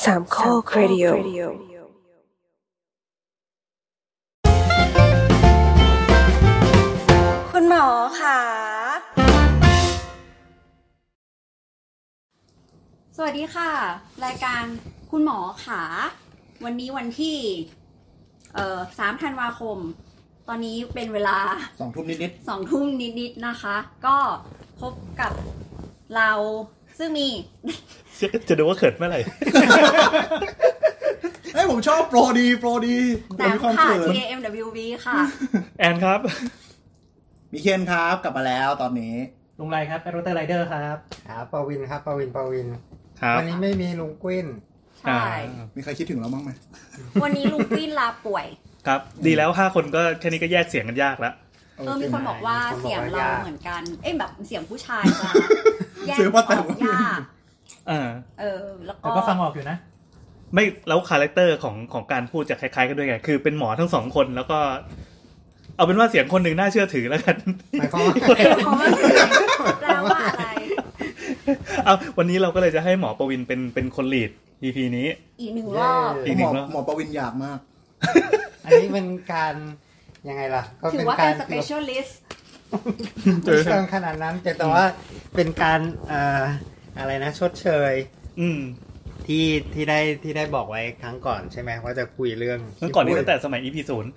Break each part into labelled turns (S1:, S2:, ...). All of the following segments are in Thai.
S1: Talk Radio
S2: คุณหมอค่ะ
S3: สวัสดีค่ะ รายการคุณหมอขาวันนี้วันที่ เอ่อสามธันวาคม ตอนนี้เป็นเวลา
S4: สองทุ่มนิด
S3: สองทุ่มนิดๆนะคะ ก็พบกับเราซึ่งมี
S5: จะดูว่าเขินเมื่อไหร่
S4: ๆเอ้ยผมชอบโปรดีโปรดีผ
S3: แอ
S4: ม
S3: ม
S4: มีความ
S3: ค่ะ
S4: เขิน
S3: TAMWB ค่ะ
S5: แอนครับ
S4: มีเคนครับกลับมาแล้วตอนนี้
S6: ลุงไรครับเป็นโรเตอร์ไรเดอร์ครับ
S7: ครับปวินครับปวินปวิน
S5: ครับ
S7: วันนี้ไม่มีลุงกุ้น
S3: ใช่
S4: มีใครคิดถึงเราบ้างไหม
S3: วันนี้ลุงวินลาป่วย
S5: ครับ ดีแล้วห้าคนก็แค่นี้ก็แยกเสียงกันยากแล้ว
S3: เออ มีคนบอกว่าเสียงเราเหมือนกัน เอ้ยแบบเสียงผู้ชายจะ แยก
S4: เสียง
S3: อ
S4: ป้าแตน
S3: อกยาก
S5: เออ
S3: เออ แล้วก็
S6: แต่ก็ฟังออกอยู่นะ
S5: ไม่แล้วคาแรคเตอร์ของของการพูดจะคล้ายๆกันด้วยไง คือเป็นหมอทั้งสองคนแล้วก็ เอาเป็นว่าเสียงคนหนึ่งน่าเชื่อถือแล้วกัน
S7: หมายความว่า
S3: ขอมาเสียงแปลว่าอะไร
S5: เอาวันนี้เราก็เลยจะให้หมอประวินเป็นเป็นคนลีด EP นี้
S3: อีก หนึ่งรอบ
S5: อีกห
S4: หม
S5: นึ่
S4: อง
S5: รอบ
S4: หมอประวินอยากมาก
S7: อันนี้เป็นการยังไงล่ะ ก็
S3: ถื
S7: เป็
S3: อน ว่า
S7: การ
S3: เป็น specialist
S7: ไม่เชิงขนาดนั้นแต่แต่ว่าเป็นการเอ่ออะไรนะชดเชย
S5: อืม
S7: ที่ที่ได้ที่ได้บอกไว้ครั้งก่อนใช่ไหมว่าจะคุยเรื่อง
S5: ตั้งก่อนนี้
S4: โอ้ย
S5: ตั้งแต่สมัย EP ศูนย์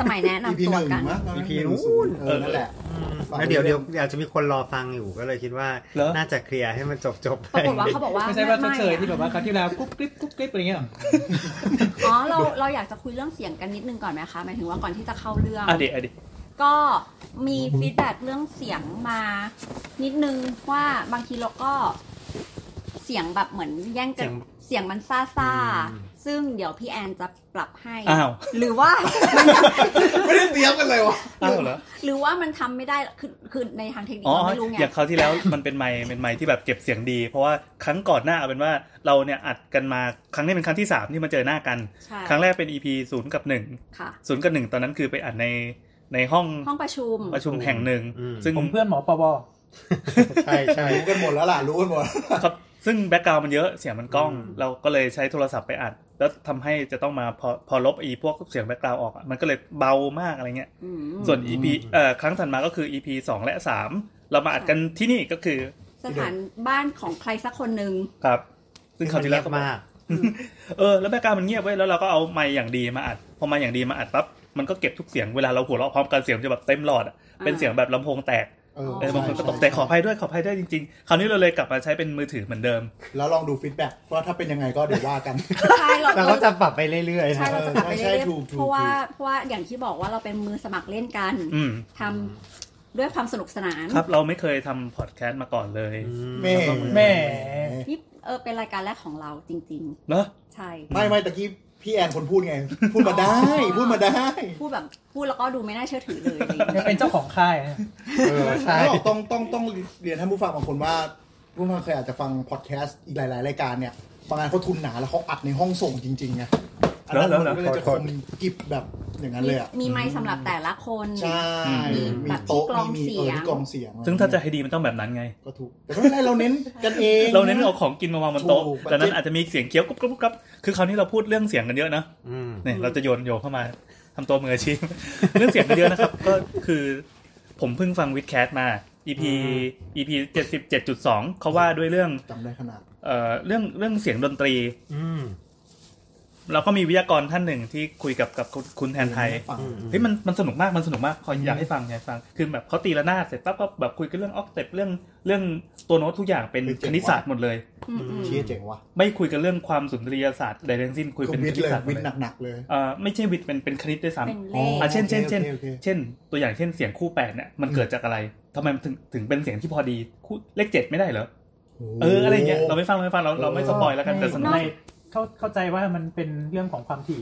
S3: สมัยแนะ
S4: EP
S3: นำตั
S4: ห
S3: ว
S4: นึ่ง
S3: กัน
S4: มั้ย
S7: EP
S4: ห
S7: นู้
S4: งศู
S7: น
S4: เออนั่นแหละ
S7: อืมแล้วเดี๋ยวเดี๋ยวอาจจะมีคนรอฟังอยู่ก็เลยคิดว่า
S5: เหรอ
S7: น่าจะเคลียร์ให้มันจบจบๆไป
S3: ปรากฏว่าเขาบอกว่า
S6: ไม่ใช่ว่าชดเชยที่
S3: อะ
S6: แบบว่าคราวที่แล้วกุ๊บกริ๊บกุ๊บกริ๊บอะไรเงี้ยหรอ
S3: อ๋อเราเราอยากจะคุยเรื่องเสียงกันนิดนึงก่อนไหมคะหมายถึงว่าก่อนที่จะเข้าเรื่อง
S5: อ่ะเดี๋ยวอ่ะเดี๋ยว
S3: ก็มีฟีดแบ็เรื่องเสียงมานิดนึงว่าบางทีเราก็ เสียงแบบเหมือนแย่งกันเสียงมันซ่าซาๆซึ่งเดี๋ยวพี่แอนจะปรับให้
S5: อ้าว
S3: หรือว่า
S4: ไม่ได้เตรียมกันเลยวะ
S5: อ้าวเหรอ
S3: หรือว่ามันทำไม่ได้คือคือในทางเทคนิค
S5: อ๋อ
S3: เราไม่รู้ไง
S5: อย่างคราวที่แล้วมันเป็นไมค์ เป็นไมค์ที่แบบเก็บเสียงดี เพราะว่าครั้งก่อนหน้าเอาเป็นว่าเราเนี่ยอัดกันมาครั้งนี้เป็นครั้งที่สามที่มาเจอหน้ากัน
S3: ใช่
S5: ครั้งแรกเป็น EP ศูนย์กับหนึ่ง
S3: ค่ะ
S5: ศูนย์กับหนึ่งตอนนั้นคือไปอัดในในห้อง
S3: ห้องประชุม
S5: ประชุมแห่งหนึ่ง ซึ่ง
S6: ผมเพื่อนหมอปว
S7: ใช่ใช่
S4: รู้กันหมดแล้วล่ะรู้กันหมด
S5: ครับซึ่งแบ็กกราวมันเยอะเสียงมันกล้อง
S7: อืม
S5: เราก็เลยใช้โทรศัพท์ไปอัด แล้วทำให้จะต้องมาพอพอลบอีพวกเสียงแบ็กกราวออกอะมันก็เลยเบามากอะไรเงี้ย
S3: อืม
S5: ส่วน EP เอ่อครั้งถัดมาก็คือ EP สองและสามเรามาอัดกันที่นี่ก็คือ
S3: สถานบ้านของใครสักคนหนึ่ง
S5: ครับ ซึ่งคราวที่แล้ว
S7: เงีย
S5: ก็
S7: บมาก
S5: เออแล้วแบ็กกราวด์มันเงียบไว้ยแล้วเราก็เอาไมค์อย่างดีมาอัดพอไมค์อย่างดีมาอัดปั๊บมันก็เก็บทุกเสียงเวลาเราหัวเราะพร้อมกันเสียงมันจะแบบเต็มหลอดอะเป็นเสียงแบบลำโพงแตก
S4: เออ
S5: เออบางคนก็ตกใจ
S4: ใช่
S5: ขออภัยด้วยขออภัยด้วยจริงๆ คราวนี้เราเลยกลับมาใช้เป็นมือถือเหมือนเดิม
S4: แล้วลองดูฟีดแบ็กว่าถ้าเป็นยังไงก็เดี๋ยวว่ากัน
S3: ใช่เรา
S7: เราก็จะปรับไปเรื่อยๆ
S3: ใช่
S7: นะ
S3: เราจะปรับไปเรื่อ
S4: ใช่
S3: ย
S4: ถูก
S3: ๆ
S4: ถูก
S3: เพราะว่าเพราะว่าอย่างที่บอกว่าเราเป็นมือสมัครเล่นกัน
S5: อืม
S3: ทำด้วยความสนุกสนาน
S5: ครับเราไม่เคยทำพอดแคสต์มาก่อนเลย
S4: แม่
S6: แหม่
S3: นี่เออเป็นรายการแรกของเราจริง
S5: เนอะ
S3: ๆ ใช่
S4: ไม่ไม่ตะกี้พี่แอนคนพูดไง พูดมา ได้ พูดมาได้
S3: พูดแบบพูดแล้วก็ดูไม่น่าเชื่อถือเลยอะไรอย่างเงี้ย
S6: เป็นเจ้าของค่ายนะ
S7: เออใช่
S4: แล้วต้องต้องต้องเรียนท่านผู้ฟังบางคนว่าผู้ฟังเคยอาจจะฟังพอดแคสต์อีกหลาย ๆ รายการเนี่ยบางงานเขาทุนหนาแล้วเขาอัดในห้องส่งจริงๆไงอันนั้นมันก็เลยจะคมกิบแบบอย่างนั้น
S3: มี
S4: เลยอะ
S3: มีไมค์สำหรับแต่ละคน
S4: ใช่
S3: มี
S4: มี
S3: แบบ
S4: โต๊ะ
S3: ที่กรอง
S4: มีมี
S3: เสี
S4: เอย อง ที่กรองเสียง
S5: ซึ่งถ้าจะให้ดีมันต้องแบบนั้นไง
S4: ก็ถูก แต่ไม่เป็นไรเราเน้นกันเอง
S5: เราเน้นเอาของกินมาวางบนโต๊ะ
S4: ถูก
S5: ดังนั้นอาจจะมีเสียงเคี้ยวกรุบกรุบกรุบกรับคือคราวนี้เราพูดเรื่องเสียงกันเยอะนะ
S7: อืม
S5: เนี่ยเราจะโยนโยนเข้ามาทำตัวมืออาชีพ เรื่องเสียงกันเยอะนะครับ ก็คือผมเพิ่งฟังวิดแคสมา EP
S7: อื
S5: EP เจ็ดสิบเจ็ดจุดสองเขาว่าด้วยเรื่อง
S4: จำได้ขนาด
S5: เอ่อเรื่องเรื่องเสียงดนตรี
S7: อืม
S5: เราก็มีวิทยากรท่านหนึ่งที่คุยกับกับคุณคุณแทนไทย
S4: ฟัง
S7: อืม
S5: เฮ้ยมันมันสนุกมากมันสนุกมากขออยากให้ฟังอยากให้ฟังคือแบบเขาตีระนาดเสร็จปั๊บก็แบบคุยกันเรื่องออกเต็ปเรื่องเรื่องตัวโน้ตทุกอย่างเป็น
S4: คือเจ๋
S5: ค
S4: ง
S5: ณิตศาสตร์หมดเลย
S3: อืมอืม
S4: เชี่ยเจ๋งว่ะ
S5: ไม่คุยกันเรื่องความสุนทรียศาสตร์ใดๆทั้งสิ้นคุย
S4: ก็
S5: เป็น
S4: วิทย์
S5: คณิต
S4: เลย
S5: ศาสตร์หม
S4: วิ
S5: ด
S4: ทย์
S5: เลย
S4: หนักๆเลย
S5: เอ่อไม่ใช่วิทย์เป็นเป็นคณิตด้วยซ้ำ
S3: เป็นเล
S4: อ๋อ
S5: อ่ะ
S3: ข
S5: เช่นเช่นเช่น
S4: โอเคโอเค
S5: เช่นตัวอย่างเช่นเสียงคู่แปดเนี่ยมันเกิดจากอะไรทำไมมันถึงถึงเป็นเสียงที่พอดีคู่เลขเจ็ดไม่ได้เหรอเอออะไรอย่างเงี้ยเราไม่ฟังเราไม่ฟังเราเราไม่สปอยแล้วกันแต่สนุก
S6: ในเข้าเข้าใจว่ามันเป็นเเรื่องของความถี่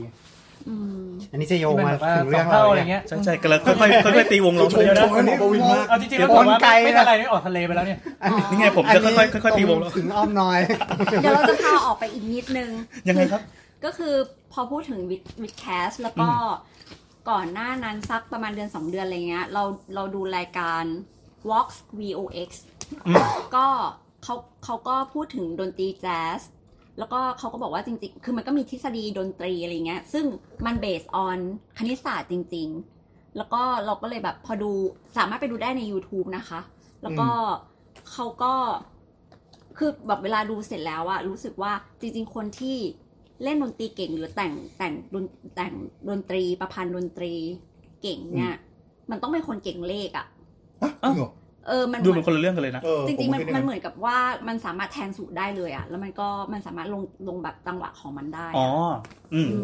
S3: อืม
S7: อันนี้จะโย
S6: ที่
S7: ง
S6: มัน
S7: มา
S6: แบบ
S7: ถึง
S6: ว่าส
S7: เรื่
S6: อ
S7: อง ง
S6: เท่า
S7: เรา
S6: อะไร
S7: เนี่ย
S6: เงี้ย
S5: ใช่ใช่กำลังค่อยค่อยค่อยค่อยตีวงล้อม
S4: ช
S5: ไป
S4: ม
S5: เดี๋ยว
S4: ช
S5: นะ
S4: มให้หมอประวินมาก
S6: เอาจริงๆแล้วผมว่าไม่เป็นอะไรไม่ออกทะเลไปแล้วเนี่ย
S5: นี่ไงผมจะค่อยค่อยค่อยตีวงล้อม
S7: ถึงอ้อมน้อย
S3: เดี๋ยวเราจะพาออกไปอีกนิดนึง
S5: ยังไงครับ
S3: ก็คือพอพูดถึงวิดวิดแคสแล้วก็ก่อนหน้านั้นสักประมาณเดือน 2 เดือนอะไรเงี้ยเราเราดูรายการ Vox VOX
S5: อืม
S3: ก็เขาเขาก็พูดถึงดนตรีแจ๊ส แล้วก็เขาก็บอกว่าจริงๆ คือมันก็มีทฤษฎีดนตรีอะไรเงี้ย ซึ่งมันเบสออนคณิตศาสตร์จริง ๆ แล้วก็เราก็เลยแบบพอดูสามารถไปดูได้ใน YouTube นะคะ แล้วก็เขาก็คือแบบเวลาดูเสร็จแล้วอะรู้สึกว่าจริง ๆ คนที่เล่นดนตรีเก่งหรือแต่งแต่งดนแต่งดนตรีประพันธ์ดนตรีเก่งเนี่ย มันต้องเป็นคนเก่งเลขอะ
S4: อ่ะจริงเหรอ
S3: เออมัน
S5: ดู
S3: เหมือ
S5: เป็
S3: น น
S5: คนละเรื่องกันเลยนะ
S4: เออ
S3: จริงๆ มัน
S4: ผก็คิดอย่า
S3: มัน
S4: น
S3: เหมือนกับว่ามันสามารถแทนสูตรได้เลยอะแล้วมันก็มันสามารถลงลงแบบจังหวะของมันได้อะ
S5: อ๋อ อืม
S3: อื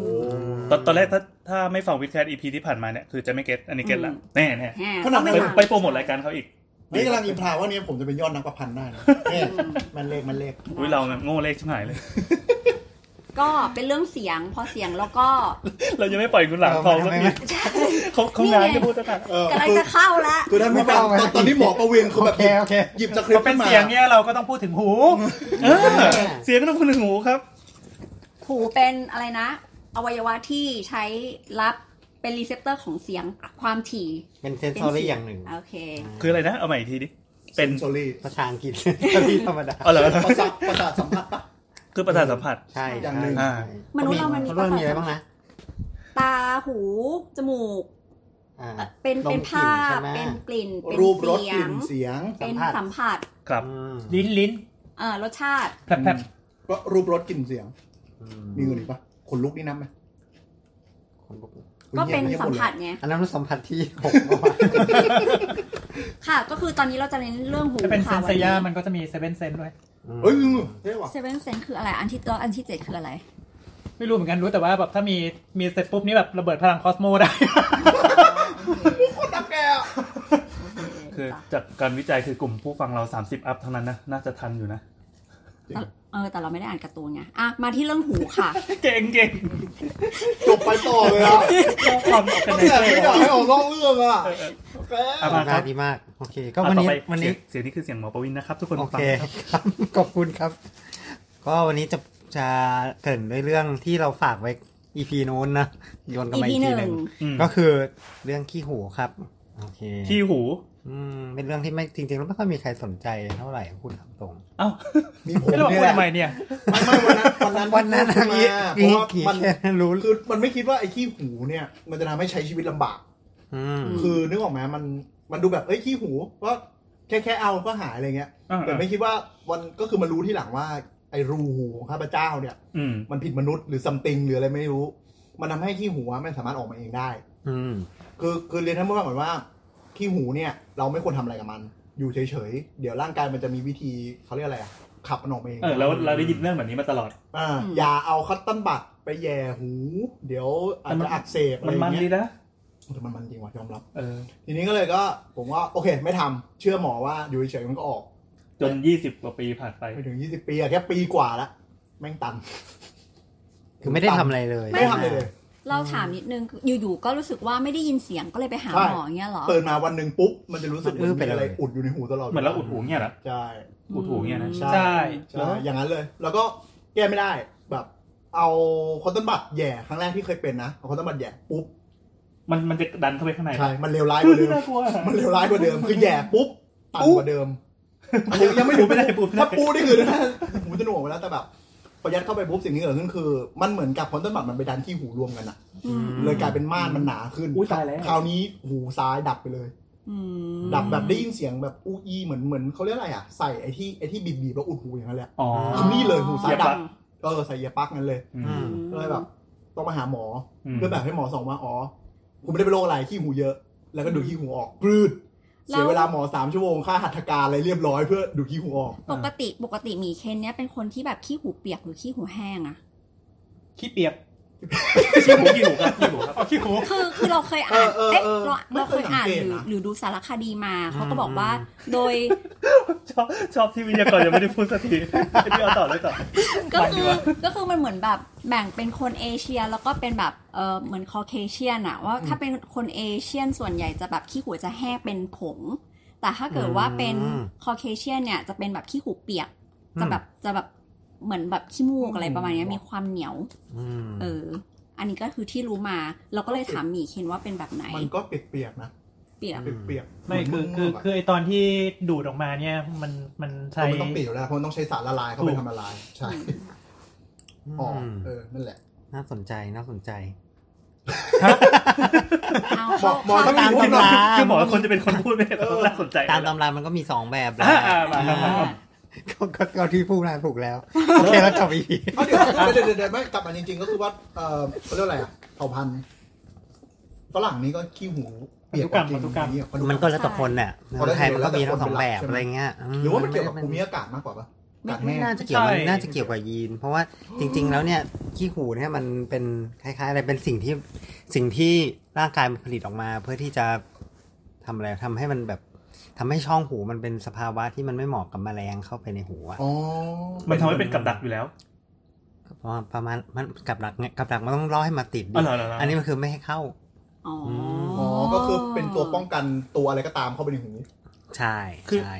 S3: ม
S5: ตอนตอนแรกถ้าถ้าไม่ฟังวิดแคสอีพีที่ผ่านมาเนี่ย คือจะไม่เก็ตอันนี้เก็ตละ
S3: อืม
S5: แน่แน่
S3: แฮะ
S4: เพราะหนัง
S3: ต้อง
S5: ไป
S3: ฟัง
S5: ไปโปรโมทรายการเขาอีก
S4: นี่กำลังอิมพลาว่าเนี่ยผมจะเป็นยอดนักประพันธ์ ได้นะ
S3: อื
S4: เนี่ย
S3: ม
S4: มันเลขมันเลข
S5: อุ้ยเราโง่เลขชิบหายเลย
S3: ก็เป็นเรื่องเสียงพอเสียงแล้วก็
S5: เรายังไม่ปล่อยคุณหลังทองสักที เขาเขางานจะพูดสักที
S4: เออก
S3: ำลังจะเข้าละ
S4: คือท่านผู้ฟังตอนตอนนี้หมอประเวณคือแบบ
S7: โอเคโอเค
S4: หยิบสคริป
S6: เรา
S4: ต์
S6: เป็
S4: ขึ้
S6: น
S4: นมา
S6: เสียงเนี่ยเราก็ต้องพูดถึงหู
S5: เออเสียงก็ต้องคุณหนึ่งหูครับ
S3: หูเป็นอะไรนะ อวัยวะที่ใช้รับเป็นรีเซพเตอร์ของเสียงความถี่
S7: เป็นเซน
S3: ป็
S7: ซอรี่อย่างหนึ่ง
S3: โอเค
S5: คืออะไรนะ เอาใหม่อีกทีดิ เป็น
S4: โซลี่
S7: ภาษาอังกฤษ เซนซอรี่ธรรมดา
S5: เอาเหรอ
S4: ประสาทประสาทสัมผัสปะ
S5: คือประสาทสัมผัส
S7: ใช่
S4: อย่างหนึ่ง
S7: ใช่
S3: มนุษย์เรามันมี
S7: เพ
S3: ป
S7: ราะ
S3: ระ
S7: ว่า
S3: สาท
S7: มีอะไรบ้างนะ
S3: ตาหูจมูก
S7: อ่า
S3: เอ่อเป็น
S7: ล
S3: เป็
S7: ม
S3: น
S7: กลิ่
S3: ภาพ
S7: ใช่ไหม
S3: เป็นกลิ่นเป็น
S4: รูปรส
S3: เสี
S4: ก
S3: ย
S4: ลิ่
S3: ง
S4: นเสียง
S3: เป็น
S7: สัมผัส
S3: สัมผัส
S5: ครับ
S7: อืม
S6: ลิ้นลิ้น
S3: เอ่อรสชาติ
S6: แผลบแผลบ
S4: ก็รูปรสกลิ่นเสียง
S7: อื
S4: มีเงินอีกปะขนลุกนี่นับไหม
S7: คนลุกเลย
S3: ก็เป็น
S4: งียบ
S3: สั
S4: งีย
S3: ม
S4: บหดลย
S3: ผัสไง
S7: อันนั้นมันสัมผัสที่หก
S3: ค่ะ ก็คือตอนนี้เราจะเน้นเรื่องหู
S6: ถ้าเป็นเซ
S3: ค่ะ
S6: น
S3: วั
S6: เซียาน มันก็จะมีเซเว่นเซนด้วย
S4: เฮ้ยเท่ว่ะ
S3: เซเว่นเซนคืออะไร อันที่แล้วอันที่เจ็ดคืออะไร
S6: ไม่รู้เหมือนกันรู้แต่ว่าแบบถ้ามีมีเสร็จปุ๊บนี่แบบระเบิดพลังคอสโมได้
S4: คนนับแกอะ
S5: คือจากการวิจัยคือกลุ่มผู้ฟังเรา 30 อัพเท่านั้นนะ น่าจะทันอยู่นะ
S3: เออแต่เราไม่ได้อ่านการ์ตูนไงอ่ะมาที่เรื่องหู ค่ะ
S5: เก่งเก่ง
S4: จบไปต่อเลยอะ
S5: ความออกกัน
S4: ไม่
S5: ใน
S4: อยากไม่อยากให้ออกนอกเรื่องอะแก
S5: เอามา
S7: มาค
S5: ค
S7: รั
S5: รั
S7: บบ ดีมาก โอเค ก็วัน
S5: อ่ะต่อ
S7: นี้
S5: ไป
S7: วันนี้
S5: เสียงนี้คือเสียงหมอประวินนะครับ ทุกคน
S7: โอ
S5: ฟัง
S7: เค
S5: ครับ
S7: ครับ ขอบคุณครับ ก็วันนี้จะจะเกรินด้วยเรื่องที่เราฝากไว้ EP นู้นนะโยนกลับมา
S3: EP
S7: EP
S3: ห
S7: ห
S3: นึ่ง
S7: นึ่ง
S5: อืม
S7: ก็คือเรื่องขี้หูครับ โอเค
S5: ที่หู
S7: อืมเป็นเรื่องที่ไม่จริงๆแล้วไม่ค่อยมีใครสนใจเท่าไหร่พูดตามตรง
S5: เอ้า
S4: มีผม
S6: ไม่รู้
S4: เนี่ย
S6: ว่า
S4: แห
S6: พูด
S4: ละ
S6: ทำ
S4: ไม่
S6: ไมเนี่ย
S4: ไม่วัน
S7: วัน
S4: นั้น
S7: นั้น
S4: ที่
S7: มี
S4: มาเพ
S7: มี
S4: ราะว่า
S7: กี่
S4: มัน
S7: แค่รู้
S4: คือมันไม่คิดว่าไอ้ขี้หูเนี่ย มันจะทำให้ใช้ชีวิตลำบาก
S7: อืม
S3: ม
S4: คือนึกออกไหมมันมันดูแบบเอ้ยขี้หูก็แค่แค่เอาก็หายอะไรเงี้ย
S5: อ่า
S4: แต่ไม่คิดว่าวันก็คือมารู้ที่หลังว่าไอ้รูหูของข้าพเจ้าเนี่ย
S5: อืม
S4: มันผิดมนุษย์หรือซัมติงหรืออะไรไม่รู้ มันทำให้ขี้หูอะไม่สามารถออกมาเองได้
S7: อืม
S4: คือคือเรียนท่านผู้ฟังก่อนว่าขี้หูเนี่ย เราไม่ควรทำอะไรกับมัน อยู่เฉยๆเดี๋ยวร่างกายมันจะมีวิธีเขาเรียกอะไรอะขับมันออกมาเอง
S5: เออเราเราได้ยินเรื่องแบบนี้มาตลอด
S4: อ่า
S3: อืม
S4: อย่าเอาคัตเตันบัตไปแย่หู เดี๋ยวอาจ
S5: แต่มั
S4: จะ
S5: น
S4: อักเสบอะ
S5: มั
S4: ไร
S5: น
S4: อ
S5: มัน
S4: ย่าง
S5: ดี
S4: เงี้ย
S5: นะ
S4: แต่มันมันจริงว่ะยอมรับ
S5: เออ
S4: ทีนี้ก็เลยก็ผมว่าโอเค ไม่ทำเชื่อหมอว่าอยู่เฉยๆมันก็ออก
S5: จน 20 กว่าปีผ่านไป
S4: ไปถึง 20 ปีอะแค่ปีกว่าละแม่งตัน
S7: คือไม่ได้ทำอะไรเลย
S4: ไม่ได้ทำอะไรเลย
S3: เราถามนิดนึงคืออยู่ๆก็รู้สึกว่าไม่ได้ยินเสียงก็เลยไปหา
S4: ใช่
S3: หมออย่างเงี้ยเหรอ
S4: ตื่นมาวันหนึ่งปุ๊บ มันจะรู้สึก
S7: มัน
S4: เห
S7: อื้
S4: มือ
S7: อน ไป
S4: มีอะไร
S7: เลย
S4: อุดอยู่ในหูตลอดวลา
S5: เหมือนเราอุดหูเนี่ยเหรอ
S4: ใช่
S5: อุดหูเนี่ยนะ
S3: อืม
S4: ใช่
S6: ใช่
S4: ใช่อย่างนั้นเลย แล้วก็แก้ไม่ได้แบบ เอาคัตเตันบัตแย่ครั้งแรกที่เคยเป็นนะเอาคัตเตันบัตแย่ปุ๊บ
S5: มันมันจะดันเข้าไปข้างใน
S4: ใช่มันเลวร้ายกว่าเดิม
S5: น่ากลัวอะ
S4: มันเล วร้ายกว่าเดิม คือแย่ปุ๊บตันกว่าเดิมยังยังไม่
S5: ปูไม่ได้ปูไม่ได้
S4: ถ้าปูนี่คือนะหูจะหนวกไปแล้วแต่แบบพอยัดเข้าไปปุ๊บสิ่งที่เกิดขึ้นคือ มันเหมือนกับพอนต้นบัตมันไปดันที่หูรวมกันอะ
S3: อืม
S4: เลยกลายเป็นม่านมันหนาขึ้น
S5: อุ๊ยตายแล้ว
S4: คราวนี้หูซ้ายดับไปเลย
S3: อืม
S4: ดับแบบได้ยินเสียงแบบอู้อีเหมือนเหมือนเขาเรียกอะไรอะใส่ไอ้ที่ไอ้ที่บีบๆแล้วอุดหูอย่างนั้นแหละ
S5: อ๋อ
S4: คือนี่เลยหูซ้ายดับ
S3: อ๋อ
S4: เออใส่เอียร์ปลั๊กนั่นเลย
S5: อืม
S7: อืม
S4: ก็เลยแบบต้องมาหาหมออ
S5: ม
S4: เพื่อแบบให้หมอส่องว่าอ๋อคุณไม่ได้เป็นโรคอะไรขี้หูเยอะ แล้วก็ดูดขี้หูออกปลืด เสียเวลาหมอสามชั่วโมงค่าหัตถการอะไรเรียบร้อยเพื่อดูขี้หูออก
S3: ปกติปกติหมีเคนเนี้ยเป็นคนที่แบบขี้หูเปียกหรือขี้หูแห้ง อะ
S6: ขี้เปียก
S5: ขี้หูขี้หูครับขี้หูครับ
S6: เอาขี้หู
S3: คือคือเราเคยอ่าน
S4: เออเออ
S3: เะ
S4: เออ
S3: เรา
S4: ไม่
S3: เรา
S4: เค
S3: เค
S4: ย
S3: ยอ่าน
S4: สัง
S3: ห
S4: เกต
S3: รือ
S4: นะ
S3: หรือดูสารคดีมาเขาก็
S7: อืม
S3: บอกว่าโดย
S5: ชอบชอบที่วิทยากรยังไม่ได้พูดสักทีพี่เอาต่อเลยต่อ
S3: ก็
S5: มันดี
S3: คือ
S5: วะ
S3: ก็คือมันเหมือนแบบแบ่งเป็นคนเอเชียแล้วก็เป็นแบบเออเหมือนคอเคเชียนอะว่าถ้าเป็นคนเอเชียนส่วนใหญ่จะแบบขี้หูจะแห้งเป็นผง แต่ถ้าเกิดว่าเป็น
S7: อืม
S3: คอเคเชียนเนี่ยจะเป็นแบบขี้หูเปียก
S7: อืม
S3: จะแบบจะแบบเหมือนแบบขี้มูกอะไรประมาณเนี้ยมีความเหนียว
S7: อืม
S3: เออ อันนี้ก็คือที่รู้มา เราก็เลยถามหมีเคนว่าเป็นแบบไหน
S4: มันก็เปียกๆนะ
S3: เปียก
S7: อืม
S4: เปียกๆ
S6: ไม่
S4: เห
S6: คื
S4: น
S6: อคื
S4: มึ
S6: อ
S4: ง
S6: คือไอตอนที่ดูดออกมาเนี่ยมันมัน
S4: เอ
S6: ใช้
S4: อมันต้องเปียกอยู่แล้วเพราะมันต้องใช้สารละลายเข้าไป
S6: ถูก
S4: ทำละลาย ใช่ อ๋อ
S7: ม
S4: เออนั่นแหละ
S7: น่าสนใจน่าสนใจ
S3: เอา
S4: หมอหมอ
S3: เข้
S7: ตาม
S5: คือ
S7: ตำรา
S5: คือบอกว่าคนจะเป็นคนพูดไม่ได้น่าสนใจ
S7: ตามตำรามันก็มีสองแบบแหละ
S5: อ่าอ่ามาครับ
S3: อ่า
S7: ก็ก็ก็ที่พูดมาถูกแล้ว โอเคแล้วจบอีพี
S4: เอาเดี๋ยวเดี๋ยวเดี๋ยวเดี๋ยวไม่กลับมาจริงๆ ก็คือว่าเออเขาเรียกอะไรอ่ะเผ่าพันธุ์ฝรั่งนี่ก็ขี้หูเปียกว่าจริง
S6: พันธุกรรม
S4: อย่างเงี้ยพันธุรร
S7: มันก็แล้วแต่คนน่ะคนไทยมันก็มีทั้งสองแบบอะไรเงี้ยม
S4: หรือว่ามันเกี่ยวกับภูมิอากาศมากกว่าปะ
S7: ไม่
S4: อากาศ
S7: ไม่น่า
S4: แห้ง
S7: จะเกี่ยว
S6: ใช่
S7: มันน่าจะเกี่ยวกับยีน เพราะว่าจริง ๆ แล้วเนี่ยขี้หูเนี่ยมันเป็นคล้ายๆ อะไรเป็นสิ่งที่สิ่งที่ร่างกายมันผลิตออกมา เพื่อที่จะทำอะไรทำให้มันแบบทำให้ช่องหูมันเป็นสภาวะที่มันไม่เหมาะกับแมลงเข้าไปในหูอะ
S4: อ๋อ
S5: มันทำให้เป็นกับดักอยู่แล้ว
S7: เพราะว่าประมาณมันกับดักไงกับดักมันต้องล่อให้มาติดดิ
S5: อ๋อเหรอเหรอเหรออั
S7: นนี้มันคือไม่ให้เข้า
S3: อ๋อ
S4: อ๋อ ก็คือเป็นตัวป้องกันตัวอะไรก็ตามเข้าไปในหู
S7: ใช่
S5: คือ
S7: ใช่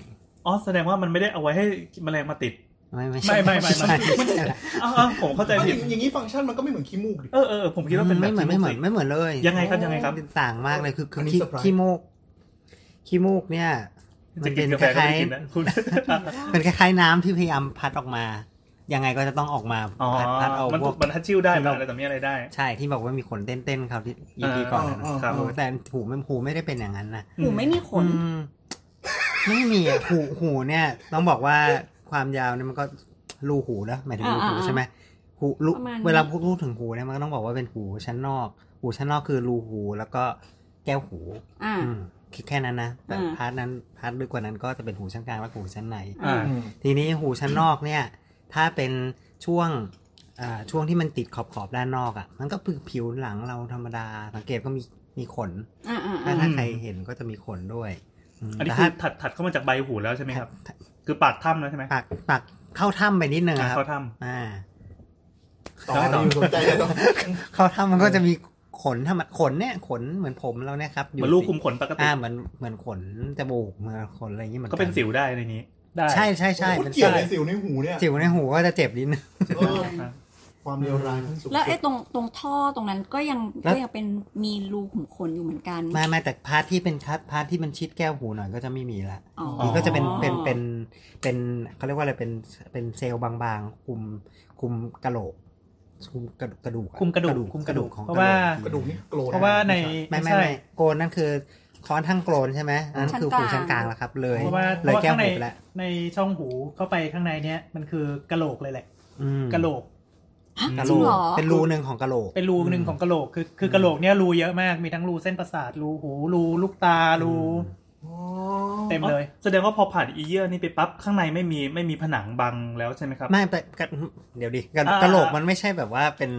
S5: อ๋อแสดงว่ามันไม่ได้เอาไว้ให้แมลงมาติด
S7: ไม่ไม่
S6: ไม่ไม่ไม่
S7: ใช่ไม่ใช่
S5: อ้าวอ้าวผมเข้าใจ
S4: อ
S5: ผิด
S4: ย่างอย่างนี้ฟังก์ชันมันก็ไม่เหมือนขี้มูกดิ
S5: เออเออผมคิดว่าเป็นแบบ
S7: ไม่เหมือนไม่เหมือน
S5: ที่
S7: ไม่เหมือนเลย
S5: ยังไงครับยังไงครับ
S7: ต่างมากเลยคือคืออน
S4: นี้
S7: ขี้
S4: surprise
S7: ขี้มูกขี้มูกเนี่ยมั
S5: จะ
S7: น
S5: กิ
S7: เป็น น
S5: กา
S7: ค
S5: แฟก็
S7: ล้าย
S5: ไม่กินนะคุณ
S7: ๆเป็นคล้ายๆน้ำที่พยายามพัดออกมา ยังไงก็จะต้องออกมา
S5: อ๋อ
S7: พัดพัดเอา
S5: มัน
S7: พวก
S5: มันทัชชิวได้มันอะไรต่อมีอะไรได้
S7: ใช่ที่บอกว่ามีขนเต้นๆเขาที่ EP ก่อนนะ
S4: อ๋อ
S5: ครับ
S4: อ๋อ
S7: แต่หูไม่หูไม่ได้เป็นอย่างนั้นนะ
S3: หูไม่มีขน
S7: อืมไม่มีอะหูหูเนี่ย ต้องบอกว่าความยาวเนี่ยมันก็รูหูนะหมายถึงรูหู
S3: อ่าๆ
S7: ใช่ไหมหูรู
S3: ประมาณนี้
S7: เวลาพูดพูดถึงหูเนี่ยมันก็ต้องบอกว่าเป็นหูชั้นนอก หูชั้นนอกคือรูหูแล้วก็แก้วหู
S3: อ่า
S7: อืมคือแค่นั้นนะแต่
S3: อ่า
S7: พาร์ทนั้นพาร์ทลึกกว่านั้นก็จะเป็นหูชั้นกลางและหูชั้นใน
S5: อ่า
S7: ทีนี้หูชั้นนอกเนี่ย ถ้าเป็นช่วงอ่าช่วงที่มันติดขอบขอบๆด้านนอกอะ่ะ มันก็คือผิวหลังเราธรรมดา สังเกตก็มีมีขน
S3: อ่าอ่า
S7: ถ้า
S3: อ่า
S7: ถ้าใครเห็นก็จะมีขนด้วยม
S5: อันนี้
S7: แต่
S5: คื
S7: ถ้า
S5: อถัดถัดเข้ามาจากใบหูแล้วใช่ไหมครับ
S7: ถ้า
S5: คือปากถ้ำแล้วใช่ไหม
S7: ปากปากเข้าถ้ำไปนิดนึงอะ
S5: อ่ะ
S7: ครับ
S5: เข้าถ้
S7: อ่า
S4: ต่ออยู่สนใจเลยเนาะ
S7: เข้าถ้ำมันก็จะมีขนถ้ามันขนเนี่ยขนเหมือนผมเราเนี่ยครับอ
S5: ำเห
S7: ยู่
S5: มือนลูกคุมขนปกติ
S7: อ่าเหมือนเหมือนขนจมูกเหมือนขนอะไรอย่างเงี้ยเหมือน
S5: ก็เป็นสิวได้ในนี้ ได้
S7: ใช่ใช่ใช่
S4: โค
S7: ป็
S4: ตร
S7: น
S4: เกลี่ยว
S7: สิว
S4: เลยสิวในหูเนี่ย
S7: สิวในหูก็จะเจ็บนิดนึง
S4: เออความเลวร้ายขั้นสูงสุด
S3: แล้วไอ้ตรงตรงท่อตรงนั้นก็ยัง
S7: แล้ว
S3: ก็ยังเป็นมีรูขุมขนอยู่เหมือนกัน
S7: ไม่ไม่แต่พาร์ทที่เป็นคัดพาร์ทที่มันชิดแก้วหูหน่อยก็จะไม่มีละ
S3: อ๋อ
S7: นี่ก็จะเป็นเป็นเป็นเป็นเขาเรียกว่าอะไรเป็นเป็นเซลล์บางๆ คุมคุมกระโหลกคุมกระดูกกระดูกอ
S6: คุมกระดูกคุมกระดูก
S7: ของ
S6: เพราะว่า
S4: กระดูกนี่โกรธ
S6: เพราะว่าใน
S7: ไม่ไม่ไม่โกนนั่นคือค้อนทั้งโกนใช่ไหมอันนั่นคือหูชั้นกลางแล้วครับ เลย
S6: เพราะว่าเพ
S7: เลย
S6: ราะว่า
S7: แก้ว
S6: ข้างใน
S7: หูไปแล้ว
S6: ในช่องหูเข้าไปข้างในเนี้ยมันคือกะโหลกเลยแหละ
S7: อืม
S6: กะโหลก
S7: กะ
S3: จ
S7: โหลก
S3: ริงเหรอ
S7: เป็นรูหนึ่งของกะโหลก
S6: เป็นรูหนึ่งของกะโหลกคือคือกะโหลกเนี่ยรูเยอะมากมีทั้งรูเส้นประสาทรูหูรูลูกตารู
S4: อ๋อ
S6: เต็มเลย
S5: แสดงว่าพอผ่านอีเยื่อนี่ไปปั๊บข้างในไม่มีไม่มีผนังบังแล้วใช่ไหมครับ
S7: ไม่แต่กะเดี๋ยวดิกะ
S5: อ่าก
S7: ะโหลกมันไม่ใช่แบบว่าเป็น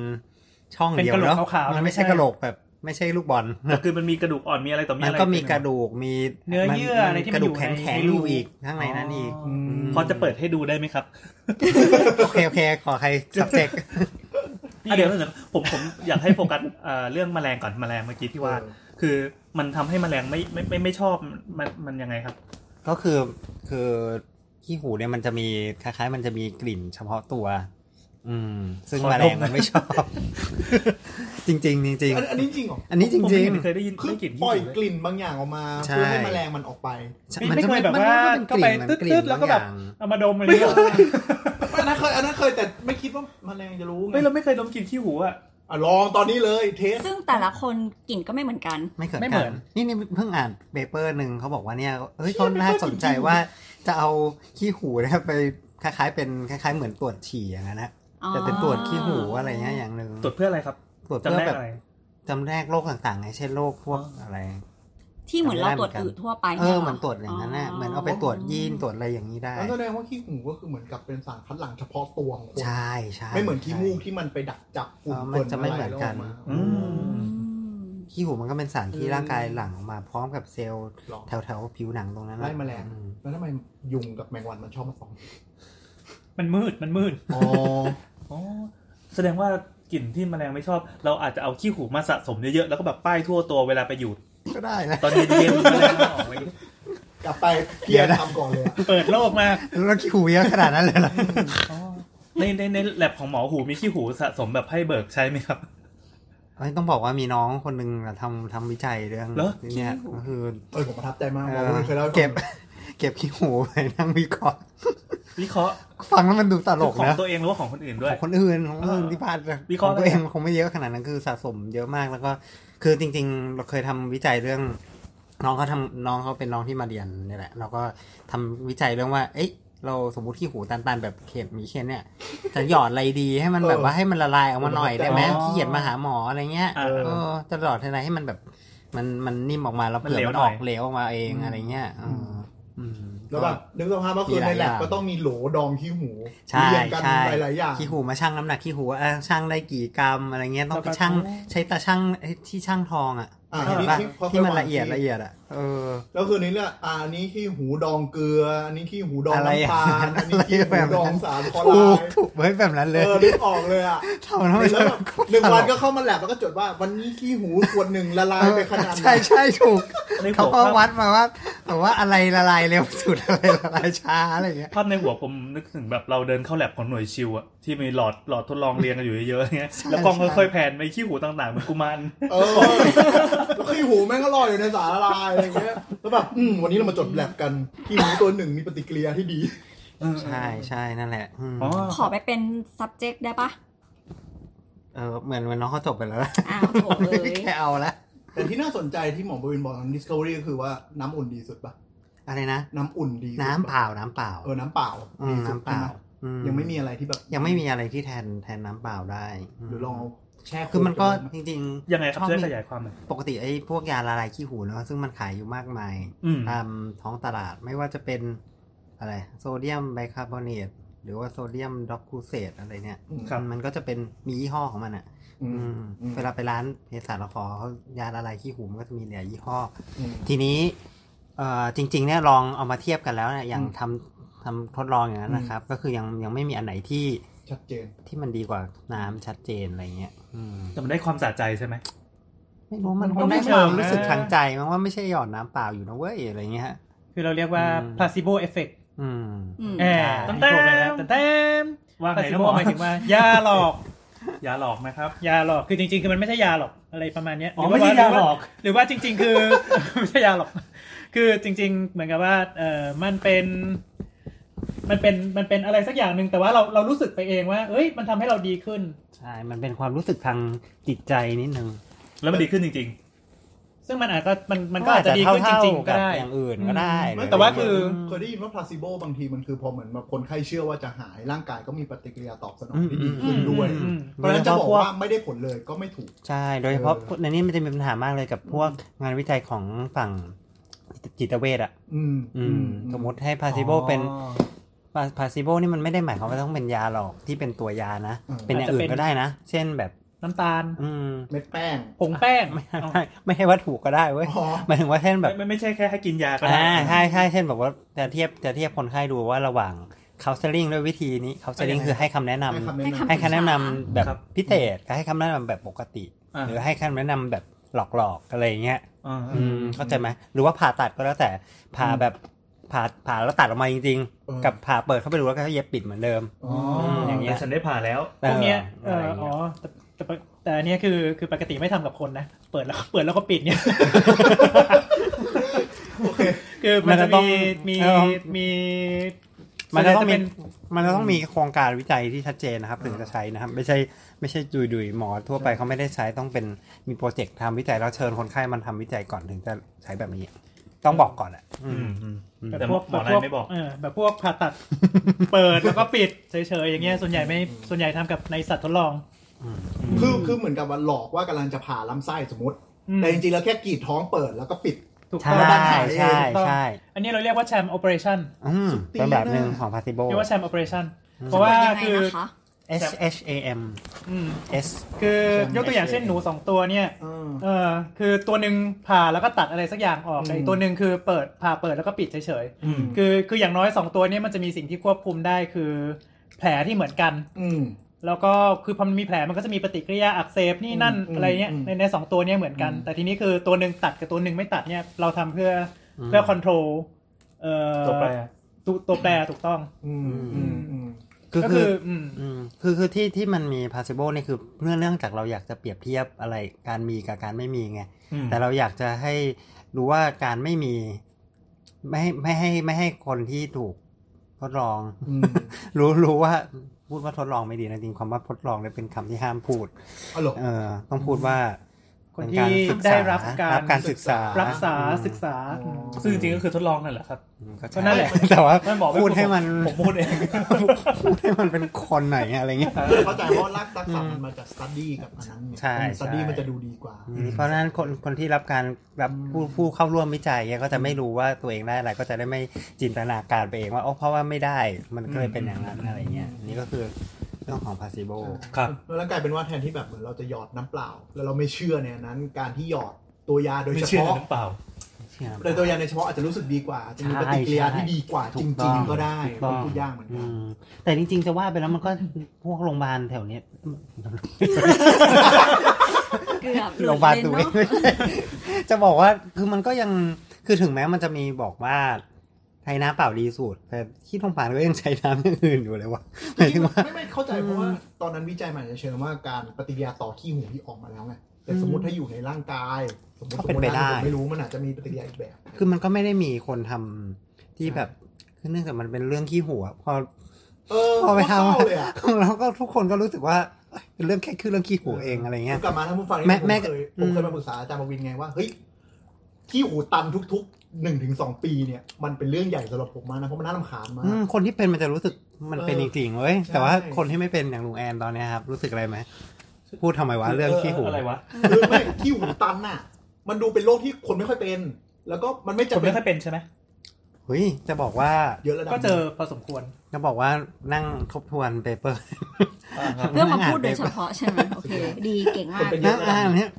S7: ช่อง
S6: เป็น
S7: เดียว
S6: กะโหลก
S7: เนาะ
S6: ขาวๆนะ
S7: มันไม่ใช่
S6: ไม่ใช่
S7: กะโหลกแบบไม่ใช่ลูกบอล
S5: แต่คือมันมีกระดูกอ่อนมีอะไรต่อมี
S7: มัน
S5: อะไร
S7: ก็มีก
S5: ใช่
S7: ระ
S5: ไห
S7: ดูกมี
S6: เนื้อเยื่ออะไรที่
S7: ก
S6: มัน
S7: ระ
S6: อยู่
S7: ดูกแข็ง
S6: ใน
S7: แข็ง
S6: ในรู
S7: อยู่อีกข้างในนั้นอีกม
S5: พอจะเปิดให้ดูได้ไหมครับ
S7: โอเคโอเค ขอใคร subject
S5: อ่ะเดี๋ยวเดี๋ยวผมผมอยากให้โฟกัส เอ่อเรื่องแมลงก่อนแมลงเมื่อกี้ที่ว่า คือมันทำให้แมลงไม่ไม่ไม่ไม่ชอบมันมันยังไงครับ
S7: ก็คือคือขี้หูเนี่ยมันจะมีคล้ายๆ มันจะมีกลิ่นเฉพาะตัว อืม ซึ่ง
S5: ขอดม
S7: แมลงมันไม่ชอบ จริงๆจริง
S4: อันอันนี้จริงเหรอ
S7: ๆอันนี้จ
S5: ผม
S7: ริง
S5: ไม่เห็นเคยได้ยิน
S4: คือ
S5: ได้กลิ่น
S4: ปล่อย
S5: ที่ไหน
S4: กลิ่นบางอย่างออกมา
S7: ใช่
S4: เพื่อให้แมลงมันออกไป
S7: ๆ
S6: ไม่ไม่เคยแบบ
S7: มัน
S6: ว่า
S7: ก็เป็นกลิ่นมั
S6: เข้าไป
S7: นกลิ่
S6: ตึ๊ด
S7: น
S6: ๆแล้วก็แบบ
S7: บางอย่าง
S6: เอามาดมอะไรอย่างเงี้ย
S4: อันนั้นเคยอันนั้นเคยแต่ไม่คิดว่าแมลงจะรู้ไง
S5: เฮ้ยเราไม่เคยดมกลิ่นขี้หูอะ
S4: อ่ะลองตอนนี้เลยเทส
S3: ซึ่งแต่ละคนกลิ่นก็ไม่เหมือนกัน
S7: ไม่เกิด
S6: ไม่เหมื
S7: กั
S6: อน น
S7: นี่นี่เพิ่งอ่านเปเปอร์หนึ่งเขาบอกว่าเนี่ยเอ้ยเขาน่าสนใจว่าจะเอาขี้หูนะครับไปคล้ายๆ เป็นคล้าย ๆ เหมือนตรวจฉี่อย่างนั้นนะ
S3: อ๋อ
S7: แต่เป็นตรวจขี้หูอะไรเงี้ยอย่างหนึ่ง
S5: ตรวจเพื่ออะไรครับ
S7: ตรวจ
S5: จำ
S7: เพื่อ
S5: แนก
S7: แบบ
S5: อะไร
S7: จำแนกโรคต่างๆไงเช่นโรคพวกอะไร
S3: ที่เหมือนเราตรวจ
S7: จำไม่ได้เหมือน
S3: อืด
S7: กัน
S3: ทั่วไป
S7: เออเหมือนตรวจอย่างนั้นนะเหมือนเอาไปตรวจยีนตรวจอะไรอย่างนี้ได้
S4: แล้วแสดงว่าขี้หูก็คือเหมือนกับเป็นสารคัดหลั่งเฉพาะตัวของคน
S7: ใช่ใช่
S4: ไม่เหมือนขี้มูกที่มันไปดักจับฝุ่น
S7: เออมั
S4: เปิ
S7: น
S4: ด
S7: จะไม่เหมือนกัน
S5: อื
S7: อื
S5: ม
S7: มขี้หูมันก็เป็นสารที่ร่างกายหลั่งออกมาพร้อมกับเซลล์
S4: หรอ
S7: แถวๆผิวหนังตรงนั้นนะ
S4: ไล่แมลง
S7: อืม
S4: แล้วทำไมยุงกับแมงวันมันชอบมาสอง
S6: มันมืดมันมืด
S4: อ๋อ
S5: อ๋อแสดงว่ากลิ่นที่แมลงไม่ชอบ เราอาจจะเอาขี้หูมาสะสมเยอะๆแล้วก็แบบป้ายทั่วตัวเวลาไปอยู่
S7: ก็ได้นะ
S5: ตอนเย็นๆแมลงมาออกอะไรอย่างเงี้ย
S4: กลับไปเพี
S7: เดี๋
S4: ย
S7: ยว
S4: ร
S7: นะ
S4: ทำก่อนเลยอะ
S6: เปิดโลกมาก
S7: แล้วขี้หูเยอะขนาดนั้นเลยเหรอ
S5: ในในในแลบของหมอหูมีขี้หูสะสมแบบให้เบิกใช่ไหมครับ
S7: เอ้ยต้องบอกว่ามีน้องคนหนึ่งอะทำทำวิจัยเรื่อง
S5: เหรอ
S7: เนี่ยก็คือ
S4: เออผมประทับใจมากหม
S7: เอ่อ
S4: อ เพิ่งเคยเล่าให้ฟัง
S7: เก็บ เก็บขี้หูไปนั่งวิเคราะห์
S5: วิเคราะห์
S7: ฟังแล้วมันดูตลก
S5: ของ
S7: นะ
S5: ตัวเองหรือว่าของคนอื่นด้ว
S7: ข
S5: ย
S7: องคนอื่นของคนอื่น
S5: เออ
S7: ที่พลาดนะ
S5: วิเคราะห์
S7: ของตัวเองคงไม่เยอะขนาดนั้นคือสะสมเยอะมากแล้วก็ คือจริง ๆ เราเคยทำวิจัยเรื่อง น้องเขาทำน้องเขาเป็นน้องที่มาเรียนเนี่ยแหละเราก็ทำวิจัยเรื่องว่า เอ๊ะเราสมมติขี้หูตันๆแบบเข็มมีเช่นเนี่ย จะหยอดอะไรดีให้มัน
S4: เออ
S7: แบบว่าให้มันละลายออกมาหน่อยได้ไหม
S5: อ๋อ
S7: ขี้เกียจมาหาหมออะไรเงี้ย
S5: เออ
S7: เออจะหยอดอะไรให้มันแบบ มันมันนิ่มออกมาแล้ว
S5: มัน
S7: เผื่อ
S5: เหลว
S7: มัน
S5: หน่
S7: อ
S5: อย
S7: อกเหลวออกมาเอง
S4: อืม
S7: อะไรเงี้ยอืมอืม
S4: แล้วแบบนึกสภาพว่าคือในแลบก็ต้องมีโหลดองขี้หู
S7: ใช่
S4: เรียงกัน
S7: ใช่
S4: หลายๆอย่าง
S7: ขี้หูมาชั่งน้ำหนักขี้หูว่าเอ้ยชั่งได้กี่กรัมอะไรเงี้ยต้องไปชั่งใช้ตาชั่งไอ้ที่ชั่งทองอ่ะ
S4: อ่า
S7: เห็น
S4: ที่
S7: ปะ
S4: ที่เขาเคย
S7: ที่มัน
S4: วาง
S7: ละเอียด
S4: ที่
S7: ละเอียดอ่ะเออ
S4: แล้วคือนี้เนี่ยอ่าอันนี้ขี้หูดองเกลือ อันนี้ขี้หูดอง
S7: อะไรอ่ะ
S4: น้ำตาลอันนี้ขี้
S7: อะไรแบบ
S4: หูดอ
S7: นั้
S4: ง
S7: น
S4: สารคอ
S7: ถู
S4: ลาก
S7: ถูกไว้แบบนั้นเลย
S4: เออนึกออกเลยอ่ะ
S7: ทำแล้วมัน
S4: แล้วแบบหนึ่งวันก็เข้ามาแลบแล้วก็จดว่าวันนี้ขี้หูขวดหนึ่งละลายไปขนาดไหน
S7: ใช่ใช่ถูก
S5: ใน
S7: เขา
S5: หัว
S7: ก็
S5: ภาพ
S7: วัดมาว่าแต่ว่าอะไรละลายเร็วสุดอะไรละลายช้าอะไรเงี้ย
S5: ภาพในหัวผมนึกถึงแบบเราเดินเข้าแลบของหน่วยชิวอะที่มีหลอดหลอดทดลองเรียงกันอยู่เยอะๆเงี้ยแล้วกล้องค่อยๆแผ่นไปขี้หูต่างๆเหมือนกุมาร
S4: เออแล้วขี้หูแม่งก็ลอยอยู่ในสารละลายอะไรอย่างเงี้ยแล้วแบบอืมวันนี้เรามาจดแลบกันขี้หูตัวหนึ่งมีปฏิกิริยาที่ดี
S7: ใช่ใช่นั่นแหละอืม
S5: อ๋อ
S3: ขอไปเป็น subject ได้ปะ
S7: เออเหมือนเหมือนน้องเขาจบไปแล้วนะ
S3: อ้าวโถเอ้ย
S7: แค่เอาละ
S4: แต่ที่น่าสนใจที่หมอประวินบอกดิสคัฟเวอรี่ก็คือว่าน้ำอุ่นดีสุดปะ
S7: อะไรนะ
S4: น้ำอุ่นดีสุดปะ
S7: น้ำเปล่าน้ำเปล่า
S4: เออน้ำเปล่า
S7: อืม
S4: ดีสุด
S7: น้ำเปล่า
S4: ใช่
S7: อื
S4: ไหมยังไม่มีอะไรที่แบบ
S7: ยังไม่มีอะไรที่แทนแทนน้ำเปล่าได้ม
S4: หรือลองเอาแช่
S7: คือมันก็
S4: ขวด
S7: จริงๆ
S5: ยังไงครับ
S7: ชอบ
S5: ช่วย
S7: มี
S5: ขยายความหน่อย
S7: ปกติไอ้พวกยาละลายขี้หูเนาะซึ่งมันขายอยู่มากมาย
S5: อืม
S7: ตามท้องตลาดไม่ว่าจะเป็นอะไรโซเดียมไบคาร์บอเนตหรือว่าโซเดียมดรอกคูเซตอะไรเนี่ย
S4: อืม
S7: มันมันก็จะเป็นมียี่ห้อของมันอะ
S4: อืม
S7: อืม
S4: อืม
S7: เวลาไปร้านเภสัชเราขอเขายาละลายขี้หูมันก็จะมีหลายยี่ห้อ
S4: อืม
S7: ทีนี้เอ่อจริง ๆ เนี่ยลองเอามาเทียบกันแล้วเนี่ยอย่าง
S4: อืม
S7: ทำทำทดลองอย่างนั้นนะครับ ก็คือยังยังไม่มีอันไหนที่
S4: ชัดเจน
S7: ที่มันดีกว่าน้ำชัดเจนอะไรเงี้ยอืม
S5: แต่มันได้ความสะใจใช่ไหม
S7: ไม่รู้มัน
S5: มัน
S7: ค
S5: ก็
S7: ง
S5: ไม่
S7: ได้
S5: เชิ
S7: ค
S5: ง
S7: วามรู้สึก
S5: นะ
S7: ทางใจมั้งว่าไม่ใช่หยอดน้ำเปล่าอยู่นะเว้ยอะไรเงี้ยฮะ
S6: คือเราเรียกว่า
S7: อืม
S6: placebo effect
S7: อืม
S3: อืม
S6: แอบ
S7: ตั้งแต่
S6: โผล่ไปแล้วตั้งแต่
S5: ว่าไงนะ
S6: placebo
S5: หมอ
S6: หมายถึงว่ายาหลอก
S5: อย่าหลอกนะครับ
S6: ยาหลอก คือจริงๆ คือมันไม่ใช่ยาหรอก อะไรประมาณเนี้ย
S5: อ๋อ
S6: รือว่
S5: ไม่ใช่ยาหรอก
S6: หรือว่าจริง ๆ คือ ไม่ใช่ยาหรอก คือจริง ๆ เหมือนกับว่า เออมันเป็น มันเป็น มันเป็นอะไรสักอย่างหนึ่ง แต่ว่าเรา เรารู้สึกไปเองว่า เอ้ย มันทำให้เราดีขึ้น
S7: ใช่ มันเป็นความรู้สึกทางจิตใจนิดนึง
S5: แล้วมันดีขึ้นจริง
S6: ซึ่งมันอาจจะ มัน มันก็อาจจะดีขึ้นจริง ๆ ก็ได้
S7: เท่าๆบอย่างอื่นก็ได้
S6: ไม่แต่ว่าคือ
S4: เคยได้ยินว่า placebo บางทีมันคือพอเหมือนแบบคนไข้เชื่อว่าจะหายร่างกายก็มีปฏิกิริยาตอบสนอง
S7: อืมอืม
S4: ที่ดีขึ้นด้วย
S7: อืม
S4: เพราะฉะนั้นจะบ
S7: โดยเฉ
S4: อก
S7: พพ
S4: ว่าไม่ได้ผลเลยก็ไม่ถูก
S7: ใช่ โดยเฉพาะ
S4: เออ
S7: ในนี้มันจะมีปัญหามากเลยกับพวกงานวิจัยของฝั่งจิตเวชอ่ะ
S4: อืม
S7: อืม สมมติให้ placebo เป็น พาพาซิโบนี่มันไม่ได้หมายความว่าต้องเป็นยาหรอกที่เป็นตัวยานะ เป็นอย่างอื่นก็ได้นะ เช่นแบบ
S6: น้ำตาล
S7: อืม
S4: เม็ดแป้ง
S6: ผงแป้ง
S7: ไม่ไม่ ไม่ให้วัตถุก็ได้เว้ย
S4: อ๋อ
S7: หมายถึงว่าเช่นแบบ
S5: ไม่ไม่ใช่แค่ให้กินยาก็ได้
S7: อ่าใช่ใช่เช่นแบบว่าจะเทียบจะเทียบคนไข้ดูว่าระหว่างเคาน์เซลลิ่งด้วยวิธีนี้เคาน์เซลลิ่งคือให้คำแนะนำ
S4: ให้คำแนะน
S7: ให้คำแนะนำแบบพิเศษกับให้คำแนะนำแบบปกติ
S5: อ่า
S7: หรือให้คำแนะนำแบบหลอกๆอะไรอย่างเงี้ย
S5: อ่า
S7: อืมเข้าใจไหมหรือว่าผ่าตัดก็แล้วแต่ผ่าแบบผ่าผ่าแล้วตัดออกมาจริง ๆ กับผ่าเปิดเข้าไปดูแล้วก็เย็บปิดเหมือนเดิม
S4: ำอ๋อ
S5: อ
S7: อา
S5: ย่ย่าง ง
S7: เงี้ย
S5: เงี้ยฉันได้ผ่าแล้ว
S6: พวกเนี้ยเอ
S7: อะไร
S6: อ
S7: อย่าง
S6: อ๋อ
S7: เงี้ย
S6: แต่แต่ปกแต่อันเนี้ยคือคือปกติไม่ทำกับคนนะ เปิดแล้วเปิดแล้วก็ปิดเนี่ย
S4: โอเค
S6: คือ
S7: มั
S6: มัน
S7: น
S6: จะ
S7: จะต้อง
S6: มีมี
S7: เออ
S6: มี
S7: มันจะต้องมี
S6: ส่วนใหญ่เป็น
S7: มันจะต้องมีโครงการวิจัยที่ชัดเจนนะครับ ถึงจะใช้นะครับ ไม่ใช่ไม่ใช่ดุยดุยๆหมอทั่วไปเขาไม่ได้ใช้ต้องเป็นมีโปรเจกต์ทำวิจัยแล้วเชิญคนไข้มันทำวิจัยก่อนถึงจะใช้แบบนี้ ต้องบอกก่อนอ่ะอืมอืม
S5: แต่หมอหมอ
S6: พว
S5: ไม่บอก
S6: เออแบบพวกผ่า ตัด เปิดแล้วก็ปิดเฉยๆอย่างเงี้ยส่วนใหญ่ไม่ส่วนใหญ่ทำกับในสัตว์ทดลอง
S7: อืม
S4: คือคือเหมือนกับว่าหลอกว่ากำลังจะผ่าลำไส้สมมติ
S6: อืม
S4: แต่จริงๆแล้วแค่กรีดท้องเปิดแล้วก็ปิด
S6: ถูกต้
S7: ใช่ใช่
S6: อง
S7: ใช่ใช่
S6: อันนี้เราเรียกว่าแชม operation
S7: อืมเป็นแบบหนึ่งของพาซิโบ
S6: เรียกว่าแชม operation
S7: อืม
S6: เพราะว่า
S3: ยังไง
S6: คือ
S3: นะคะ
S7: S H A M
S6: อืม
S7: S
S6: คือยกตัวอย่างเช่นหนูสองตัวเนี่ย เออคือตัวหนึ่งผ่าแล้วก็ตัดอะไรสักอย่างออก
S4: อืม
S6: แต่อีกตัวหนึ่งคือเปิดผ่าเปิดแล้วก็ปิดเฉย
S5: อืม
S6: ๆคือคืออย่างน้อยสองตัวเนี้มันจะมีสิ่งที่ควบคุมได้คือแผลที่เหมือนกัน
S4: อืม
S6: แล้วก็คือพอมันมีแผลมันก็จะมีปฏิกิริยาอักเสบนี่นั่น
S4: อืม
S6: อะไรเนี้ย
S4: อืม
S6: ในในสองตัวเนี้ยเหมือนกัน
S4: อืม
S6: แต่ทีนี้คือตัวหนึ่งตัดกับตัวหนึ่งไม่ตัดเนี่ยเราทำเพื่อ
S7: อืม
S6: เพื่อคอนโทรลเอ่อ
S5: ตัวแปร
S6: ตัวตัวแปรถูกต้อง
S4: อืมอืมอืม
S7: คือ
S6: ก็
S7: คื
S6: คือ ออืม
S7: อืมคือคือที่ที่มันมี possible นี่คือเนื่องเนื่องจากเราอยากจะเปรียบเทียบอะไรการมีกับการไม่มีไง
S5: อืม
S7: แต่เราอยากจะให้รู้ว่าการไม่มี ไม่ให้ไม่ให้ไม่ให้คนที่ถูก ทดลอง
S4: อืม
S7: รู้รู้ว่าพูดว่าทดลองไม่ดีนะจริงความว่าทดลองเนี่ยเป็นคำที่ห้ามพูด
S4: อ๋อเหรอ
S7: เออ ต้องพูดว่า
S6: คน
S7: เป็
S6: ที่
S7: การศึกษา
S6: ได้รับการ
S7: รับการศึกษา
S6: รักษาศึ
S7: ก
S6: กษาอืม
S5: ซึ่งจริงๆก็คือทดลองนั่นแหละครับ
S6: ก็นั่นแหละ
S7: แต่ว่า
S5: ไม่บอกไม่
S7: พูดให้มัน
S5: ผมพูดเอง
S7: พูดให้มันเป็นคนหน่อยอะไรเงี้ย
S4: เข้าใจเพราะรักรักษามันมาจากสตัดดี้กับอันนั้นไง
S7: ใช่
S4: สตัดดี้
S7: ใช่
S4: มันจะดูดีกว่า
S7: เพราะฉะนั้นคนคนที่รับการรับผู้ผู้เข้าร่วมวิจัยเนี่ยก็จะไม่รู้ว่าตัวเองได้อะไรก็จะได้ไม่จินตนาการไปเองว่าอ๋อเพราะว่าไม่ได้มันก็เลยเป็นอย่างนั้นอะไรเงี้ยนี่ก็คือเรื่องของ possible
S5: ครับ
S4: แล้วกลายเป็นว่าแทนที่แบบเหมือนเราจะหยอดน้ำเปล่า แล้วเราไม่เชื่อในอันนั้น การที่หยอดตัวยาโดย
S5: ไม่
S4: เฉ
S5: เชื่อ
S4: พาะ
S5: หรือเปล่า
S7: เชื่อไหม
S4: แต่ตัวยาในเฉพาะอาจจะรู้สึกดีกว่าอาจจะมีป
S7: ใช่
S4: ฏิกิริยา
S7: ใช่
S4: ที่ดีกว่า
S7: ถู
S4: จ
S7: กต้
S4: ริ
S7: อง ง
S4: ๆ ก็ได้
S7: ถูกต้อง
S4: พูดยากเหมือน
S7: อื
S4: กัน
S7: มแต่จริง ๆ จะว่าไปแล้วมันก็พวกโรงพยาบาลแถวเนี้ย
S3: เกือบ
S7: โรงพยาบาล
S3: ห
S7: ตัว
S3: ด
S7: เอ
S3: เน
S7: ง
S3: อะ
S7: จะบอกว่าคือมันก็ยังคือถึงแม้มันจะมีบอกว่าใช้น้ำเปล่าดีสุดแต่ที่โรงพยาบาลก็ยังใช้น้ำอย่างอื่นอยู่เลยว่ะหมายถึงว่า
S4: ไม่ไม่เข้าใจเพราะว่าตอนนั้นวิจัยมันอาจจะเชิงว่าการปฏิกิริยาต่อขี้หูที่ออกมาแล้วไงแต่สมมติถ้าอยู่ในร่างกาย สมมติ
S7: ก็เป็นไปได้
S4: สมมุติผมไม่รู้มันอาจจะมีปฏิกิริยาอีกแบบ
S7: คือมันก็ไม่ได้มีคนทำที่แบบคือเนื่องจากมันเป็นเรื่องขี้หัวพอ
S4: เออ
S7: พอไป
S4: เศร้า
S7: ทำ
S4: เลยอ่ะ
S7: แล้วก็ทุกคนก็รู้สึกว่าเอ้ยเป็นเรื่องแค่คือเรื่องขี้หัวเองอะไรเงี้ย
S4: กลับมาท่านผู้ฟังนี่
S7: แม่
S4: ผม
S7: แม่
S4: เคย
S7: อื
S4: ผม
S7: ม
S4: เคยมาปรึกษาอาจารย์ประวินไงว่าเฮ้ยขี้หูตันทุกๆหนึ่งถึงสองปีเนี่ยมันเป็นเรื่องใหญ่สำหรับผมมากนะเพราะมันน่ารำคาญมาก
S7: อืมคนที่เป็นมันจะรู้สึกมันเป็น
S4: เอ
S7: จ
S4: อ
S7: ริงๆเว้ย
S4: ใช่
S7: แต่ว่าคนที่ไม่เป็นอย่างลุงแอนตอนเนี้ยครับรู้สึกอะไรไหมพูดทำไมวะเรื่องขี้หัว
S5: อะไรวะ
S4: คือไม่ขี้หูตันน่ะ มันดูเป็นโรคที่คนไม่ค่อยเป็น แล้วก็มันไม่
S5: ผม
S4: จำเป็
S5: ไม่
S4: น
S5: ค่อยเป็นใช่ไหม
S7: เฮ้ยจะบอกว่า
S4: เยอะระดับ
S6: ก็เจอพอสมควร
S7: จะบอกว่านั่งทบทวนเปเปอร์
S5: ครับ
S3: เรื่องของพูดโดยเฉพาะใช่ไหมโอเค ดีเก่งมา
S4: คน
S3: ก
S4: เป็นเย
S7: นั่
S4: อะ
S7: ง
S4: ระดับ
S7: อ่านเนี่ย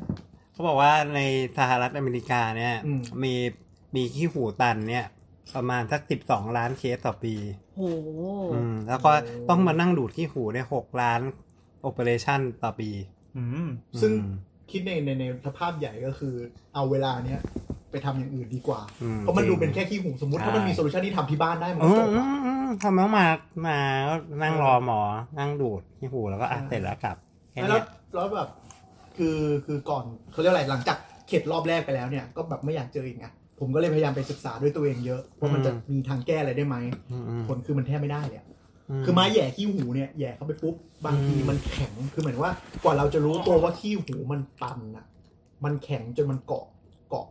S7: เขาบอกว่าในสหรัฐอเมริกาเนี่ย
S4: อืม
S7: มีมีขี้หูตันเนี่ย ประมาณสักสิบสองล้านเคสต่อปี
S3: โห
S7: อืม แล้วก็ต้องมานั่งดูดขี้หูในหกล้านโอเปอเรชันต่อปี
S5: อืม
S4: ซึ่ง
S7: อืม
S4: คิดในในในสภาพใหญ่ก็คือ เอาเวลาเนี้ยไปทำอย่างอื่นดีกว่า
S7: อืม
S4: เพราะมันดูเป็นแค่ขี้หูสมมติ
S7: ใช่
S4: ถ้ามันมีโซลูชันที่ทำที่บ้านได้มัน
S7: อื
S4: ก็
S7: ม
S4: จบ
S7: อื
S4: อะ
S7: มอืมทำแล้วมามาก็นั่งรอหมอ นั่งดูดขี้หูแล้วก็อ่ะเสร็จแล้วกลับแค่
S4: แล้
S7: เนี้
S4: วย แล้วแบบคือคือก่อนเขาเรียกอะไรหลังจากเข็ดรอบแรกไปแล้วเนี่ยก็แบบไม่อยากเจออีกไงผมก็เลยพยายามไปศึกษาด้วยตัวเองเยอะว่ามันจะมีทางแก้อะไรได้ไหม
S7: อืมอืม
S4: ผลคือมันแทบไม่ได้เลยอะ
S7: อื
S4: คือไม้แหย่ขี้หูเนี่ยแหย่เข้าไปปุ๊บบางที
S7: อืม
S4: มันแข็งคือเหมือนว่ากว่าเราจะรู้ตัวว่าขี้หูมันตันอ่ะ มันแข็งจนมันเกาะเกาะ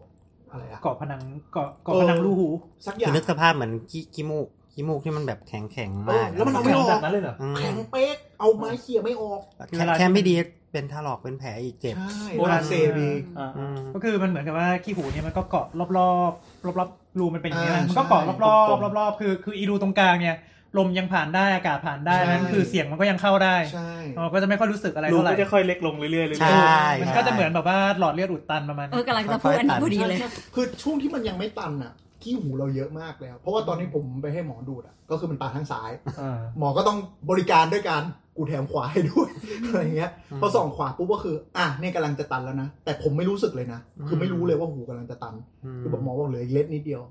S4: อะไรอะ
S6: เกาะผนังเกาะเกาะ
S4: เออ
S6: ผนังรูหู
S4: สักอ
S7: คื
S4: ย่า
S7: อง นึกสภาพเหมือนขี้ขี้มูกขี้มูกที่มันแบบแข็งแข็งๆมาก
S4: เออแล้วมันเอาไม่ออก
S5: แบบนั้นเลยเหรอ
S7: อืม
S4: แข็งเป๊กเอาไม้เขี่ยไม่ออก
S7: แค่แค่ไม่ดีเป็นถลอกเป็นแผลอีกเจ็บ
S4: ใช่
S6: โบราณ
S4: เซบีก
S5: อ่า
S7: อืม
S6: ก็คือมันเหมือนกับว่าขี้หูเนี่ยมันก็เกาะรอบๆรอบๆรูมันเป็นอย่างนี้ย
S4: อ่า
S6: มันก็เกาะรอบๆ
S5: ใช่
S6: รอบๆคือคืออีรูตรงกลางเนี่ยลมยังผ่านได้อากาศผ่านได้
S4: ใช่
S6: นั้นคือเสียงมันก็ยังเข้าได้
S4: ใช่
S6: เราก็จะไม่ค่อยรู้สึกอะไร
S5: รู
S6: เท่าไหร่
S5: ก็จะค่อยเล็กลงเรื่อยๆเรื่อย
S7: ใช่
S6: มันก็จะเหมือนแบบว่าหลอดเลือดอุดตันประมาณ
S3: เอ
S6: นี้
S3: อกำลังจะพูดอันนี้พอดีเลย
S4: ใช่ใช่คือช่วงที่มันยังไม่ตันอ่ะขี้หูเราเยอะมากแล้ว เพราะว่าตอนนี้ผมไปให้หมอดูดอ่ะก็คือมันตาข้างซ้าย
S5: ๆอ่า
S4: หมอก็ต้องบริการด้วยการกูแถมขวาให้ด้วย อะไรเงี้ยพอส่องขวาปุ๊บก็คือ อ่ะเนี่ยกำลังจะตันแล้วนะ แต่ผมไม่รู้สึกเลยนะ คือไม่รู้เลยว่าหูกำลังจะตัน คือบอกหมอบอกเหลืออีกเล็ดนิดเดียว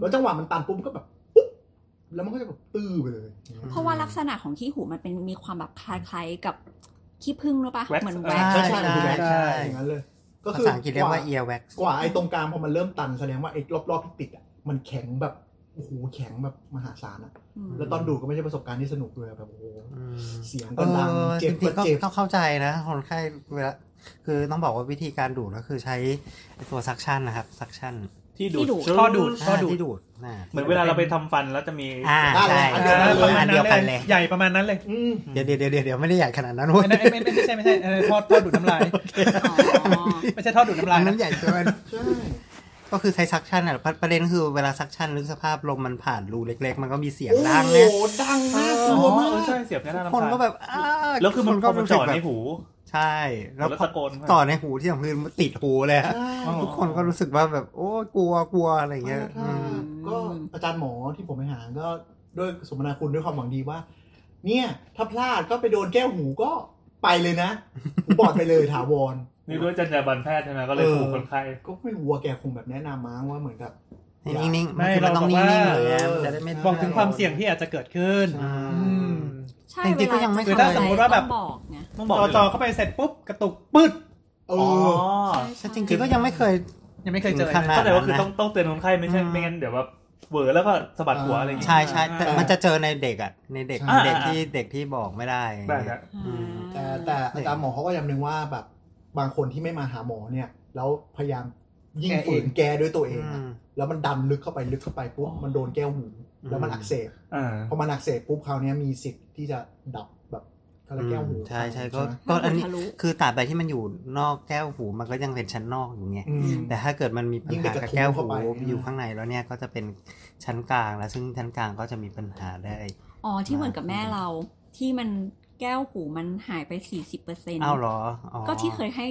S4: แล้วจังหวะมันตันปุ๊บก็แบบปุ๊บแล้วมันก็จะแบบตื้อไปเลย
S3: เพราะว่าลักษณะของขี้หูมันเป็นมีความแบบคล้ายๆกับขี้ผึ้งหรือปะเหมือนแวก
S7: ใช่
S4: ใช่
S7: ใช่
S4: ใช่ใช่
S7: ใช่
S4: ใช่อย่างนั้นเลย ก็
S7: ภา
S4: คือ
S7: ษาอังกฤษเรียกว่า ear wax
S4: กว่าไอ้ตรงกลางพอมันเริ่มตันแสดงว่าไอ้รอบๆที่ติดอ่ะมันแข็งแบบโอ้โหแข็งแบบมหาศาลอ่ะ
S3: อืม
S4: แล้วตอนดูดก็ไม่ใช่ประสบการณ์ที่สนุกเลยแบบโอ้โห
S7: อืม
S4: เสียงก็ดังเจ็บ
S7: จริ
S4: ก็
S7: งๆก็
S4: เจ็บ
S7: ต้องเข้าใจนะคนไข้เวลาคือต้องบอกว่าวิธีการดูดก็คือใช้ตัวซักชันนะครับซักชัน
S5: ที่ดูด
S3: ที่ดูด
S5: ท่อดูดท่อดูด
S7: ที่ดูดนะ
S5: เหมือนเวลาเราไปทำฟันแล้วจะมี
S7: อ่าใช่
S4: อั
S6: อ่าน
S4: เดีย
S7: อันเดียว
S4: วกันเลย
S7: กันเลย
S6: ใหญ่ประมาณนั้นเลย
S4: อืม
S7: เดี๋ยวเดี๋ยวเดี๋ยวเดี๋ยวไม่ได้ใหญ่ขนาดนั้นเว้
S6: อั
S7: ย
S6: นนั้นไอ้ไม่ไม่ไม่ใช่ไม่ใช่เออท่อท่อดูดน้ำลาย
S3: อ๋อ
S6: ไม่ใช่ท่อดูดน้ำลา
S7: อั
S6: ย
S7: นนั้
S6: นะ
S7: นใหญ่เกิน
S4: ใช่
S7: ก็คือใช้ซักชันอ่ะประประเด็นคือเวลาซักชันลึกสภาพลมมันผ่านรูเล็ก ๆ มันก็มีเสียงดังเนี่ย
S4: โอ้โหดังมาก
S5: อ๋
S4: ก
S5: อ
S4: ลัวมาก
S5: เออใช่เสียบแค่หน้าลำ
S7: คน
S5: คาญ
S7: ก็แบบอ้า
S5: แล้วคือมัน
S7: น
S5: ก็มันจอด
S7: แบบ
S5: ในหู
S7: ใช่ แล้ว
S5: แล้ว
S7: พอ
S5: ตะโกน
S7: ต่อในหูที่สำคัญมันติดหูเลยอะ
S4: ใช่
S7: ทุกคนก็รู้สึกว่าแบบ โอ้ยกลัวกลัวอะไรเงี้ย
S4: ถ้า
S7: อืม
S4: ก็อาจารย์หมอที่ผมไปหาก็ด้วยสมนาคุณด้วยความหวังดีว่า เนี่ย ถ้าพลาดก็ไปโดนแก้วหูก็ไปเลยนะ หูบอดไปเลยถาวร
S5: นี่ด้วยจรรยาบรรณแพทย์ใช่ไหมก็เลย
S4: เออ
S5: ผูกคนไข้
S4: ก็ไม่รู้ว่าแกคงแบบแนะนำมั้งว่าเหมือนกับ
S7: ให้นิ่งๆมันคือมันต้องนิ่งๆเลยอะมันจะได้ไม่
S6: บอกถึงความเสี่ยงที่อาจจะเกิดขึ้น
S7: อื
S6: อื
S7: ม
S6: ม
S3: ใช่
S7: จริงๆก็ยังไม่
S3: เวล
S7: เข้าใจ
S3: จะ
S6: สมมุติว่าแบบ
S3: ต้องบอกไง
S5: ต้องบอก
S6: จ่อ
S5: เลยเหร
S6: จ่อ
S5: อ
S6: เข้าไปเสร็จปุ๊บกระตุกปึ๊ด
S4: เอ
S5: อ๋อ
S4: อ
S3: ใช่ใช่
S7: จริงๆก็ยังไม่เคย
S6: ยังไม่เคยเจอ
S7: ถึงขั้นนั้น
S5: เข้าใจว่าคือต้องต้องเตือนคนไข้ไม่ใช่ไม่งั้นเดี๋ยวแบบ เหวอแล้วก็สะบัดหัวอะไรอย่างเงี้ย
S7: ใช่ใช่แต่มันจะเจอในเด็กอ่ะในเด็ก
S5: อ่า
S7: เด็กที่เด็กที่บอกไม่ได้อย่าง
S5: ได้
S7: เงี้ย
S5: ครับ
S7: อืม
S4: แต่แต่อาจารย์หมอเขาก็ย้ำหนึ่งว่าแบบบางคนที่ไม่มาหาหมอเนี่ย แล้วพยายามยิ่งฝืนแก้ด้วยตัวเอง
S7: อื
S4: อะ
S7: ม
S4: แล้วมันดันลึกเข้าไปลึกเข้าไปปุ๊บ
S5: อ๋อ
S4: มันโดนแก้วหูแล้วมันอักเสบ
S5: อ่า
S4: พอมันอักเสบปุ๊บคราวเนี้ยมีสิทธิ์ที่จะดับแบบเขาเรียกแก้วหู
S7: ใช่ใช่ก็
S4: ไหม
S7: ก็อันนี้
S3: ทะลุ
S7: คือตราบใดที่มันอยู่นอกแก้วหูมันก็ยังเป็นชั้นนอกอยู่ไง
S4: อืม
S7: แต่ถ้าเกิดมันมีปัญ
S4: ยิ่งไป
S7: หาก
S4: ระ
S7: กับ
S4: ทุ้ง
S7: แก้ว
S4: เข้า
S7: หู
S4: ไป
S7: อยู่ข้างในแล้วเนี่ยก็จะเป็นชั้นกลางแล้วซึ่งชั้นกลางก็จะมีปัญหาได้
S3: อ๋อที่เหมือนกับแม่เราที่มันแก้วหูมันหายไปสี่สิบเปอร์เซ็นต์
S7: อ้าวเหรออ๋อ
S3: ก็ที่เคยให้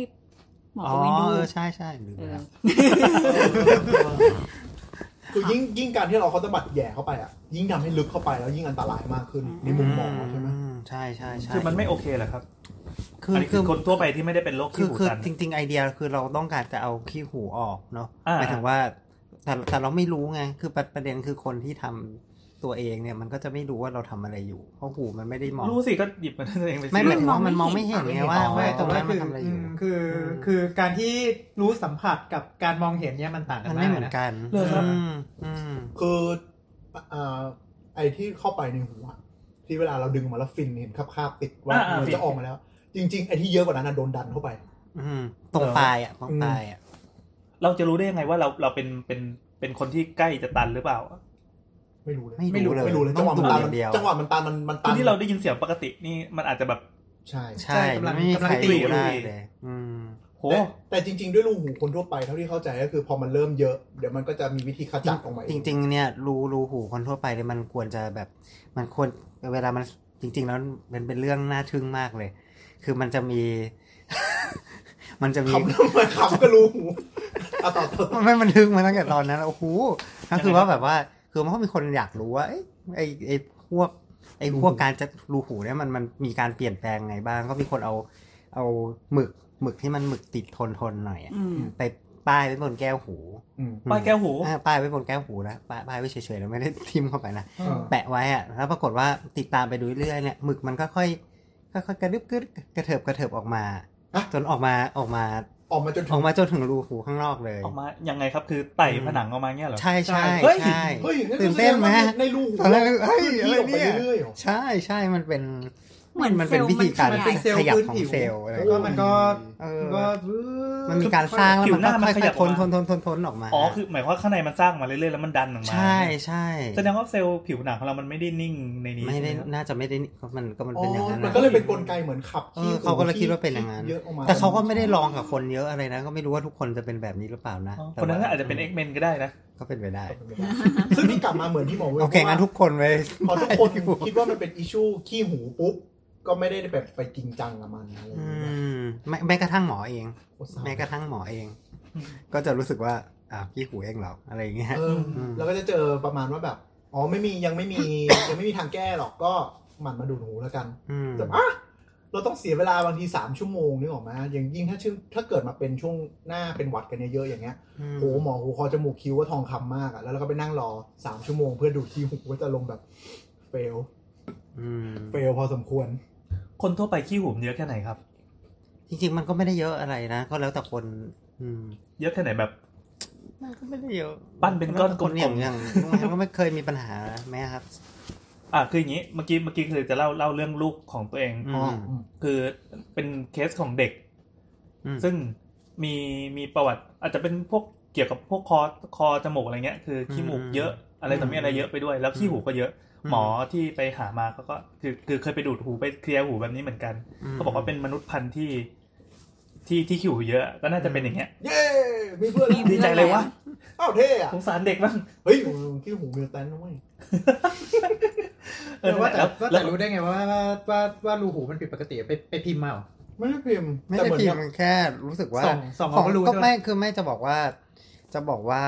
S3: หมอ
S7: อ๋
S3: ก
S7: อ
S3: วินดู
S7: เออใช่ใช่ลืม
S3: เอ
S7: ไป
S3: อ
S7: แล้ว
S4: คือยิ่งยิ่งการที่เราเขาตบัดแหย่เข้าไปอ่ะ ยิ่งทำให้ลึกเข้าไปแล้วยิ่งอันตรายมากขึ้น
S3: อืม
S4: ในมุมมองใช่ไหม
S7: ใช่ใช่ใช่
S5: คือมันไม่โอเคเหรอครับ
S7: คือ
S5: อั
S7: อน
S5: นี้คือคนทั่วไปที่ไม่ได้เป็นโรค
S7: คื
S5: ที่
S7: อ
S5: หู
S7: คือ
S5: ตัน
S7: จริง ๆ ไอเดียคือเราต้องการจะเอาขี้หูออกเนาะ
S5: อ่า
S7: หมายถึงว่าแต่แต่เราไม่รู้ไงคือประประเด็นคือคนที่ทำตัวเองเนี่ยมันก็จะไม่รู้ว่าเราทำอะไรอยู่ เพราะหูมันไม่ได้มอง
S5: รู้สิก็หยิบมาให้ตัวเองไปสิ
S7: ไม่หมายถึงว่ามันม
S3: ม
S7: อ
S3: อง งไม่
S7: ไม่
S3: เห็
S7: เห็น
S3: น
S7: ไงว่า
S4: อ๋อ
S7: ว่าตรงนั้นมัน
S6: คื
S7: ทำอะไรอ
S6: อื
S7: ยู่
S6: มคือคือการที่รู้สัมผัสกับการมองเห็นเนี่ยมันต่างกัน
S7: มัน
S6: มา
S7: ไม่
S6: ก
S7: เหมือนกันอืมอืม
S4: คืออ่าไอ้ที่เข้าไปในหูอะที่เวลาเราดึงออกมาแล้วฟินเห็นคาบๆติดว่า
S5: อ่าๆ
S4: มัน
S5: ฟิ
S4: จะ
S5: น
S4: ออกมาแล้ว จริง ๆ ไอ้ที่เยอะกว่านั้นนะโดนดันเข้าไป
S7: อืมตรงปลายอ่ะตรงปลายอ่ะ
S5: เราจะรู้ได้ยังไงว่าเราเราเป็นเป็นเป็นคนที่ใกล้จะตันหรือเปล่า
S4: ไม่รู้เลย
S7: ไม่รู้เลย
S4: ไม่รู้เลย
S7: ต้
S4: จั
S7: อง ง
S4: หวะ
S7: ดู
S4: มันตัน
S7: อย่า
S4: มัน
S7: งเดียว
S4: จังหวะมันตันมันมัน
S5: คื
S4: ตั
S5: อน ที่เราได้ยินเสียงปกตินี่มันอาจจะแบบ
S4: ใช่
S7: ใช่มันไม่มีใครรู้ได้เลยอืม
S5: โห
S4: แต่แต่จริง ๆ ด้วยรูหูคนทั่วไปเท่าที่เข้าใจก็คือพอมันเริ่มเยอะเดี๋ยวมันก็จะมีวิธีขจัดออกมาเอ
S7: จริงๆ เนี่ยรูรูหูคนทั่วไปเลยมันควรจะแบบ มันควรเวลามันจริง ๆ แล้วมันเป็นเรื่องน่าทึ่งมากเลย คือมันจะมี มันจะมี
S4: ขำทำไมขำก็รูหูเอาต่อต่อ
S7: มันไม่มันทึ่งมาตั้งแต่ตอนนั้นแล้วโอ้โหก็คือว่าแบบว่า คือมันก็มีคนอยากรู้ว่าเอ้ยไอไอพวก ไอพวกการจะรูหูเนี่ยมันมันมีการเปลี่ยนแปลงไงบ้าง ก็มีคนเอา เอาหมึกหมึกที่มันหมึกติดทนทนๆหน่อยอะ
S3: อืม
S7: ไปป้ายไว้บนแก้วหู
S4: อืม
S5: ป้ายแก้วหู
S7: อ่าป้ายไว้บนแก้วหูนะป้ายป้ายไว้เฉยๆนะไม่ได้ทิมเข้าไปนะ
S4: อ่า
S7: แปะไว้อะแล้วปรากฏว่าติดตามไปดูเรื่อยๆเนี่ยหมึกมันก็ค่อยๆค่อยๆกระดึบกึดกระเถิบกระเถิบออกมา
S4: ฮะ
S7: จนออกมาออกมา
S4: ออกมาจนถึ
S7: ออง กมาจนถึงรูหูข้างนอกเลย
S5: ออกมายังไงครับคือไต่ผนังออกมาเงี้ยเหรอ
S7: ใช่ใช่
S5: เฮ้ย
S7: ใช่
S4: เฮ้ยงั้
S7: ตื่นเต้นไหม
S4: แสดงว่าในรูหู
S7: ตอนแรกเฮ้ย
S4: คลื่น
S7: อะ
S4: ที่
S7: ไร
S4: ออกไป
S7: เนี่ย
S4: เรื่อยๆหรอ
S7: ใช่ใช่มันเป็น
S3: เหมือน
S7: มันเป็น
S3: เซลล์
S7: วิธีการ
S3: มัน
S6: เป็นเซล
S7: ข
S6: ล์
S7: ยับ
S6: พื้น
S7: ของ
S6: ผิว
S7: เซลล์อะไร
S6: แล้วก็มันก็
S7: เออ
S6: มันก็
S7: มันมีการสร้างแล้ว
S5: ผิว
S7: มันก็
S5: หน้ามัน
S7: ค่
S5: ขยั
S7: อบ ยๆ
S5: ออ
S7: ทน
S5: กมา
S7: ทนทนทนทนออกมา
S5: อ๋อคือหมายความว่าข้างในมันสร้างมาเรื่อยๆแล้วมันดันออกมา
S7: ใช่ใช่
S5: แสดงว่าเซลล์ผิวหนังของเรามันไม่ได้นิ่งในนี้
S7: ไม่ได้
S5: ใช่หครับ
S7: น่าจะไม่ได้ก็มันก็มัน
S4: อ๋อ
S7: เป็นอย่างนั้น
S4: มัน
S7: นะ
S4: ก็เลยเป็นกลไกเหมือนขับ
S7: เออเขาก็เลยคิดว่าเป็นอย่างนั้น
S4: เยอะออกมา
S7: แต่เขาก็ไม่ได้ลองกับคนเยอะอะไรนะ ก็ไม่รู้ว่าทุกคนจะเป็นแบบนี้หรือเปล่านะ
S5: อ๋อ
S7: แต่
S5: คนนั้นก็อาจจะเป็น
S7: ว่
S5: เอ็กเมนก็ได้นะ
S7: ก็เป็นไปได้
S4: ซึ่งนี่กลับมาเหมือนที่หมอเว้ย
S7: โอเคงั้นทุกคนไป
S4: พอทุกคนคิดว่ามันเป็นอิชูขี้หูปุ๊บ ก็ไม่ได้แบบไปจริงจังกับมันอะไรอย่าง
S7: อื
S4: เงี้ย
S7: มแม้แม้กระทั่งหมอเอง
S4: โคตรเศร้า
S7: แม้กระทั่งหมอเอง ก็จะรู้สึกว่าอ่าวพี่หูเองเหรออะไรอย่างเงี้ย
S4: เอออ
S7: ม
S4: แล้วก็จะเจอประมาณว่าแบบ อ๋อไม่มียังไม่มี ยังไม่มีทางแก้หรอกก็หมั่นมาดูดหูแล้วกัน
S7: ม
S4: แต่อ่ะเราต้องเสียเวลาบางทีสามชั่วโมงนึกออกไหมอย่างยิ่งถ้าชื่อถ้าเกิดมาเป็นช่วงหน้าเป็นหวัดกันเยอะๆอย่างเงี้ย
S7: อืม
S4: โอ้โหหมอหูคอจมูกคิ้วว่าทองคำมากอะแล้วเราก็ไปนั่งรอสามชั่วโมงเพื่อดูคิ้วว่าจะลงแบบเฟล
S7: อืม
S4: เฟลพอสมควร
S5: คนทั่วไปขี้หูมเยอะแค่ไหนครับ
S7: จริงๆมันก็ไม่ได้เยอะอะไรนะ ก็แล้วแต่คน อืม
S5: เยอะแค่ไหนแบบ
S7: มันก็ไม่ได้เยอะ
S5: ปั้นเป็นก้อนกลมๆ
S7: อย่างอย่างมันก็ไม่เคยมีปัญหาแม่ครับ
S5: อ่ะคืออย่างนี้เมื่อกี้เมื่อกี้คือจะเล่าเล่าเรื่องลูกของตัวเอง
S7: อืม
S5: คือเป็นเคสของเด็ก
S7: อืม
S5: ซึ่งมีมีประวัติอาจจะเป็นพวกเกี่ยวกับพวกคอคอจมูกอะไรเงี้ยคือขี้หมูกเยอะอะไรต่อมีอะไรเยอะไปด้วย แล้วขี้หูก็เยอะ
S7: อืม
S5: หมอที่ไปหามาเขาก็คือคือเคยไปดูดหูไปเคลียร์หูแบบนี้เหมือนกัน
S7: ม
S5: เขาบอกว่าเป็นมนุษย์พันธุ์ที่ที่ที่ขี้หูเยอะก็น่าจะเป็นอย่างเงี้ย
S4: เย้ มีเพื่อนแล้ว
S5: ดีใจเลยวะ
S4: อ้าวเท่อะ
S5: สงสารเด็กบ้าง
S4: เฮ้ยคิ้วหูเมลตันนะเว้ย
S5: เออ
S6: แต่ว่าแต่
S5: แล้วแล้
S6: ว่า
S5: ว
S6: แต่รู้ได้ไงว่าว่าว่าว่ารูหูมันผิดปกติไปไปพิมพ์มาเหรอ
S4: ไม่ได้พิมพ์
S7: ไม่
S4: แต่
S7: ใช่
S4: เห
S7: พิมพ์
S4: มือนกับ
S7: มันแค่รู้สึกว่า
S6: ส่องส่องเราก็รู้
S7: ก็
S6: ใช่ไหม
S7: ไม่คือไม่จะบอกว่า จะบอกว่า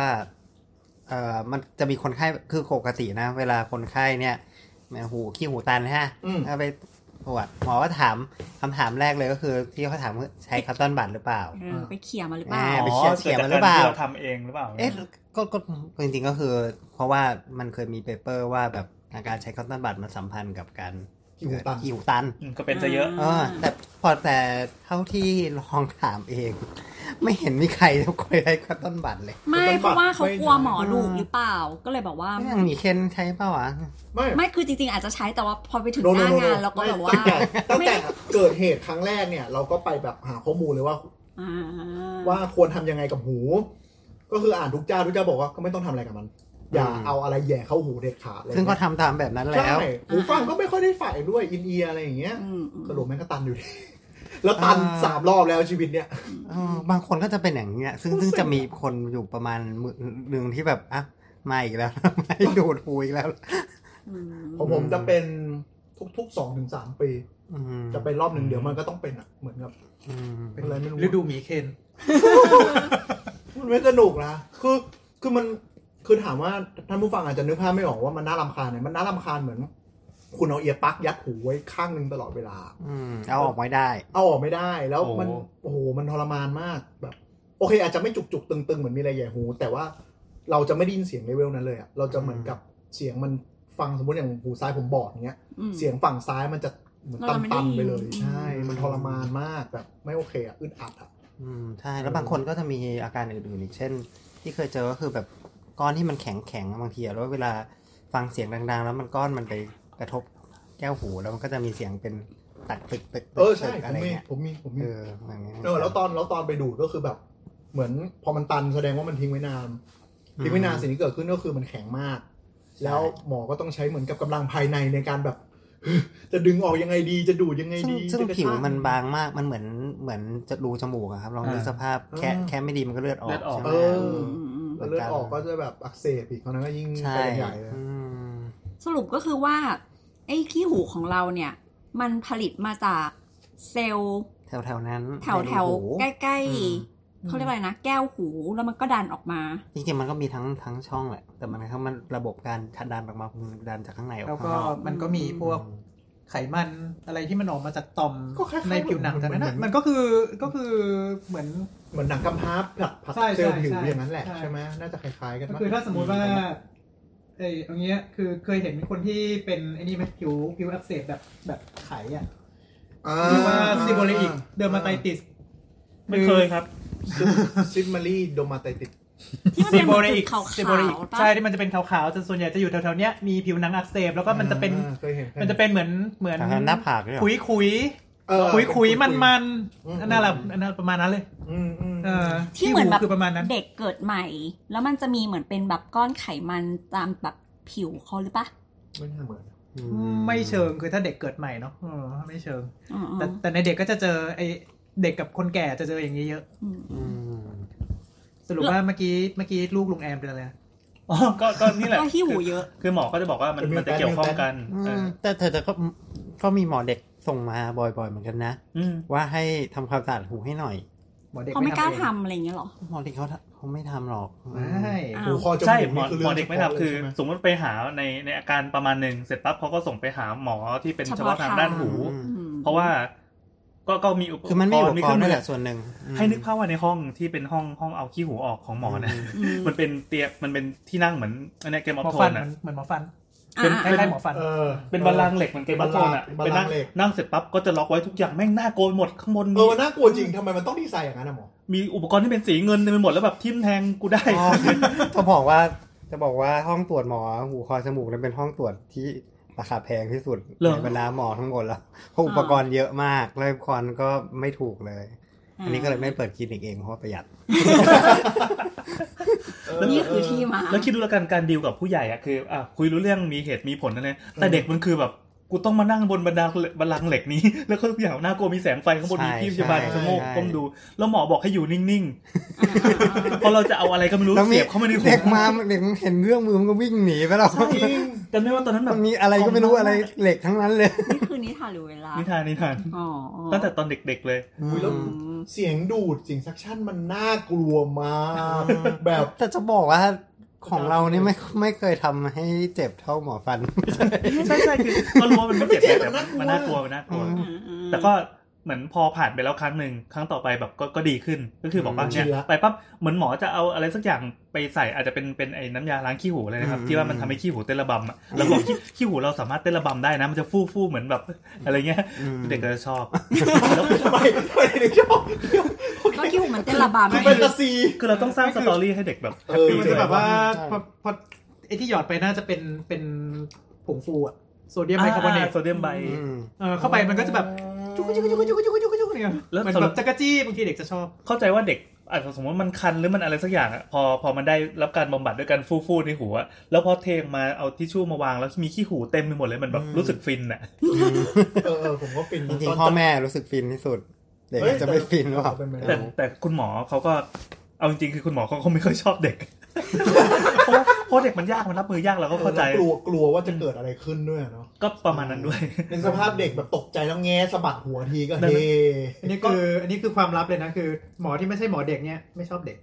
S7: เอ่อมันจะมีคนไข้คือปกตินะ เวลาคนไข้เนี่ยแหมหูขี้หูตันฮะ
S4: อืม
S7: เอาไปตรวจหมอก็ถามคำถามแรกเลยก็คือที่เขาถามว่าใช้คัตตันบัตรหรือเปล่า
S3: เออไปเขี่ยมาหรือเปล่า
S7: แอบไป
S5: อ๋อ
S7: เขียนเขียนมาหรือเปล่า
S5: กิดจกที่เราทำเองหรือเปล่า
S7: เอ๊ะก็ก็จริงๆก็คือ เพราะว่ามันเคยมีเปเปอร์ว่าแบบอาการใช้คัตตันบัตรมันสัมพันธ์กับการ
S4: คิ้วหูตัน
S7: ขี้หูตัน
S5: อืมก็เป็นซะเยอะ
S7: เออแต่พอแต่เท่าที่ลองถามเอง ไม่เห็นมีใครจะคุยอะไรกับต้นบัตรเลย
S3: ไม่
S4: มัน
S3: เพ
S4: บัด
S3: ราะว่าเขากลัว
S4: ไม่ได้
S3: หมอลูกหรือเปล่า ก็เลยบอกว่า
S7: เรื่องมีเคนใช้เปล่าวะ
S4: ไม่
S3: ไม่คือจริงๆ อาจจะใช้แต่ว่าพอไปถึง
S4: โน
S3: ห
S4: โน
S3: น้า
S4: โน
S3: งานเราก็แบบว่า
S4: ตั้งแต่ตั้ง
S3: ไม่
S4: แต่เกิดเหตุครั้งแรกเนี่ย เราก็ไปแบบหาข้อมูลเลยว่า
S3: อ่า
S4: ว่าควรทำยังไงกับหู ก็คืออ่านทุกเจ้าทุกเจ้าบอกว่าก็ไม่ต้องทำอะไรกับมัน อย่า
S7: อืม
S4: เอาอะไรแหย่เข้าหูเด็ดขาดอะไร
S7: ซึ่งก็
S4: เงี้ย
S7: ทำตามแบบนั้นแล้
S4: ใช่
S7: ว
S4: หูฟังก็ไม่ค่อยได้ใส่ด้วยอินเอียอะไรอย่างเงี้ย
S3: อืมอืม
S4: สรุปแม่งก็ตันอยู่ดี แล้วตัน
S7: อ่า
S4: สามรอบแล้วชีวิตเนี่ย
S7: เออบางคนก็จะเป็นอย่างเงี้ย ซึ่งซึ่งจะมีคนอยู่ประมาณหมื่นหนึ่งที่แบบอ่ะมาอีกแล้ว ไม่ดูดหูอีกแล้ว
S3: อืม
S4: ของผมจะเป็นทุกๆสองถึงสามปี
S7: อืม
S4: จะเป็นรอบหนึ่งเดี๋ยวมันก็ต้องเป็นอ่ะเหมือนกับ
S7: อืม
S4: เป็นอะไรไม่รู้
S6: ฤดูหมีเคน
S4: มันไม่สนุกนะคือคือมันคือถามว่าท่านผู้ฟังอาจจะนึกภาพไม่ออกว่ามันน่ารำคาญเนี่ยมันน่ารำคาญเหมือน คุณเอาเอียร์ปลั๊กยัดหูไว้ข้างหนึ่งตลอดเวลา
S7: อืมเอาออกไม่ได้
S4: เอาออกไม่ได้แล้วมัน
S5: โอ้
S4: โอ้โหมันทรมานมากแบบ โอเค อาจจะไม่จุกจุกๆตึงๆเหมือนมีอะไรใหญ่หู แต่ว่าเราจะไม่ได้ยินเสียงเลเวลนั้นเลยอะเราจะเหมือนกับเสียงมันฟังสมมติอย่างหูซ้ายผมบอดเงี้ย
S3: อืม
S4: เสียงฝั่งซ้ายมันจะเหมือน
S3: เราไม่ได้
S4: ตันๆไปเลย
S3: ยิน
S4: ใช่ มันทรมานมากแบบไม่โอเคอะอึดอัดอะ
S7: อืมใช่แล้ว
S4: เออ
S7: บางคนก็จะมีอาการอื่นๆอีกเช่น ที่เคยเจอก็คือแบบก้อนที่มันแข็งแข็งๆบางทีอะแล้วเวลาฟังเสียงดัง ๆ แล้วมันก้อนมันไปกระทบแก้วหูแล้วมันก็จะมีเสียงเป็นตักตึกตึกตึก
S4: เออใช่
S7: ตึก
S4: ผ
S7: อะ
S4: ม
S7: ไร
S4: มี
S7: เงี้ย
S4: ผมมีผม
S7: เอ
S4: มี
S7: ออย่างเงี้ย
S4: เออแล้วตอนแล้วตอนไปดูดก็คือแบบ เหมือนพอมันตันแสดงว่ามันทิ้งไว้นานทิ้งไว้นานสิ่งที่เกิดขึ้นก็คือมันแข็งมาก แล้วหมอก็ต้องใช้เหมือนกับกำลังภายในในการแบบ จะดึงออกยังไงดี จะดูดยังไง
S7: ซึ่ง
S4: ดี
S7: ซึ่ง
S4: จะกระชาก
S7: ผิวมันบางมากมันเหมือนเหมือนจะรูจมูกอะครับลองดู
S5: อ่า
S7: สภาพแค่
S4: เออ
S7: แค่ไม่ดีมันก็เลือดออก
S5: เลือดออก
S7: ใช่ไหม
S4: เอ
S3: อืม
S4: อ
S3: อืมอืม
S4: แล้วเลือดออกก็จะแบบอักเสบอีกตอนนั้นก็ยิ่ง
S7: ใช่
S4: ไปกันใหญ่เลย
S7: อืม
S3: สรุปก็คือว่า ไอ้ขี้หูของเราเนี่ย มันผลิตมาจากเซลล์
S7: แถวแถวๆนั้น
S3: แถวแถว
S7: ในรูหู
S3: ๆใกล้
S7: อืม
S3: ๆเขาเรียกว่าอะไรนะแก้วหูแล้วมันก็ดันออก มา
S7: จริงๆมันก็มีทั้งทั้งช่องแหละ แต่มันทั้งมันระบบการชัดดันออกมาคือดันจากข้างในออก
S6: แล้ว
S7: ข้าง
S6: ก็
S7: นอก
S6: มันก็มีพวกไขมันอะไรที่มันออกมาจากต่อม
S4: ก็คล้ายๆ
S6: ในผิวหนังแต่นั้นนะ
S4: เหมือน
S6: มันก็คือก็คือเหมือน
S4: เหมือนหนังกำพร้าผัดผัด
S6: ใช่
S4: เซลล์ผิว
S6: ใช่
S4: อย่างนั้นแหละ
S6: ใช่
S4: ใช่ไหมน่าจะคล้ายๆกัน
S6: ก็
S4: มั้ย
S6: คือถ้าสมมุติว่าเอออย่างเงี้ยคือเคยเห็นคนที่เป็นไอ้นี่ไหมผิวผิวอักเสบแบบแบบไขอ่ะ
S4: อ่
S6: หรือว่าซิโบเลอิกเดอร์มาไตติส
S5: ไม่เคยครับ
S4: ซิมมารีโดมาไตติด
S3: ที่มัน
S6: ซี
S3: เป็น
S6: โบ
S3: เหมือน
S6: เร
S3: จุ
S6: อิ
S3: ด
S6: ก
S3: ขาว
S6: ซีโบเรอิก
S3: ๆปะ
S6: ใช่ที่มันจะเป็นขาวๆจะส่วนใหญ่จะอยู่แถวๆเนี้ยมีผิวหนังอักเสบแล้วก็มันจะเป็น
S4: อ่าเคยเห็น
S6: มันจะเป็นเหมือนเหมือน
S7: ทางด้านหน้าผากด้วยเหรอ
S6: ขุยขุย
S4: เออ
S6: ขุยขุยมันมัน
S4: อืม
S6: อันนั่นแหละอันนั่นประมาณนั้นเลย
S4: อืมอืม
S6: เออ
S3: ที่เหมือนแบบ
S6: คือประมาณนั้น
S3: เด็กเกิดใหม่ แล้วมันจะมีเหมือนเป็นแบบก้อนไขมันตามแบบผิวเขาหรือปะ
S4: ไม่น่าเหมือน
S7: อื
S6: ไม่เชิงคือถ้าเด็กเกิดใหม่เนาะเออไม่เชิง
S3: อืม
S6: แต่แต่ในเด็กก็จะเจอไอเด็กกับคนแก่จะเจออย่างนี้เยอะ
S3: อืม
S7: อืม
S6: สรุปว่าเมื่อกี้เมื่อกี้ลูกลุงแอมเป็นอะไรนะ
S5: อ๋อก็ก็นี่แหละ
S3: ก็ที่หูเยอะ
S5: คือหมอก็จะบอกว่ามัน
S4: เป็น
S5: มันจะเกี่ยวข้องกันเอ
S7: อื
S5: อ
S7: มแต่แต่แต่ก็ก็มีหมอเด็กส่งมาบ่อยๆเหมือนกันนะ
S5: อืม
S7: ว่าให้ทำความสะอาดหูให้หน่อย
S6: หมอเด็ก
S3: เขาไม่กล้าทำ
S6: เอง
S3: อะไรอย่างเงี้ยหรอ
S7: หมอเด็กเขาเขาไม่ทำหรอก
S6: ไม่
S3: อ่า
S4: หูคอจมูก
S5: ใช่หมอ
S4: นี่คือ
S5: ห
S4: เรื่
S5: ม
S4: อ
S5: อง เด็กไม่ทำคือ
S4: เฉพาะเลยใช่ไหม
S5: สมมติไปหาในในอาการประมาณหนึ่งเสร็จปั๊บเขาก็ส่งไปหาหมอที่เป็นเฉพาะทางด้านหู
S7: อืม
S3: อืม
S5: เพราะว่าก็ก็มีอุปกรณ์
S7: คือมันไม่อยู่
S5: มี
S7: ก
S5: เค
S7: อ
S5: รื่
S7: น
S5: อง
S7: นั่น
S5: มือ
S7: แหละส่วนหนึ่งอืม
S5: ให้นึกภาพว่าในห้องที่เป็นห้องห้องเอาขี้หูออกของหมอนะ
S3: อืม
S5: มันเป็นเตียงมันเป็นที่นั่งเหมือนอันเนี้ยเกมอ
S6: หม
S5: อ
S6: อ
S5: ฟโท
S6: ฟัน
S5: นอ่ะ
S6: เหมือนหมอฟัน
S3: อ่า
S5: เป็น
S3: อ่า
S5: คล้าย
S6: ใกล้ๆหมอฟัน
S4: เออ
S5: เป็นบัลลังก์เหล็กเหมันเกมออฟโทนอ่ะ
S4: บัล
S5: ไป
S4: ลั
S5: นั่
S4: ง
S5: ง
S4: ก์เหล็ก
S5: นั่งเสร็จปั๊บก็จะล็อกไว้ทุกอย่างแม่งน่ากลัวหมดข้างบน
S4: เอ
S5: มี
S4: อมันน่ากลัวจริงทำไมมันต้องดีไซน์อย่างนั้นอะหมอ
S5: มีอุปกรณ์ที่เป็นสีเงินเต็มไปหมดแล้วแบบทิ่มแทงกูได้
S7: อ๋อจะบอกว่าจะบอกว่าห้องตรวจหมอหูคอจมูกนั้นเป็นห้องตรวจที่ราคาแพงที่สุด
S5: เหรอ
S7: ในบรรดาหมอทั้งหมดแล้วเพราะอุปกรณ์เยอะมากแล้วอุปกรณ์ก็ไม่ถูกเลย อันนี้ก็เลยไม่เปิดคลินิกเองเพราะว่าประหยัด
S3: นี่คือที่มา
S5: แล้วคิดดูแล้วกันการดีลกับผู้ใหญ่อะคืออ่ะคุยรู้เรื่องมีเหตุมีผลนั่นเองแต่
S4: อืม
S5: เด็กมันคือแบบกูต้องมานั่งบนบันไดบันลังก์เหล็กนี้ แล้วก็ทุกอย่างน่ากลัวมีแสงไฟข้างบน
S7: ใช่
S5: มีที่พยาบาล
S7: ใช่
S5: ชะโงก
S7: ใช่
S5: ก้มดู แล้วหมอบอกให้อยู่นิ่ง
S3: อ่า
S5: ๆ เพราะเราจะเอาอะไรก็ไม่รู้
S7: แล้วมี
S5: เสียบเข้ามาในหู
S7: เด็กมาเด็กมันเห็นเรื่องมือมันก็วิ่งหนีไปแล้ว
S4: จริง
S5: จำได้ว่าตอนนั้นแบ
S7: มั
S5: บ
S7: นมีอะไรก็ไม่รู้อะไรเหล็กทั้งนั้นเลย
S3: อ่านี่คือนิทานหรือเวลา
S5: นิทานนิทาน
S3: อ๋อ
S5: ตั้งแต่ตอนเด็กๆเลย
S4: อุ๊ยแล้ว
S7: อืม
S3: อืม
S4: เสียงดูดเสียงซักชั่นมันน่ากลัวมากแบบ
S7: แต่จะบอกว่าของเรานี่ไม่ไม่เคยทำให้เจ็บเท่าหมอฟัน
S5: ใช่ใช่คือก็รู้ว่ามันไม่เจ็บนะแต่มันน่ากลัวมันน่ากลัว
S3: อืมอืม
S5: แต่ก็ เหมือนพอผ่านไปแล้วครั้งหนึ่งครั้งต่อไปแบบก็ก็ดีขึ้น ก็คือบอกว่าเนี่ย
S4: ชินละ
S5: ไปปั๊บเหมือนหมอจะเอาอะไรสักอย่างไปใส่อาจจะเป็นเป็นไอ้น้ำยาล้างขี้หูเลยนะครับ
S7: อืม
S5: ที่ว่ามันทำให้ขี้หูเต้นระบำอะแล้วบอกขี้ขี้หูเราสามารถเต้นระบำได้นะ มันจะฟู่ฟู่เหมือนแบบอะไรเงี้ย
S7: อืม
S5: เด็กก็จะชอบ
S4: ทำไมทำไมถึงชอบ
S3: ก็คิดว่ามันเต้นระบำ
S4: คือแฟนตาซี
S5: คือเราต้องสร้างสตอรี่ให้เด็กแบบ
S4: เอ
S5: แฮ
S4: อ
S5: ป
S6: คือ
S5: ปี้
S6: มัน
S5: ด้ว
S6: จะ
S5: ย
S6: แบบว่า
S7: ใช่
S6: พอพอไอที่หยอดไปน่าจะเป็นเป็นผงฟูอะโซเดียมไบคาร์บอเนต
S5: โซเดียมไบ
S7: อืม
S6: เออเข้าไปมันก็จะแบบจุกจุกจุกจุกจุกจุกจุกเนี่ย
S5: แล้ว
S6: เหมัน
S5: สำหรั
S6: แบบ บจักรจี้บางทีเด็กจะชอบ
S5: เข้าใจว่าเด็กอาจจะสมมติว่ามันคันหรือมันอะไรสักอย่างอะพอพอมันได้รับการบำบัดด้วยการฟู่ๆในหัว แล้วพอเทออกมาเอาทิชชู่มาวางแล้วมีขี้หูเต็มไปหมดเลยมันแบบ
S7: อืม
S5: รู้สึกฟินอะ
S4: เออเออผมก็ฟิน
S7: จ
S4: นะ
S7: ริง
S4: ตน
S7: ๆพ่อแม่รู้สึกฟินที่สุด เด็กอาจจะไม่ฟินหรอก
S4: เป็นไปได้
S5: แต่แต่คุณหมอเขาก็เอาจริงๆคือคุณหมอเขาก็ไม่ค่อยชอบเด็ก เพราะว่าเพราะเด็กมันยากมันรับมือยากเราก็เข้าใจ
S4: กลัวกลัวว่าจะเกิดอะไรขึ้นด้วยอะเนาะ
S5: ก็ประมาณนั้นด้วย
S4: ในสภาพเด็กแบบตกใจแล้วแงสะบัดหัวทีก็
S5: นั่
S4: เฮ
S5: นมัน
S6: อันนี้คืออันนี้คือความลับเลยนะคือ หมอที่ไม่ใช่หมอเด็กเนี่ยไม่ชอบเด็ก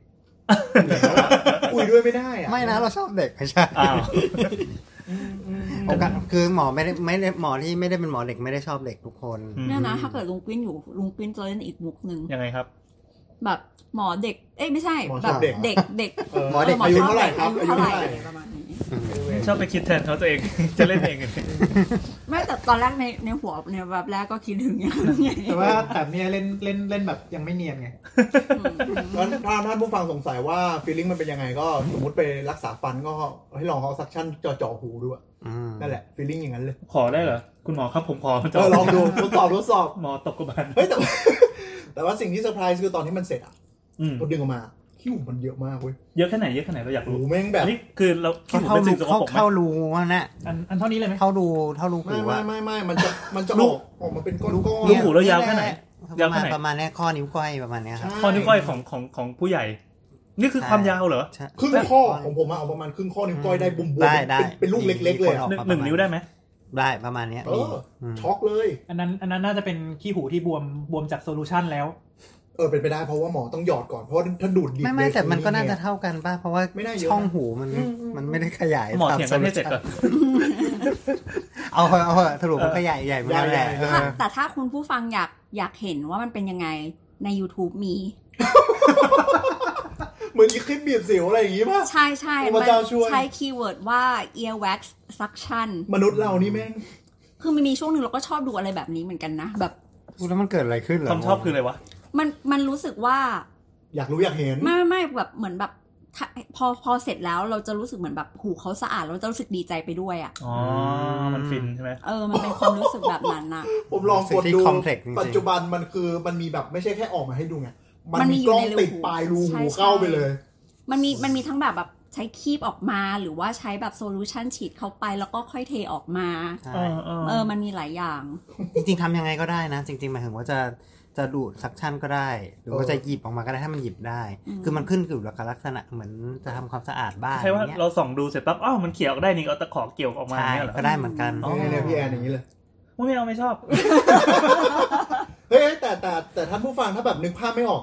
S4: คุยด้วยไม่ได้อะ
S7: ไม่นะเราชอบเด็กไม่ใช่
S5: อ้าว
S7: โอกาสคือหมอไม่ได้ไม่ได้หมอที่ไม่ได้เป็นหมอเด็กไม่ได้ชอบเด็กทุกคน
S3: เนี่ยนะถ้าเกิดลุงปิ้นอยู่ลุงปิ้นจะเล่นอีกมุกหนึ่ง
S5: ยังไงครับ
S3: แบบหมอเด็ก เอ้ยไม่ใช่
S4: หมอ
S3: แบ
S4: ชอ
S3: บบ
S4: เด็ก
S3: เด็กเด็ก
S4: เห
S7: มอเด็ก
S4: อายุ
S3: ช
S4: เท่าไหร่ครับ
S3: อายุ
S4: อายุ
S3: เท่าไหร่
S4: เท่าไหร่
S3: อะไรประมาณนี้
S5: ชอบไปคิดแทนเขาตัวเอง จะเล่นเอง
S3: ไม่แต่ตอนแรกในในหัวในแวบแรกก็คิดถึงอย่างนั้นไง
S6: แต่ว่าแต่เนี่ยเล่นเล่นเล่นแบบยังไม่เนียนไง
S3: อืม
S4: งั้นถ้าท่านผู้ฟังสงสัยว่าฟีลลิ่งมันเป็นยังไงก็สมมติไปรักษาฟันก็ให้ลองเอาซักชั่นจ่อๆหูดูอะ
S7: อืม
S4: นั่นแหละฟีลลิ่งอย่างนั้นเลย
S5: ขอได้เหรอคุณหมอครับผมขอ
S4: เออลองดูทดสอบทดสอบ
S5: หมอตบกระบาล
S4: เฮ้ยแต่ว่า แต่ว่าสิ่งที่เซอร์ไพรส์คือตอนที่มันเสร็จอ่ะ
S5: อืม
S4: พอดึงออกมาคิ้วมันเยอะมากเว้ย
S5: เยอะแค่ไหนเยอะแค่ไหนเราอยาก
S4: โอ้
S5: รู้
S4: โหแม่งแบบ
S5: อันนี้คือเราคิด
S7: เข้าเข้ารู
S5: ถึงเป็นสิ่งสก
S7: เข้า
S5: ปรกไหม
S7: เข้ารูว่านะ
S6: อันอันเท่านี้เลยไหม
S7: เข้ารูเข้ารูหู
S4: ไม่ไม่
S7: อะ
S4: ไม่ไม่มันจะมันจะ
S7: ลู
S4: อก อกออกมาเป็นก้อนก้อน
S5: ลูกหูเรายาวแค่ไหน
S7: ป
S5: ยาว
S7: ระมาณ
S5: แค่ไหน
S7: ประมาณเนี้ยข้อนิ้วก้อยประมาณเนี้ยครับ
S5: ข้อนิ้วก้อยของของของผู้ใหญ่ นี่คือ
S7: ใช่
S5: ความยาวเหรอ
S7: ใช่
S4: ครึ่งข้อของผมอะเอาประมาณครึ่งข้อนิ้วก้อยได้บุมๆ
S7: ได้ได้
S4: เป็นเป็นลูกเล็ก ๆ เลยอะ
S7: มีคออก
S5: ห
S7: ประมาณ
S5: นึ่งหนึ่งนิ้วได้ไหม
S7: ได้ประมาณเนี้ย
S4: เอ
S7: มี
S4: ออ
S7: ม
S4: ช็อกเลย
S6: อันนั้นอันนั้นน่าจะเป็นขี้หูที่บวมบวมจากโซลูชันแล้ว
S4: เออเป็นไปได้เพราะว่าหมอต้องหยอดก่อนเพราะว่าถ้าดูดดิบ
S7: ไม่ไม่
S4: เลย
S7: แต่มันก็น่าจะ
S4: คือ
S7: เท่ากันป่ะ เพราะว่า
S4: ไม่น่าเยอะ
S7: ช่องหูมัน
S4: อืม
S7: มันไม่ได้ขยาย
S5: หมอ
S7: ตา
S5: เถียงกันให้เสร็จก่อน
S7: เอาเถอะเอาเถอะสรุปมัน
S5: เออ
S7: ก็ใหญ่ใหญ่เหมือนกันแหละเอ
S3: ถ้า
S7: อ
S3: แต่ถ้าคุณผู้ฟังอยากอยากเห็นว่ามันเป็นยังไงใน YouTube มี
S4: เหมือนอีคลิปบีบสิวอะไรอย่างงี้ป่ะ
S3: ใช่ใช่
S4: พระเจ้าช่วย
S3: ใช้คีย์เวิร์ดว่า earwax suction
S4: มนุษย์เรานี่แม่ง
S3: คือมันมีช่วงหนึ่งเราก็ชอบดูอะไรแบบนี้เหมือนกันนะ แบบ
S7: พูดแล้วมันเกิดอะไรขึ้นเหรอ
S5: ความชอบคืออะไรวะ
S3: มันมันรู้สึกว่า
S4: อยากรู้อยากเห็น
S3: ไม่ไม่ไม่แบบเหมือนแบบถ้าพอพอเสร็จแล้วเราจะรู้สึกเหมือนแบบหูเขาสะอาดเราจะรู้สึกดีใจไปด้วยอ่ะ
S5: อ๋อ มันฟินใช่ไหม
S3: เออมันเป็นความรู้สึกแบบนั้นนะ
S4: ผมลองกดดู
S7: สิ่ที่คอมเพล็กซ์จริงๆ
S4: ปัจจุบันมันคือมันมีแบบไม่ใช่แค่ออกมาให้ดูไง มัน
S3: มันมี
S4: มี
S3: อยู่
S4: กล้อง
S3: ในรู
S4: ติด
S3: หู
S4: ปลายรู
S3: ใช่
S4: หู
S3: ใช่
S4: เข้าไปเลย
S3: มันมีมันมีทั้งแบบแบบใช้คีบออกมาหรือว่าใช้แบบโซลูชันฉีดเข้าไปแล้วก็ค่อยเทออกมา
S7: ใช่
S5: เออเออ
S3: เออมันมีหลายอย่าง
S7: จริงๆทำยังไงก็ได้นะ จริงๆหมายถึงว่าจะจะดูดซักชั่นก็ได้ หรือว่า
S4: เออ
S7: จะหยิบออกมาก็ได้ถ้ามันหยิบได้
S3: อืม
S7: คือมันขึ้นอยู่กับลักษณะเหมือนจะทำความสะอาดบ้าน
S5: ใช่ว่า
S7: อย่งเงี้ย
S5: เราส่องดูเสร็จปั๊บ อ้าว มันเขี่ยออกได้นี่เอาตะขอเกี่ยวออกมา
S7: ใช่
S5: เนี่ยเหรอ
S7: ก็ได้เหมือนกัน
S5: อ๋อ
S4: เนี่ยเนี่ยพี่แอนอย่างนี้เลย
S5: อุ๊ยไม่เอาไม่ชอบ
S4: เฮ้ยแต่แต่แต่ท่านผู้ฟังถ้าแบบนึกภาพไม่ออก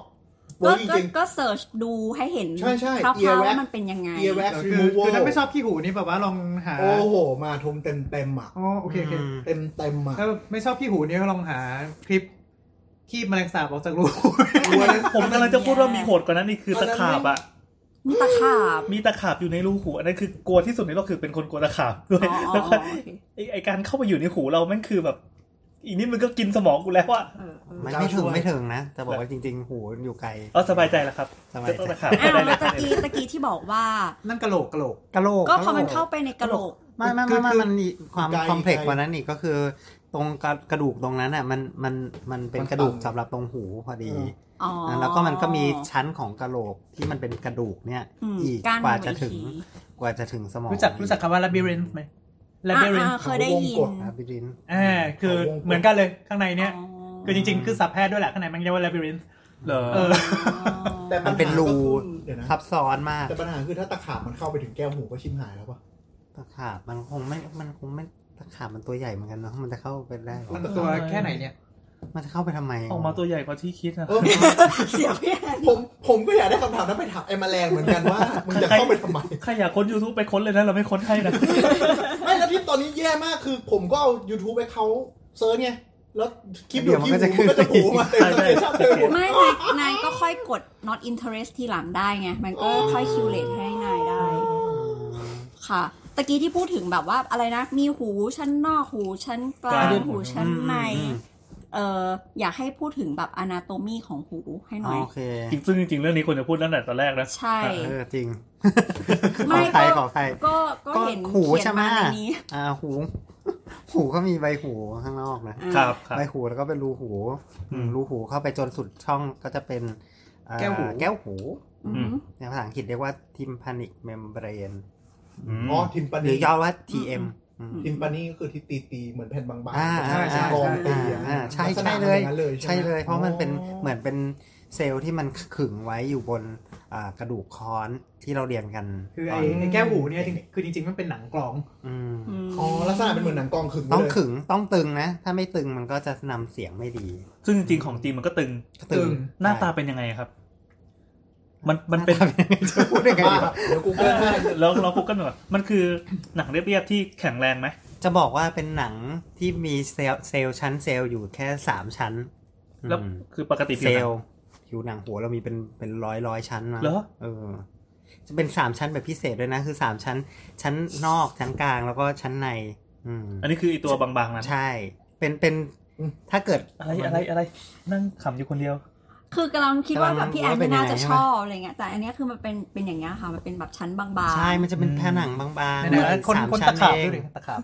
S4: เว้
S3: ก็
S4: ยจ
S3: ก็
S4: ริง
S3: ก็เสิร์ชดูให้เห็น
S4: ใช่ใช่
S3: คร่าวๆ
S4: earwax
S3: ว่ามันเป็นยังไง
S4: ๆ ear wax
S6: คือ
S4: removal
S6: คือถ้าไม่ชอบขี้หูนี่แบบว่าลองหา
S4: โอ้โห มาทมเต็มเต็มๆอ่ะ
S6: อ๋อโอเคโอเค
S7: อืม
S4: เต็มเต็มๆอ่ะ
S6: ถ้าไม่ชอบขี้หูนี่ก็ลองหาคลิปขี้แมลงสาบออกจากรู
S4: ตัวนั้น
S5: ผมกำลังจะพูดว่ามีโหดกว่านั้นนี่คือตะขาบอะ
S3: มีตะขาบ
S5: มีตะขาบอยู่ในรูหู อันนั้นคือกลัวที่สุดในโลกคือเป็นคนกลัวตะขาบด้วย
S3: อ๋ออ๋อ
S5: แล้วก็
S3: โอเค
S5: ไอ้ไอการเข้าไปอยู่ในหูเราแม่งคือแบบ อีกนิดมันก็กินสมองกูแล้วอะ
S3: เออเออ
S7: ไม่ไม่ถึงไม่ถึงนะจะบอกว่าจริง ๆ หูอยู่ไกล
S5: เอาสบายใจแล้วครับ
S7: สบายใจ
S5: จะต้องตะขาบ
S3: อ้าว
S5: ได้เล
S3: แล้
S5: ยว
S3: ตะกี้ตะกี้ที่บอกว่า
S6: นั่นกะโหลกกะโหลก
S7: กะโหลก
S3: ก็พอมัน
S7: ระโหล
S3: เข้าไปในกระโหลก
S7: ไม่ไม่
S6: คือ
S7: ไม่ไม่
S6: คือ
S7: มันมีความ
S4: ไกล
S7: คอมเพล็ก
S4: ไกล
S7: กว่านั้นอีกก็คือ ตรงกระกระดูกตรงนั้นอ่ะมันมันมันเป็น
S4: มันต่ำ
S7: กระดูกสำหรับตรงหูพอดี
S3: อ๋ออ
S7: แล้วก็มันก็มีชั้นของกระโหลกที่มันเป็นกระดูกเนี่ย
S3: อืม
S7: อีก
S3: กั้น
S7: กว่า
S3: ไว้
S7: จะถึง
S3: อีก
S7: กว่าจะถึงสมอง
S6: รู้จักรู้จักคำว่า labyrinth ไหม labyrinth
S3: อ่าๆเคยได้ยิน
S4: วงกด
S7: ครับพี่ดิน
S6: อ่าคือเหมือนกันเลยข้างในเนี่ย
S3: อ๋อ
S6: คือจริงๆ คือสับแพทย์ด้วยแหละข้างในมันเรียกว่า labyrinth
S5: เหรอ
S6: เออ
S4: แต่
S7: มันเป็น
S4: ญหา
S7: รู
S4: ก็คือเดี๋ยวนะ
S7: ซับซ้อนมาก
S4: แต่ปัญหาคือถ้าตะขาบมันเข้าไปถึงแก้วหูก็ชิมหายแล้วป่ะ
S7: ตะขาบมันคงไม่มันคงไม่ตะขาบมันตัวใหญ่เหมือนกันเนาะมันจะเข้าไปได้หรอ
S6: มันตัวแค่ไหนเนี่ย
S7: มันจะเข้าไปทำไม
S5: ออกมาตัวใหญ่กว่าที่คิดนะ
S4: เออ
S3: เสียพี่แอน
S4: ผมผมก็อยากได้คำถามนั้นไปถามไอ้แมลงเหมือนกันว่ามึงจะเข้าไปทำไม
S5: ใครอยากค้น YouTube ไปค้นเลยนะ เราไม่ค้นให้นะ
S4: ไม่แล้วที่ตอนนี้แย่มากคือผมก็เอา YouTube ไปเขาเซิร์ชไง แล้วคลิป
S7: เดี๋ยวมันก็จะขึ้น
S4: มัก็จะผูมาเต็ม
S5: ใช่ใช่
S4: เลยชอบเต็มหมด
S3: ไม่นายนายก็ค่อยกด not interest ทีหลังได้ไง มันก็ค่อยคิวเลตให้นายได้ ค่ะ ตะกี้ที่พูดถึงแบบว่าอะไรนะ มีหูชั้นนอกหูชั้นกลาง
S5: กลาง
S3: หูชั้นใน
S7: อืม
S3: เอออยากให้พูดถึงแบบ anatomy ของหูให้ห
S7: อ๋อ
S3: น่อย
S7: โอเค
S5: จริงซึ่งจริงๆเรื่องนี้ควรจะพูดตั้งแต่ตอนแรกนะ
S3: ใช่
S7: เออจริงข
S3: ไม่
S7: อใคร
S3: ก็
S7: ขอใคร
S3: ก็ก็เห็น
S7: ก็หู
S3: เขีย
S7: ใช่
S3: น
S7: ไหม
S3: มาในนี้
S7: อ่าหู หูก็มีใบหูข้างนอกนะ
S3: อ่า
S5: ครับครับ
S7: ใบหูแล้วก็เป็นรูหู
S5: อืม
S7: รูหูเข้าไปจนสุดช่องก็จะเป็นอ่า
S5: แก้วหู
S7: แก้วหู
S3: อืม
S7: ในภาษาอังกฤษเรียกว่า tympanic membrane
S5: ม
S4: อ๋อทิมปา
S7: ห
S4: นี
S7: รือย่อว่า TM อืม
S4: ทิมปานีก็คือที่ตีตีๆเหมือนแผ่นบาง
S7: อ่า
S4: ๆ
S7: ใช่ใช่
S4: กองตีอะ
S7: อ่าใช่
S4: ลักษณะ
S7: ใช่เลย
S4: มันอางนั้นเลย
S7: ใช่เลย เพราะมันเป็น
S4: อ๋อ
S7: เหมือนเป็นเซลล์ที่มันขึงไว้อยู่บนอ่ากระดูกค้อนที่เราเรียนกัน
S6: คือ
S7: ต
S6: ไอ้
S7: น
S6: ไอ้แก้วหูเนี่ยจริงคือจริงๆมันเป็นหนังกลอง
S7: อืม
S4: อ๋อลักษณะเป็นเหมือนหนังกองขึงไว้
S7: ต้อง
S4: เลย
S7: ขึงต้องตึงนะ ถ้าไม่ตึงมันก็จะนำเสียงไม่ดี
S5: ซึ่งจริงๆของจริงมันก็ตึง
S4: ตึง
S5: หน้าตาเป็นยังไงครับ มันมันเป็น
S7: หาตายังไงจะพูดยังไง
S4: มา
S7: ดีวะ
S4: เดี๋ยวกูเกิลให้
S5: แล้วเราพูดกันหน่อยมันคือหนังเรียบๆที่แข็งแรงไหม
S7: จะบอกว่าเป็นหนังที่มีเซลล์เซลล์ชั้นเซลล์อยู่แค่สามชั้น
S5: แล้ว
S7: อืม
S5: คือปกติผิ
S7: เซ
S5: ว
S7: ลล์ผิ
S5: หนัง
S7: วหนังหัวเรามีเป็นเป็นร้อยร้อยชั้นนะ
S5: เหรอ
S7: เออ จะเป็นสามชั้นแบบพิเศษด้วยนะ คือสามชั้น ชั้นนอกชั้นกลางแล้วก็ชั้นใน อืม
S5: อันนี้คือไอตัวบางๆนั้น
S7: ใช่ เป็นเป็นถ้าเกิด
S5: อะไรอะไรอะไร นั่งขำอยู่คนเดียว
S3: คือกำลังคิดว่าแบบพี่แอน
S7: กำลังรู้ว่าเป็น
S3: ไม่น่า
S7: ยังไง
S3: จะ
S7: ใช่
S3: ช
S7: ไหม
S3: อบอะไรเงี้ย แต่อันเนี้ยคือมันเป็นเป็นอย่างเงี้ยค่ะ มันเป็นแบบชั้นบางๆ
S7: ใช่มันจะเป็น
S5: อืม
S7: ผนังบาง
S6: ไห
S7: ๆ
S6: นๆคน
S7: สาม
S6: คน
S7: ชั้
S6: ตะขาบ
S7: เอง
S6: ด้วยดิตะขาบ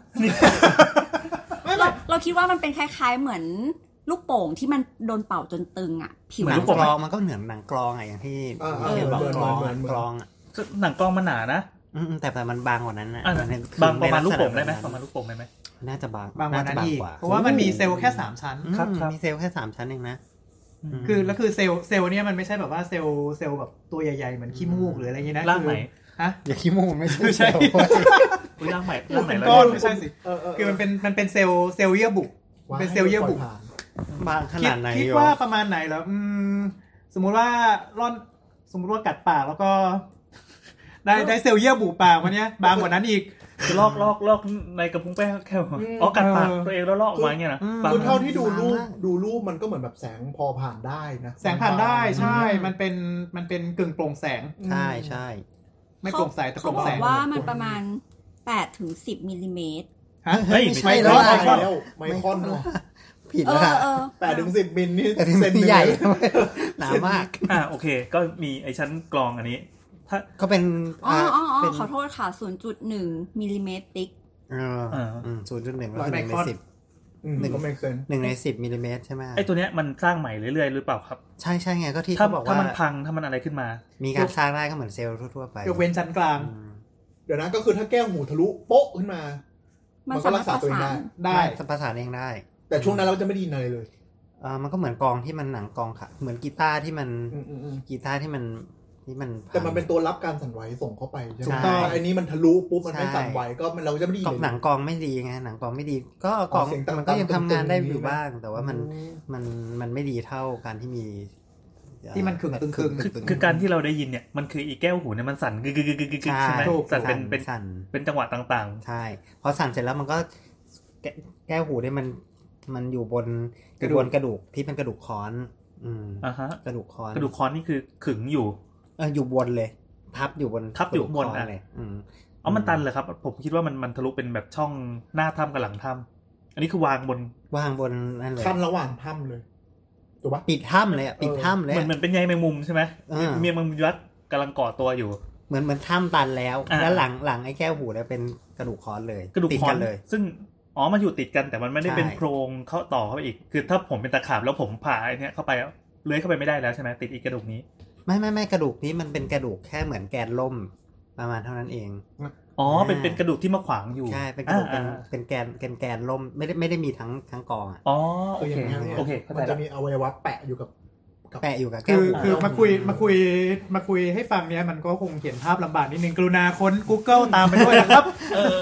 S3: เราเราคิดว่ามันเป็นคล้ายๆเหมือนลูกโป่งที่มันโดนเป่าจนตึงอ่ะ ผิว
S7: เหมื
S5: น
S7: อน
S5: ลู
S7: ลู
S5: ก
S7: ก
S5: โป่ง
S7: กลองมันก็เหมือนหนังกลองอะอย่างที่ที่เห็นบอกกลองอะกลองอะ
S5: ซึ่งหนังกลองมันหนานะ
S7: อืมแต่แต่มันบางกว่านั้นนะ
S5: อ่ะ
S7: มันเป็น
S5: บางประมาณลูกโป่ง
S7: ในษณ
S5: ได้ไหม
S7: แบบ
S5: ป
S7: นั้น
S5: ระมาณลูกโป่งได้ไหม
S7: น่าจะบาง
S6: บางกว่านั้น
S7: จะ
S6: อีก
S7: ว่
S6: เพราะว่ามันมีเซลล์แค่สามชั้น
S7: อืม
S5: ครับครับ
S7: มีเซลล์แค่สามชั้นเองนะ ม
S6: คือแล้วคือเซลล์เซลล์เนี่ยมันไม่ใช่แบบว่าเซลล์เซลล์แบบตัวใหญ่ๆ เหมือนขี้มูกหรืออะไรอย่างเงี้ยนะ
S5: ร่างไหน
S6: ฮะ
S7: อย่าคิดมูมันไม่
S6: ไม่ใช่
S7: ใช่เซลล์เว้ย
S5: อุ๊ยร่างใหม่ร่างไหน
S6: เป็น
S5: แล้ว
S6: ก้อน
S5: กั
S6: ไม่ใช่สิ
S4: เออเออ
S6: คือมันเป็นมันเป็นเซลล์เซลล์เยื่อบุเป็นเซลล์เยื่อบุ
S4: ปล่ผ่าน
S7: บางข
S6: คิด
S7: นาดไหน
S6: คิด
S7: อยู่
S6: ว่าประมาณไหนเหรออืมสมมุติว่าร่อนสมมุติว่ากัดปากแล้วก็ ได้ได้เซลล์เยื่อบุปากมันเนี้ยบางกว่านั้นอีก
S5: คือลอกลอกลอกในกระพุ้งแป้งแค่หัว
S4: อืม
S5: อ๋อกัดปาก
S6: เออ
S5: ตัวเองแล้วลอกออกมาอย่างเงี้ยนะ
S7: อืม
S5: บาง
S4: คือเท่าที่ดูรูปดูรูปมันก็เหมือนแบบแสงพอผ่านได้นะ
S6: แสงผ่านได้ใช่
S4: อื
S6: มันเป็นมันเป็นกึ่งโปร่งแสง
S7: ใช่ใช่
S6: ไม่โปร่งใสแต่โป
S3: เขา
S6: ร่ง
S3: บอ
S6: แส
S3: ก
S6: ง
S3: ว่ามันประมาณ8ถึง10มิลลิเมตร
S6: ฮะ
S5: เฮ้ย
S7: ไม่ใช่
S5: ไม่
S4: ไม่ร
S5: รอ
S4: อ
S5: ด
S4: ด
S5: ไม่รอด
S4: แล้วไมคอนว่ะ
S7: ผิด
S3: เอ
S7: แล้ว
S3: อ
S7: ล่ะ
S3: เออ
S4: แปดถึงสิบมิลนี่
S7: แต่ที่มัน
S4: นึ่ง
S7: ใหญ่
S4: เลย
S7: เว้ยหนามาก
S5: อ่ะโอเค ก็มีไอชั้นกลองอันนี้ ถ้า
S7: ก็เป็น
S3: อ๋ออ๋ออ๋
S7: เป็
S3: อน ขอโทษค่ะ 0.1มิลลิเมตรติ๊ก
S7: เอออืมศูนย์จุดหนึ่ง
S6: ร้อย
S7: หนึ่งใน
S6: ไมครอน
S7: สิบ
S4: อืมก็ไม่เซน
S7: หนึ่งในสิบมิลลิเมตรใช่ไหม
S5: ไอตัวเนี้ยมันสร้างใหม่เรื่อยๆหรือเปล่าครับ
S7: ใช่ใช่ไงก็ที่
S5: ถ้า
S7: เขาบอก
S5: ถ้า
S7: ว่า
S5: มันพังถ้ามันอะไรขึ้นมา
S7: มีการสร้างได้ก็เหมือนเซลล์ทั่วๆไป
S6: ยกเว้นชั้นกลาง
S7: อืม
S4: เดี๋ยวนะก็คือถ้าแก้วหูทะลุโป๊ะขึ้นมา
S3: มั
S4: มัน ก็
S3: สา
S4: รั
S3: มารถ
S4: กษา
S3: ประ
S4: ตัวเอง
S3: สาน
S4: ได้
S6: ได้
S7: สมประสานเองได้
S4: แต่ช่วงนั้นเราจะไม่ได้ยินอะไรเลย
S7: เออมันก็เหมือนกองที่มันหนังกองค่ะ เหมือนกีตาร์ที่มัน
S4: อืมอืมอืม
S7: กีตาร์ที่มันที่มันพัง
S4: แต่มันเป็นตัวรับการสั่นไหวส่งเข้าไปใช่ไห
S7: ถู
S4: ม
S7: กต้อง
S4: ไอ้นี่มันทะลุปุ๊บมันไม่
S7: ใช่
S4: สั่นไหวก็มันเราจะไม่ได้ยิ
S7: ก
S4: น
S7: อง
S4: เลย
S7: หนังกองไม่ดีไงหนังกองไม่ดี ก็
S4: อ๋อก
S7: อง
S4: เสียงต่ำๆ
S7: มันก็ยังทำงานได้
S4: ตึงๆ
S7: อยู่
S4: นี่นะ
S7: บ้าง แต่ว่ามัน
S4: อืม
S7: มันมันไม่ดีเท่าการที่มีเอ่อ
S6: ที่มันขึงตึงๆ
S7: ขึ
S5: คือ
S7: ๆ
S5: คือการที่เราได้ยินเนี่ยมันคืออีแก้วหูเนี่ยมันสั่นกึกกึกกึกกึกกึก
S7: ใช่
S5: ใช่ไหม
S7: ถูก
S5: สั่นเป็น
S7: สั่
S5: เป็น
S7: สั่น
S5: เป็นจังหวะต่าง
S7: ใช่พอสั่นเสร็จแล้วมันก็แก้แก้วหูเนี่ยมันมันอยู่บน
S6: กระดู
S7: บ
S6: ก
S7: นกระดูกที่เป็นกระดูกค้อน อืม
S5: ๆอ่ะฮะ
S7: กระดูกค้อน
S5: กระดูกคอนนี่คือขึงอยู่
S7: เอออยู่บนเลย ทับอยู่บน
S5: ทับอยู่
S7: กระดูก
S5: บน
S7: ค้
S5: นะ
S7: เลยอืม
S5: อ๋อมันตันเหรอครับ ผมคิดว่ามันมันทะลุเป็นแบบช่องหน้าถ้ำกับหลังถ้ำอันนี้คือวางบน
S7: วางบนนั่นเลย
S4: ขั้นระหว่างถ้ำเลยถูกปะ
S7: ปิดถ้ำเลยอะปิดถ้ำเลย
S5: เหมือน
S7: อะ
S5: เหมือนเป็นใยแมงมุมใช่ไหม
S7: เออ
S5: มีแมงมุมยักษ์กำลังก่อตัวอยู่
S7: เหมือนเหมือนถ้ำตันแล้ว
S5: อ่า
S7: แล้วหลังหลังไอ้แก้วหูเนี่ยเป็นกระดูกค้อนเลย
S5: กระดูก
S7: ติด
S5: คอ
S7: กัน นเลย
S5: ซึ่งอ๋อมันอยู่ติดกันแต่มันไม่ได้
S7: ใช่
S5: เป็นโครงเข้าต่อเข้าไปอีก คือถ้าผมเป็นตะขาบแล้วผมผ่าไอ้เนี่ยเข้าไปแล้วเลื้อยเข้าไปไม่ได้แล้วใช่ไหมติดอีกกระดูกนี้
S7: ไม่ไม่ไม่กระดูกนี้มันเป็นกระดูกแค่เหมือนแกนล่มประมาณเท่านั้นเอง
S5: อ๋อเป็น
S7: อ่า
S5: เป็นกระดูกที่มาขวางอยู่
S7: ใช่เป็นกระดูกเป็น
S5: อ่าอ่า
S7: เป็นแกนเป็นแกนล่มไม่ได้ไม่ได้มีทั้งทั้งกองอะ
S5: อ๋อโอ
S4: คืออ
S5: เค
S4: ย่างเงี้ย
S5: โอเคเข้า
S4: มั
S5: ใจ
S4: น
S5: ละ
S4: จะมีอวัยวะแปะอยู่กับ
S7: แปะอยู่กับแก้
S6: คื
S7: ว
S6: อ
S7: หู
S6: คือ
S4: ครับ
S6: มาคุยมาคุยมาคุยให้ฟังเนี้ยมันก็คงเห็นภาพลำบากนิดนึงกรุณาค้น Google ตามไปด้วยนะครับ
S5: เออ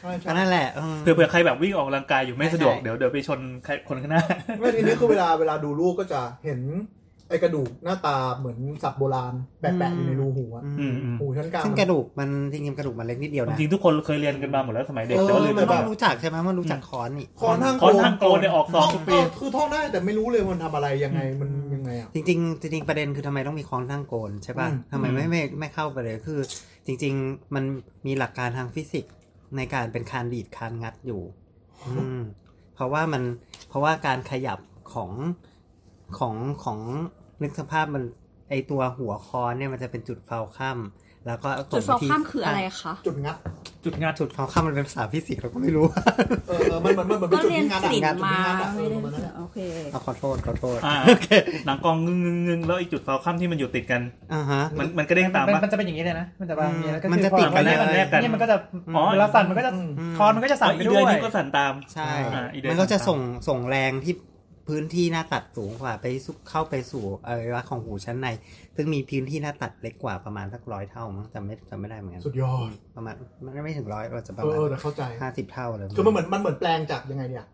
S4: ใช่ใช่
S7: ก็นั่นแหละเออ
S5: เผื่อเผื่อใครแบบวิ่งออกกำลังกายอยู่ไม่สะดวก
S7: ใช่
S5: เดี๋ยวเดี๋ยวไปชนใครคนข้างหน้า
S4: ไม่ทีนี้คือเวลาเวลาดูลูกก็จะเห็น ไอกระดูกหน้าตาเหมือนสัตว์โบราณแปะๆอยู่ในรูหูอะ
S5: อืมอืม
S4: หูชั้นกลาง
S7: ซึ่งกระดูกมันจริงๆกระดูกมันเล็กนิดเดียว
S5: จ
S7: นะ
S5: ริงๆทุกคนเคยเรียนกันมาหมดแล้วสมัยเด็ก
S4: เออ
S5: แต่ว่าลืมไป
S4: แบ
S5: ว่า
S4: บ
S7: รู้จักใช่ไหมมันรู้จักคอนนี่
S4: คอนทาง
S5: คอนทางโกนเนี่ยออกส
S4: ท่
S5: อ
S4: อง ง
S5: ทุกปี
S4: เออคือท่องได้แต่ไม่รู้เลยมันทำอะไรยังไงมันยังไงอะ
S7: จริงๆจริงๆประเด็นคือทำไมต้องมีคล้องทางโกนใช่ป่ะ
S4: อืม
S7: ทำไมไม่ไม่ไม่เข้าไปเลยคือ จริง ๆ มันมีหลักการทางฟิสิกส์ในการเป็นคานดีดคานงัดอยู่ อืม เพราะว่ามันเพราะว่าการขยับของของของนึกสภาพมันไอตัวหัวคอนเนี่ยมันจะเป็นจุดเฟลคัมแล้วก็ส่
S3: จุ
S7: ง
S3: ด
S7: ไป
S3: ฟอก
S7: ที่
S3: ข้ามคืออะไรคะ
S4: จุดงัด
S6: จุดงาน
S7: จุดเฟลคัมมันเป็นภาษาฟิสิกส์เราก็ไม่รู้
S4: เออเออมันมันมันมันเป็น
S3: ก็
S4: จุด
S3: เรียน
S4: ที่งัดอะ
S3: ศิล
S4: งัด
S3: ป์
S4: จุด
S3: มา
S4: ที่งัดอะเอ
S3: ไม่ได้
S4: อประมาณนั้นอะ
S3: โอเค
S7: เอาขอโทษขอโทษ
S5: อ่า
S7: โอเค
S5: หนังกองงึงงึงงึงแล้วไอ้จุดฟาวคัมที่มันอยู่ติดกัน
S7: อ่าฮะ
S5: มันมันก็เด้งตาม
S6: มัน
S5: ปะ
S6: มันจะเป็นอย่างนี้เลยนะ มันจะบางอย่างนี้แล้วก็
S7: มันจะติดกันเลย
S6: พอมันแนบกันเนี่ยมันก็จะ
S5: อ๋อ
S6: เวลาสั่นมันก็จะ
S4: อืม
S6: คอนมันก็จะสั่นไป
S5: อี
S6: ด้
S5: เดื
S6: ว
S5: อย นนี้ก็สั่นตาม
S7: ใช่
S5: อ่าอีเดน
S7: มันก็จะ
S5: ต่างๆ
S7: ส่งส่งแรงที่พื้นที่หน้าตัดสูงกว่าไปซุกเข้าไปสู่อวัยวะของหูชั้นใน ซึ่งมีพื้นที่หน้าตัดเล็กกว่าประมาณสักร้อยเท่ามั้งจำไม่จำไม่ได้เหมือนกัน
S4: สุดยอด
S7: ประมาณมันไม่ถึงร้อยเราจะประ
S4: เอ
S7: มาณ
S4: อแต่เข้าใจ
S7: ห้าสิบเท่าเลย
S4: คือมันเหมือนมันเหมือนแปลงจากยังไงเนี่ย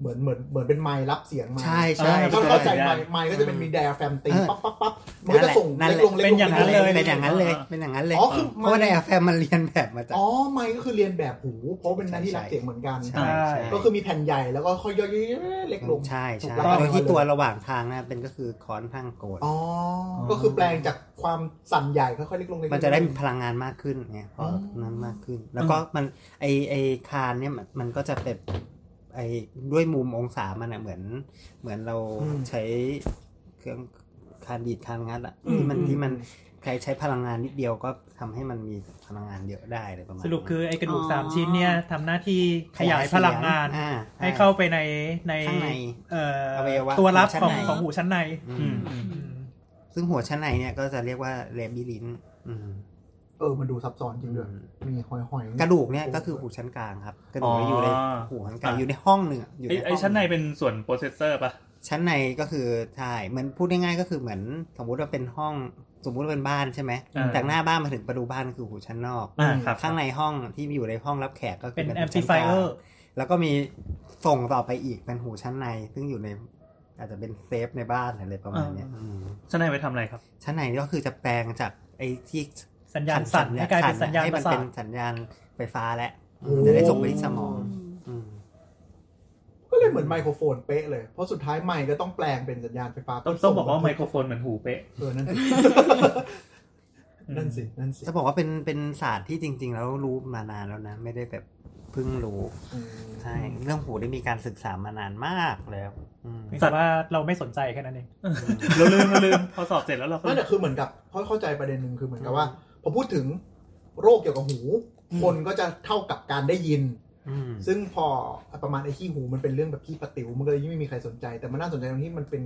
S4: เหมือนเหมือนเหมือนเป็นไมล์รับเสียงมา
S7: ใช่ใช่
S5: เออ
S4: ก็
S7: ใช่
S4: เข้าใจ
S5: ได้
S4: ไมล์ไมล์ก็จะเป็นมีแดร์แฟมตี
S7: เออ
S4: ปั๊บปั๊บปั๊บมันก็จะส่ง
S7: นั่น
S4: เล็
S7: แห
S4: ก
S7: ละ
S4: ลงเล็กลง
S6: เป็นอย่างนั้น
S4: ล็ก
S6: เลย
S7: เป็นอย่างนั้นเลย
S5: อ่า
S7: เป็นอย่างนั้นเลย
S4: อ๋อคือ
S7: เพราะว่าใน
S4: ไมล์
S7: แฟมมันเรียนแบบมาจาก
S4: อ๋อไมล์ก็คือเรียนแบบหู เพราะเป็นหน้าที่รับเสียงเหมือนกัน
S7: ใช่ใช่
S4: ก็คือมีแผ่นใหญ่แล้วก็ค่อยย่อยๆเล็กลง
S7: ใช่ใช่
S4: ถูกต้อง
S7: โดยที่ตัวระหว่างทางนะเป็นก็คือคอนทางโกน
S4: อ๋อก็คือแปลงจากความสั่นใหญ่ค่อยๆเล็กลงเล็กลง
S7: มันจะได้มีพลังงานมากขึ้นไงเพราะ
S4: อ๋อ
S7: นั้นมากขึ้น แล้วก็มันไอไอคานเนี่ยมันมันก็จะเป็นไอด้วยมุมองศามันอะเหมือน เหมือนเราใช้เครื่องคานดีดคานงัดอะที่มันที่มันใครใช้พลังงานนิดเดียวก็ทำให้มันมีพลังงานเยอะได้อะไรประมาณ
S6: สรุปคือไอ้กระดูก
S3: อ๋อ
S6: สามชิ้นเนี่ยทำหน้าที่ขยายพลังงาน
S7: อ่
S6: ให้เข้าไปในใน
S7: ข้างใน
S6: เอ่อ
S7: อวัยวะ
S6: ตัวรับ
S7: ข
S6: ข
S7: อ
S6: อ
S7: ชั้น
S6: ง ง
S7: ใน
S6: ของหูชั้นใน
S7: อื
S5: อื
S7: ม
S5: มอืม
S7: ซึ่งหัวชั้นในเนี่ยก็จะเรียกว่าเรบิลินอืม
S4: เออมันดูซับซ้อนจริงด้วยมีหอยหอยๆ
S7: กระดูกเนี่ยก็คือหูชั้นกลางครับ กระดูกเนี่ยอยู่ในหูชั้นกลางอยู่ในห้องหนึ่งอะอยู่
S5: ไอ้
S7: ในห้
S5: ไอ้
S7: อง
S5: ชั้นในเป็นส่วนโปรเซสเซอร์ปะ
S7: ชั้นในก็คือใช่เหมือนพูดง่ายๆก็คือเหมือน สมมุติว่าเป็นห้องสมมุติว่าเป็นบ้านใช่ไหม
S5: อ่า
S7: จากหน้าบ้านมาถึงประตูบ้านคือหูชั้นนอก
S5: อ่าครับ
S7: ข้างในห้องที่อยู่ในห้องรับแขกก็คื
S6: เป็น
S7: หู
S6: แอมพลิ
S7: ชั้น
S6: ไฟ
S7: กลาง
S6: เออร์
S7: แล้วก็มีส่งต่อไปอีกเป็นหูชั้นใน ซึ่งอยู่ในอาจจะเป็นเซฟในบ้านอะไรประมาณเนี้ยอืม
S5: ชั้นในไว้ทำอะไรครับ
S7: ชั้นในก็คือจะแปลงจากไอ้ที่
S6: สัญญาณสั่นให้กลายเป็นสัญญาณ
S7: ให้
S6: ป
S7: มั
S6: ระ
S7: น
S6: สา
S7: เป็
S6: ท
S7: นสัญญาณไฟฟ้าแหละ
S4: โอ้โห
S7: จะได้ส่งไปที่สมองอืม
S4: ก็เลยเหมือนไมโครโฟนเป๊ะเลย เพราะสุดท้ายไมค์ก็ต้องแปลงเป็นสัญญาณไฟฟ้า
S5: ต้องต้องบอกว่าไมโครโฟนเหมือนหูเป๊ะ
S4: เออนั่นสินั่นสินั่นสิ
S7: จะบอกว่าเป็นเป็นศาสตร์ที่จริง ๆ แล้วรู้มานานแล้วนะ ไม่ได้แบบเพิ่งรู้
S4: อืม
S7: ใช่เรื่องหูได้มีการศึกษามานานมากแล้วอืม
S6: แต่ว่าเราไม่สนใจแค่นั้นเอง
S5: เราลืมเราลืมพอสอบเสร็จแล้วเราก็
S4: ไม่แต่คือเหมือนกับเพราะเข้าใจประเด็นหนึ่งคือเหมือนกับว่าพอพูดถึงโรคเกี่ยวกับหู คนก็จะเท่ากับการได้ยิน
S7: อืม
S4: ซึ่งพอประมาณไอ้ขี้หูมันเป็นเรื่องแบบขี้ปะติ๋วมันก็เลยยิ่งไม่มีใครสนใจ แต่มันน่าสนใจตรงที่มันเป็น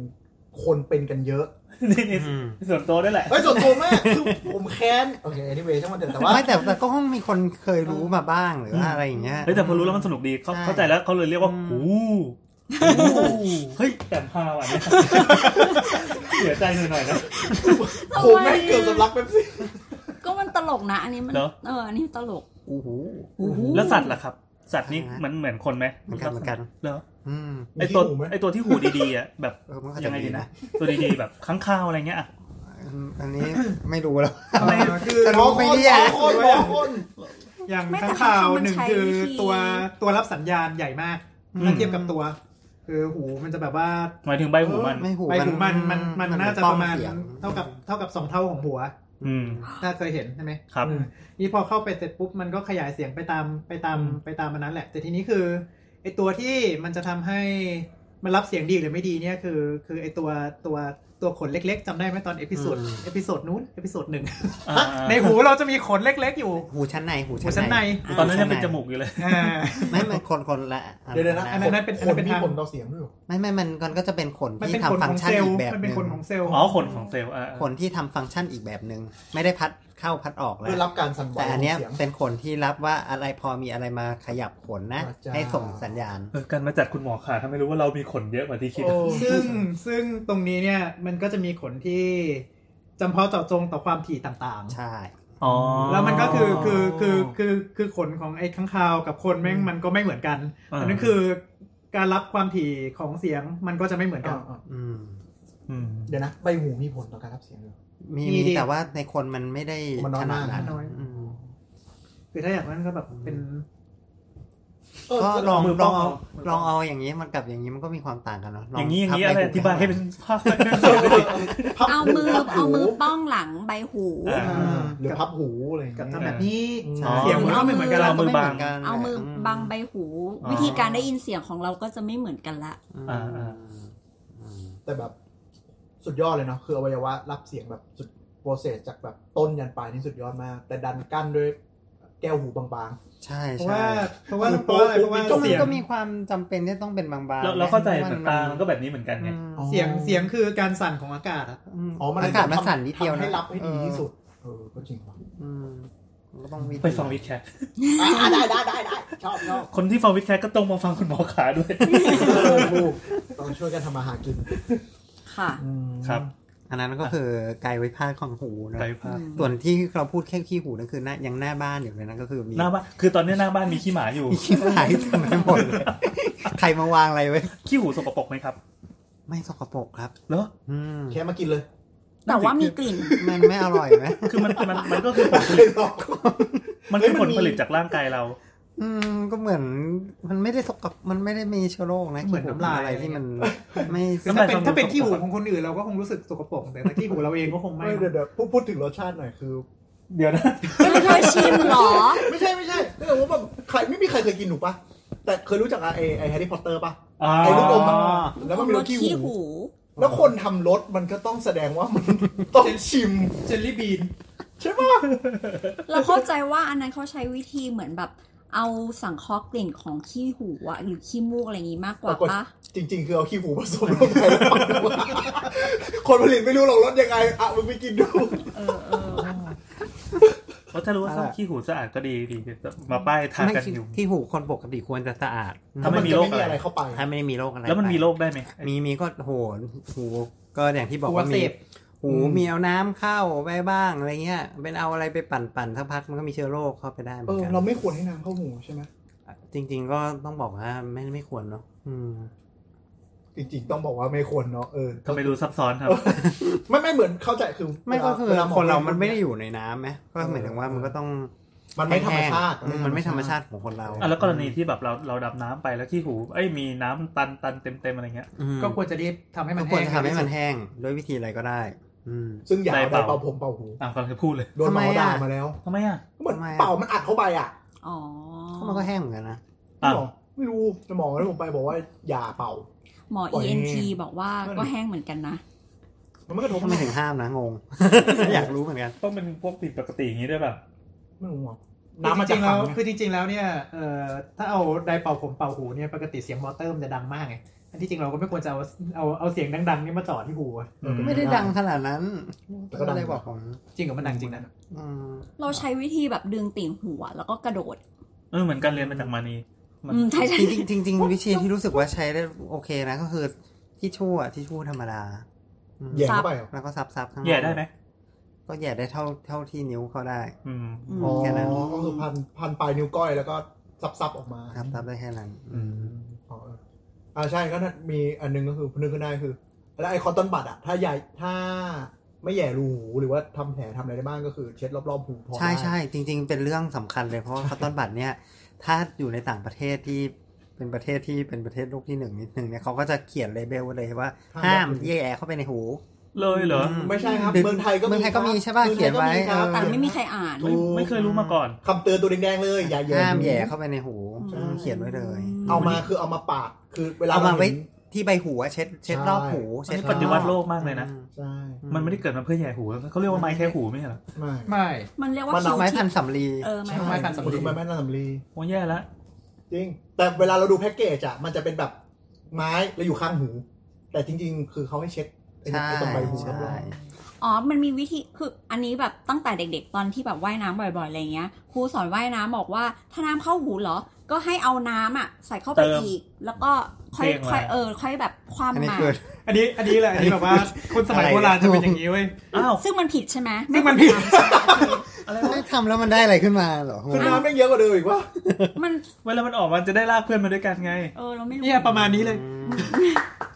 S4: คนเป็นกันเยอะ
S5: นี่นี่
S7: อืม
S5: ส่วนตัวด้วยแหละ
S4: เอ้ยส่วนตัวมากคือผมแค้นโอเค anyway ช่างมันเถอะแต่ว่า
S7: ไม่แต่แต่ก็มีคนเคยรู้มาบ้างหรือว่าอะไรอย่างเงี้ย
S5: เฮ้ยแต่พอรู้แล้วมันสนุกดีเขา
S7: ใช่
S5: เข้าใจแล้วเขาเลยเรียกว่า
S7: อืม
S5: หูเฮ้ยแต่พาว่ะ เนี่ยเสียใจหน่อยๆนะ
S4: ผมไม่งเกือบสำลักเป็นสิ
S3: ก็มันตลกนะ อันนี้มัน
S5: เหรอ
S3: เอออันนี้ตลก
S7: โอ้โห
S5: แล้วสัตว์ล่ะครับ สัตว์นี่
S7: อ่าฮะ
S5: มันเหมือนคนไหม
S7: เหมือนกันเหมือนกัน
S5: เหรอ
S7: อืม
S5: ไอตัว
S4: มีขี้หูหม
S5: ไอตัวที่หูดีๆอ่ะแบบ
S7: เออมันก็
S5: ยั
S7: จะ
S5: งไง
S7: มี
S5: ดีนะ
S7: นะ
S5: ตัวดีๆแบบค้างคาวอะไรเงี้ยอ่ะ
S7: อืมอันนี้ไม่รู้แล้ว
S5: ทำไม
S4: คือ
S7: จะรู้ไปเรีย
S4: สองคนสองคน
S6: อย่าง
S3: ไม่แต่
S6: ข้างข่าว
S3: บางคนมัน
S6: หนึ่ง
S3: ใช้
S6: คือ
S3: วิธี
S6: ตัวตัวรับสัญญาณใหญ่มาก
S7: อืม
S6: ถ้าเทียบกับตัว คือหูมันจะแบบว่า
S5: หมายถึงใบหูมัน
S7: ไม่หู
S6: ไปหูมันมันมันน่าจะประมาณ
S7: เสียง
S6: เท่ากับเท่ากับสองเท่าของหัว
S5: อืม
S6: ถ้าเคยเห็นใช่ไหม
S5: ครับ
S6: อืมนี่พอเข้าไปเสร็จปุ๊บมันก็ขยายเสียงไปตามไปตาม
S5: อืม
S6: ไปตามมันนั้นแหละ แต่ทีนี้คือไอตัวที่มันจะทำให้มันรับเสียงดีหรือไม่ดีเนี่ยคือ คือไอตัวตัวตัวขนเล็กๆจำได้ไหมตอนเอพิโซด
S7: อืม
S6: เอพิโซดนู้นเอพิโซดหนึ่ง
S5: อ่า
S6: ในหูเราจะมีขนเล็กๆอยู่
S7: หูชั้นในหู
S6: หูชั้นใน
S5: ตอนนั้นยังเป็นจมูกอยู่เลย
S6: อ่า
S7: ไม่ไม่คนคนละ
S4: เดี๋ยวๆนะ
S6: อันนั้นเป็นอั
S4: คน น
S6: นั้นเป็น
S4: มี
S6: ทาง
S4: ผลต่อเสียงด้วยเหรอ
S7: ไม่ไม่มันมันก็จะเป็นขน
S6: มัน
S7: ที่
S6: เป็นขน
S7: ทำฟัง
S6: ของ
S7: ก์ชัน
S6: เซล
S7: อีก
S6: ล์
S7: แบบ
S6: มัน
S7: ห
S6: เป็น
S7: นึ่ง
S6: ขนของเซลล์
S5: อ๋อขนของเซลล์อ่า
S7: ขนที่ทำฟังก์ชันอีกแบบหนึ่งไม่ได้พัดเข้าพัดออกนะ
S4: เพื่อรับการสั่นไหว
S7: แต่อันเนี้ย
S4: ขงสียง
S7: เป็นขนที่รับว่าอะไรพอมีอะไรมาขยับขนนะ
S4: พระเจ้า
S7: ให้ส่งสัญญาณ
S5: เออการมาจัดคุณหมอขาทำให้รู้ว่าเรามีขนเยอะกว่าที่คิด
S4: โอ้
S6: ซึ่งซึ่งตรงนี้เนี่ยมันก็จะมีขนที่จำเพาะเจาะจงต่อความถี่ต่าง
S7: ใช่
S5: อ๋อ
S6: ๆ แล้วมันก็คือคือคือคือคือขนของไอ้ข้างคาวกับคนแม่งมันก็ไม่เหมือนกัน อันนั้นคือการรับความถี่ของเสียงมันก็จะไม่เหมือนกัน
S4: อ่า
S7: อืม
S5: อืม
S4: เดี๋ยวนะใบหูมีผลต่อการรับเสียงเหรอ
S7: มี
S6: มี
S7: มี
S6: ดิ
S7: แต่ว่าในคนมันไม่ได้
S4: มันน้อย
S7: ขนาด
S4: มาก
S7: นั้น
S6: น้อย
S7: อืม
S6: คือถ้าอยากนั้นก็แบบเป็น
S4: เออ
S7: ก็ลอง
S6: มือ
S7: ล
S6: ป้
S7: อ
S6: อง ง
S7: เอา
S6: มือ
S7: ล
S6: ป้อ
S7: อ
S6: ง
S7: งเอาอย่างนี้มันกับอย่างนี้มันก็มีความต่างกันเนาะล
S5: อย่างนี้อย่างนี้
S7: พั
S5: อะ
S7: บ
S5: ไร
S7: ใหู
S5: อธิบายให้เป็นภาพ
S4: พับ
S3: เอามือ
S4: พับหู
S3: เอามือป้องหลังใบหู
S5: อ่า
S4: อ่าหรือพับหูอะไรอย่าง
S6: กับ
S4: เงี้
S6: ทำแบ
S4: ย
S6: บนี้
S4: ใช่
S6: เสียงมันก็ไม่เหมือนกันเรา
S5: เอามือบัง
S7: กัน
S3: เอามือบังใบหู
S5: อ๋อ
S3: วิธีการได้ยินเสียงของเราก็จะไม่เหมือนกันละ
S7: อ่า
S5: อ่า
S4: แต่แบบสุดยอดเลยเนาะคืออวัยวะรับเสียงแบบสุดโปรเซสจากแบบต้นยันปลายนี่สุดยอดมาก แต่ดันกั้นด้วยแก้วหูบาง
S7: ใช่
S6: เพราะ
S7: ใช่
S6: ว่าเพราะว่าเพราะว่าอะไรเพราะว่า
S7: ก็มัน
S6: เสียง
S7: ก็มีความจำเป็นที่ต้องเป็นบางๆ
S5: เราเราเข้าใจ
S7: พ
S5: มั
S7: ระ
S5: นตามันก็แบบนี้เหมือนกันไง
S4: ๆอ๋อ
S6: เสียงเสียงคือการสั่นของอากาศอะ
S7: ม
S4: อ๋อมันเลย
S7: อากาศมันสั่นนิดเดียวนะ
S4: ทำให้รับให้ดีที่สุดเออก็จริงว่ะ
S7: อืมมันก็ต้องมี
S5: ไปฟังวิดแคท
S4: อ่ะได้ได้ได้ได้ชอบชอบ
S5: คนที่ฟังวิดแคทก็ต้องมาฟังคุณหมอขาด้วย
S4: เออถูกต้องช่วยกันทำมาหากิน
S3: ค่ะ
S4: อืม
S5: ครับ
S7: อันนั้นก็คือกายวิภาคของหูเนอะ
S5: ไกลภาพ
S7: ส่วนที่เราพูดแค่ขี้หูนั่นคือหน้ายังหน้าบ้านอยู่เลยนะก็คือมี
S5: หน้าบ้านคือตอนนี้หน้าบ้านมีขี้หมาอยู่
S7: มีขี้หายเต็มไปหมด เลยใครมาวางอะไรไว้
S5: ขี้หูสกปรกไหมครับ
S7: ไม่สกปรกครับ
S5: เหรอ
S7: อืม
S4: แค่มากินเลย
S3: แต่ว่า
S5: นั่นสิ
S3: มีกลิ่น
S7: มันไม่อร่อยไหม
S5: คือมันมันมันก็คือผลผ
S4: เล
S5: ลิ
S4: ย
S5: ต
S4: หรอก
S5: มันคือ
S4: เฮ้ย
S5: ผ
S4: มัน
S5: ล
S4: มี
S5: ผลิตจากร่างกายเรา
S7: อืมก็เหมือนมันไม่ได้สกปรกมันไม่ได้มีเชื้อโรคนะ
S6: เหมือนน้ำลาย
S7: อะไรที่มัน ไม่
S6: คือถ้าเป็นถ้าเป็นขี้หูของคนอื่นเราก็คงรู้สึกสกปรก แต่ถ้าขี้หูเราเองก็คงไม่
S4: ไม่เดี๋ยวเดี๋ยวพูดพูดถึงรสชาติหน่อยคือ
S5: เดี๋ยวนะ
S3: ไม่เคยชิมหรอ
S4: ไม่ใช่ไม่ใช่เออว่าแบบใครไม่มีใครเคยกินหนูปะแต่เคยรู้จักอะไอไอแฮร์รี่พอตเตอร์ปะ
S5: อ๋อ
S4: ไอ้ลูกอมอะ แล้
S3: แล้วว
S4: มั
S3: มัน น
S4: มีร
S3: ร
S4: ส
S3: ส
S4: ขี้
S3: ขี้หู
S4: หูแล้วคนทำรสมันก็ต้องแสดงว่ามัน ต้องชิม
S6: เจลลี่บีน
S4: ใช่ปะ
S3: เราเข้าใจว่าอันนั้นเขาใช้วิธีเหมือนแบบ เอาสังเคราะห์กลิ่นของขี้หูอะหรือขี้มูกอะไรอย่างงี้มากกว่าปะ
S4: จริง ๆ คือเอาขี้หมูผสมลงไปแล้ว ปั่นออกมาคนผลิตไม่รู้หรอกรสยังไงอ่ะมึงไปกินดู
S3: เออเออ
S5: เพราะถ้ารู้ว่าซ่อมขี้หูสะอาดก็ดีดีมาป้ายทา
S7: ไม่
S5: กัน
S7: ขี้
S5: อยู่
S7: ขี้หูคนปกติควรจะสะอาด
S5: ถ้า ไม่มีโรค
S4: นจะ
S5: อะไร
S4: เข้าไป
S7: ถ้าไม่ได้มีโรคอะไร
S5: แล้วมันมีโรคได้ไหม
S7: มีมีก็โหนหูก็อย่างที่บอก
S6: หูอั
S7: ว่ากมี
S6: เสบ
S7: หู
S4: อืม
S7: มีเอาน้ำเข้าไปบ้างอะไรเงี้ยเป็นเอาอะไรไปปั่นปั่นสักพักมันก็มีเชื้อโรคเข้าไปได้เหมื
S4: เอ
S7: อน
S4: อ
S7: กัน
S4: เราไม่ควรให้น้ำเข้าหูใช่ไหม
S7: จริง ๆ ก็ต้องบอกว่าไม่ไม่ควรเนาะอืม
S4: จริงๆต้องบอกว่าไม่ควรเนาะเออ
S5: ก็ไม่รู้ซับซ้อน ครับ
S4: ไม่ไม่เหมือนเข้าใจคือ
S7: ไม่ก็คือ
S4: วลหอ
S7: คนเรามัน
S4: พูด
S7: ไม่ได้อยู่ในน้ำไหมก็หมายถึงว่ามันก็ต้อง
S4: มันไม่ธรรมชาติ
S7: แห้งๆมันไม่ธรรมชาติของคนเรา
S5: อ่ะแล้วกรณีที่แบบเราเราดำน้ำไปแล้วขี้หูเอ้ยมีน้ำตันตันเต็มเต็มๆอะไรเงี้ย
S7: อืม
S6: ก็ควรจะรีบทำให้มั
S7: ก็
S6: น
S7: ควร
S6: แห้
S7: จะ
S6: ง
S7: ทำให้มันแห้งด้วยวิธีอะไรก็ได้ อืม
S4: ซึ่งอย่าเอา
S5: ได้
S4: ได้
S5: เป
S4: เป่า
S5: ล่า
S4: ผมเป่าหู
S5: อ่ะกำลังจะพูดเลย
S4: โดนหมอ
S7: ทำไมอ่ะ
S4: ด่ามาแล้ว
S5: ทำไมอ่ะ
S4: ก็เหมือน
S7: ทำไมอ่ะ
S4: เป่ามันอัดเข้าไปอ่ะ
S3: อ๋อ
S7: ก็มันก็แห้งเหมือนกันนะ
S5: อ่ะ
S4: หมอไม่รู้แต่หมอที่ผมไปบอกว่าอย่าเป่า
S3: หมอ
S4: ปล่อยให้
S3: ENT บอกว่าก็แห้งเหมือนกันนะ
S4: มันไม่กระทบ
S7: ทำไมถึงห้ามนะงง อยากรู้เหมือนกัน
S5: ต้องเป็นพวกติดปกติอย่างนี้ด้วยแบบ
S4: ไม่รู้หรอก
S6: น้ำ
S4: น้ำมัน
S6: จ
S4: จะ
S6: ริงๆ
S4: ขัง
S6: แล้ว
S4: ไง
S6: คือจริงๆแล้วเนี่ยเอ่อถ้าเอาไดร์เป่าผมเป่าหูเนี่ยปกติเสียงมอเตอร์มันจะดังมากไงอันที่จริงเราก็ไม่ควรจะเอาเอาเอาเสียงดังๆเนี่ยมาจ่อที่หูอะ
S5: อืม
S7: ไม่ได้ดังขนาดนั้นก็ได้บอกผม
S6: จริงกับมันดังจริงนะ
S7: อืม
S3: เราใช้วิธีแบบดึงติ่งหัว แล้วก็กระโดด
S5: เออเหมือนกันเรียนมาจากมานีมัน
S3: อืมใช่ใช่
S7: จริงๆจริง ๆวิธีที่รู้สึกว่าใช้ได้โอเคนะ ก็คือทิชชู่อะทิชชู่ธรรมดาอืม
S4: แหย่เข้าไปเหรอ
S7: แล้วก็ซับซับข้างนอก
S5: แย่ได้ไหม
S7: ก็แย่ได้เท่าเท่าที่นิ้วเขาได้
S5: อืม
S3: อืม
S4: อ๋อ
S7: แค่นั้น
S4: ก็คือพันพันปลายนิ้วก้อยแล้วก็ซับซับๆออกมา
S7: ซับซับได้แค่นั้น
S5: อืม
S4: อ๋อเอออ่าใช่ก็นั่นมีอันหนึงก็คือนึกขึ้นได้คือ แล้วไอคอนตอนบัตอะถ้าใหญ่ถ้าไม่แหย่รูหูหรือว่าทำแผลทำอะไรได้บ้างก็คือ เช็ดรอบๆหูพอ
S7: ใช่
S4: ได้
S7: ใช่จริง ๆ เป็นเรื่องสำคัญเลยเพราะว่า คัตตอนบัตรเนี่ย ถ้าอยู่ในต่างประเทศที่เป็นประเทศที่เป็นประเทศโลกที่หนึ่งนิดนึงเนี่ยเขาก็จะเขียนเลเบลไว้เลยว่า ห้ามแย่เข้าไปในหู
S5: เลยเหรอ
S7: อื
S4: ไม่ใช่ครับ
S7: หรือ
S4: เมืองไทยก็
S7: เมืองไทยก็มีใช่ปะ
S4: มืองทก็มี
S7: เขียนไว้
S4: ครั
S7: เออ
S3: แต่ไม่มีใครอ่าน
S5: ไม่ไม่เคยรู้มาก่อน
S4: คำเตือนตัวแดงๆเลย อย่าแหย่
S7: ห้ามแย่
S4: หู
S7: เข้าไปในหู
S3: ใช่
S7: เขียนไว้เลย
S4: เอามาคือเอามาปาดคือเวลา
S7: เอามาไว้
S4: เห็น
S7: ที่ใบหูอะเช็ดเช็ด
S4: ใช่
S7: รอบหูเช็ด
S5: อันนี้ปฏิวัติโลกมากเลยนะ
S4: ใช่
S5: มันไม่ได้เกิดมาเพื่อแย่หูเขาเรียกว่าไม้แค่หูไม่ใช่เหรอ
S4: ไม่
S6: ไม่
S3: มันเรียกว่า
S4: มัน
S3: คิ
S4: เอา
S3: ว
S7: ไม้
S3: ทิ
S7: พัน
S3: ป
S7: สำลี
S3: เออไม้
S4: ใช่
S3: พัน
S6: ไม้พันสำลี
S4: มันคือไม้พันสำลี
S5: โอ้แย่ละ
S4: จริง แต่เวลาเราดูแพ็กเกจอะมันจะเป็นแบบไม้แล้วอยู่ข้างหู แต่จริง ๆ คือเขาให้เช็ดไอ้
S7: ใช่
S4: ตรงใบหูร
S7: ใช่
S4: อบ
S3: อ๋อ มันมีวิธี คืออันนี้แบบตั้งแต่เด็กๆ ตอนที่แบบว่ายน้ำบ่อยๆ อะไรเงี้ย ครูสอนว่ายน้ำบอกว่าถ้าน้ำเข้าหูเหรอ ก็ให้เอาน้ำอ่ะ ใส่เข้าไป
S5: เติม
S3: อีก แล้วก็ค่อย
S5: เทลงไป
S3: ค่อยเออค่อยแบบค
S7: อัน
S3: ว่ำ
S7: นี้
S3: มา
S7: คือ
S6: อันนี้อันนี้แหละอันนี้แบบว่าคนสมัยโบราณจะเป็นอย่างนี้เว้ย
S5: อ้าว
S3: ซึ่งมันผิดใช่ไหม
S6: ซึ่งมันผิด
S7: ได้ทำแล้วมันได้อะไรขึ้นมาเหรอ
S4: คือน้ำแม่งเยอะกว่าเดิมอีกวะ
S3: มัน
S5: เวลามันออกมันจะได้ลากเพื่อนมาด้วยกันไง
S3: เออเราไม่รู้
S6: เนี่ยประมาณนี้เลย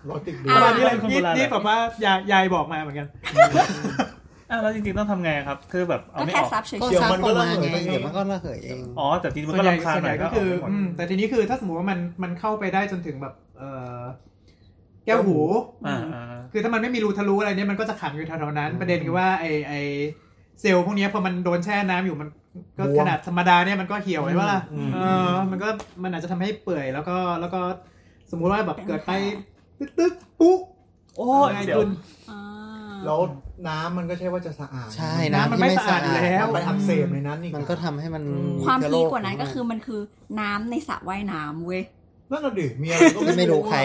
S4: ลอจิกดี
S3: อ่
S6: ประมาณนี้เลย
S5: คนโบ
S6: นี่
S5: ราณ
S6: นี่แบบว่ายายยายบอกมาเหมือนกัน
S5: อ้าวแล้วจริงๆต้องทำไงครับ คือแบบเอา
S3: ก็
S5: ไม่
S3: แค่
S5: ออก
S3: ซับเฉย
S7: ก็
S4: เดี๋ยว
S7: ซัก
S4: มัน
S7: อ
S4: ก็
S7: อก
S4: ระ
S7: มา
S4: เหย
S7: ไง
S4: ไปเอง
S7: เดี๋ยวมันก็ระเหยเอง
S5: อ๋อแต่ทีนี้มัน
S6: ส่ว
S5: ก็
S6: นใหญ่
S5: รำคาญ
S6: ส่วน
S5: ห
S6: ให
S5: น่อ
S6: ญ่
S5: ย
S6: ก็
S5: ก็
S6: คือ
S5: เาไปก่น
S6: อืมแต่ทีนี้คือถ้าสมมติว่ามันมันเข้าไปได้จนถึงแบบ เออแก้วหู
S5: อ่า
S6: คือถ้ามันไม่มีรูทะลุอะไรเนี่ยมันก็จะขังอยู่แถวๆนั้น ประเด็นคือว่าไอไอเซลล์พวกเนี้ยพอมันโดนแช่น้ำอยู่มันก็
S4: บวม
S6: ขนาดธรรมดาเนี่ยมันก็เหี่ยวใช่ปะล่ะ
S7: อืม
S6: เออ มันก็มันอาจจะทำให้เปื่อยแล้วก็แล้วก็สมมุติว่าแบบเกิดไปตึ๊กตึ๊กปุ๊
S5: โอ้ย
S6: ไง
S5: เดี๋ยว
S6: คุณ
S3: ๆอ่า
S4: แล้วน้ำมันก็ใช่ว่าจะสะอาด
S7: ใช่
S6: น้ำ
S7: น้ำ
S6: มัน
S7: ที่
S6: ไม่
S7: ไม่
S6: สะ
S7: สะอา
S6: อาด
S7: ด
S6: อยู่แล้ว
S4: มันไปอักเสบในนั้นอีก
S7: มันก็ทำให้มัน
S3: ความ
S7: เชื้อโร
S3: พีค
S7: ค
S3: กว่านั้นก็คือมันคือน้ำในสระว่ายน้ำเว้ย
S4: นั่นน่ะดิมีอะไรก็
S7: ที่ไม่รู้ใคร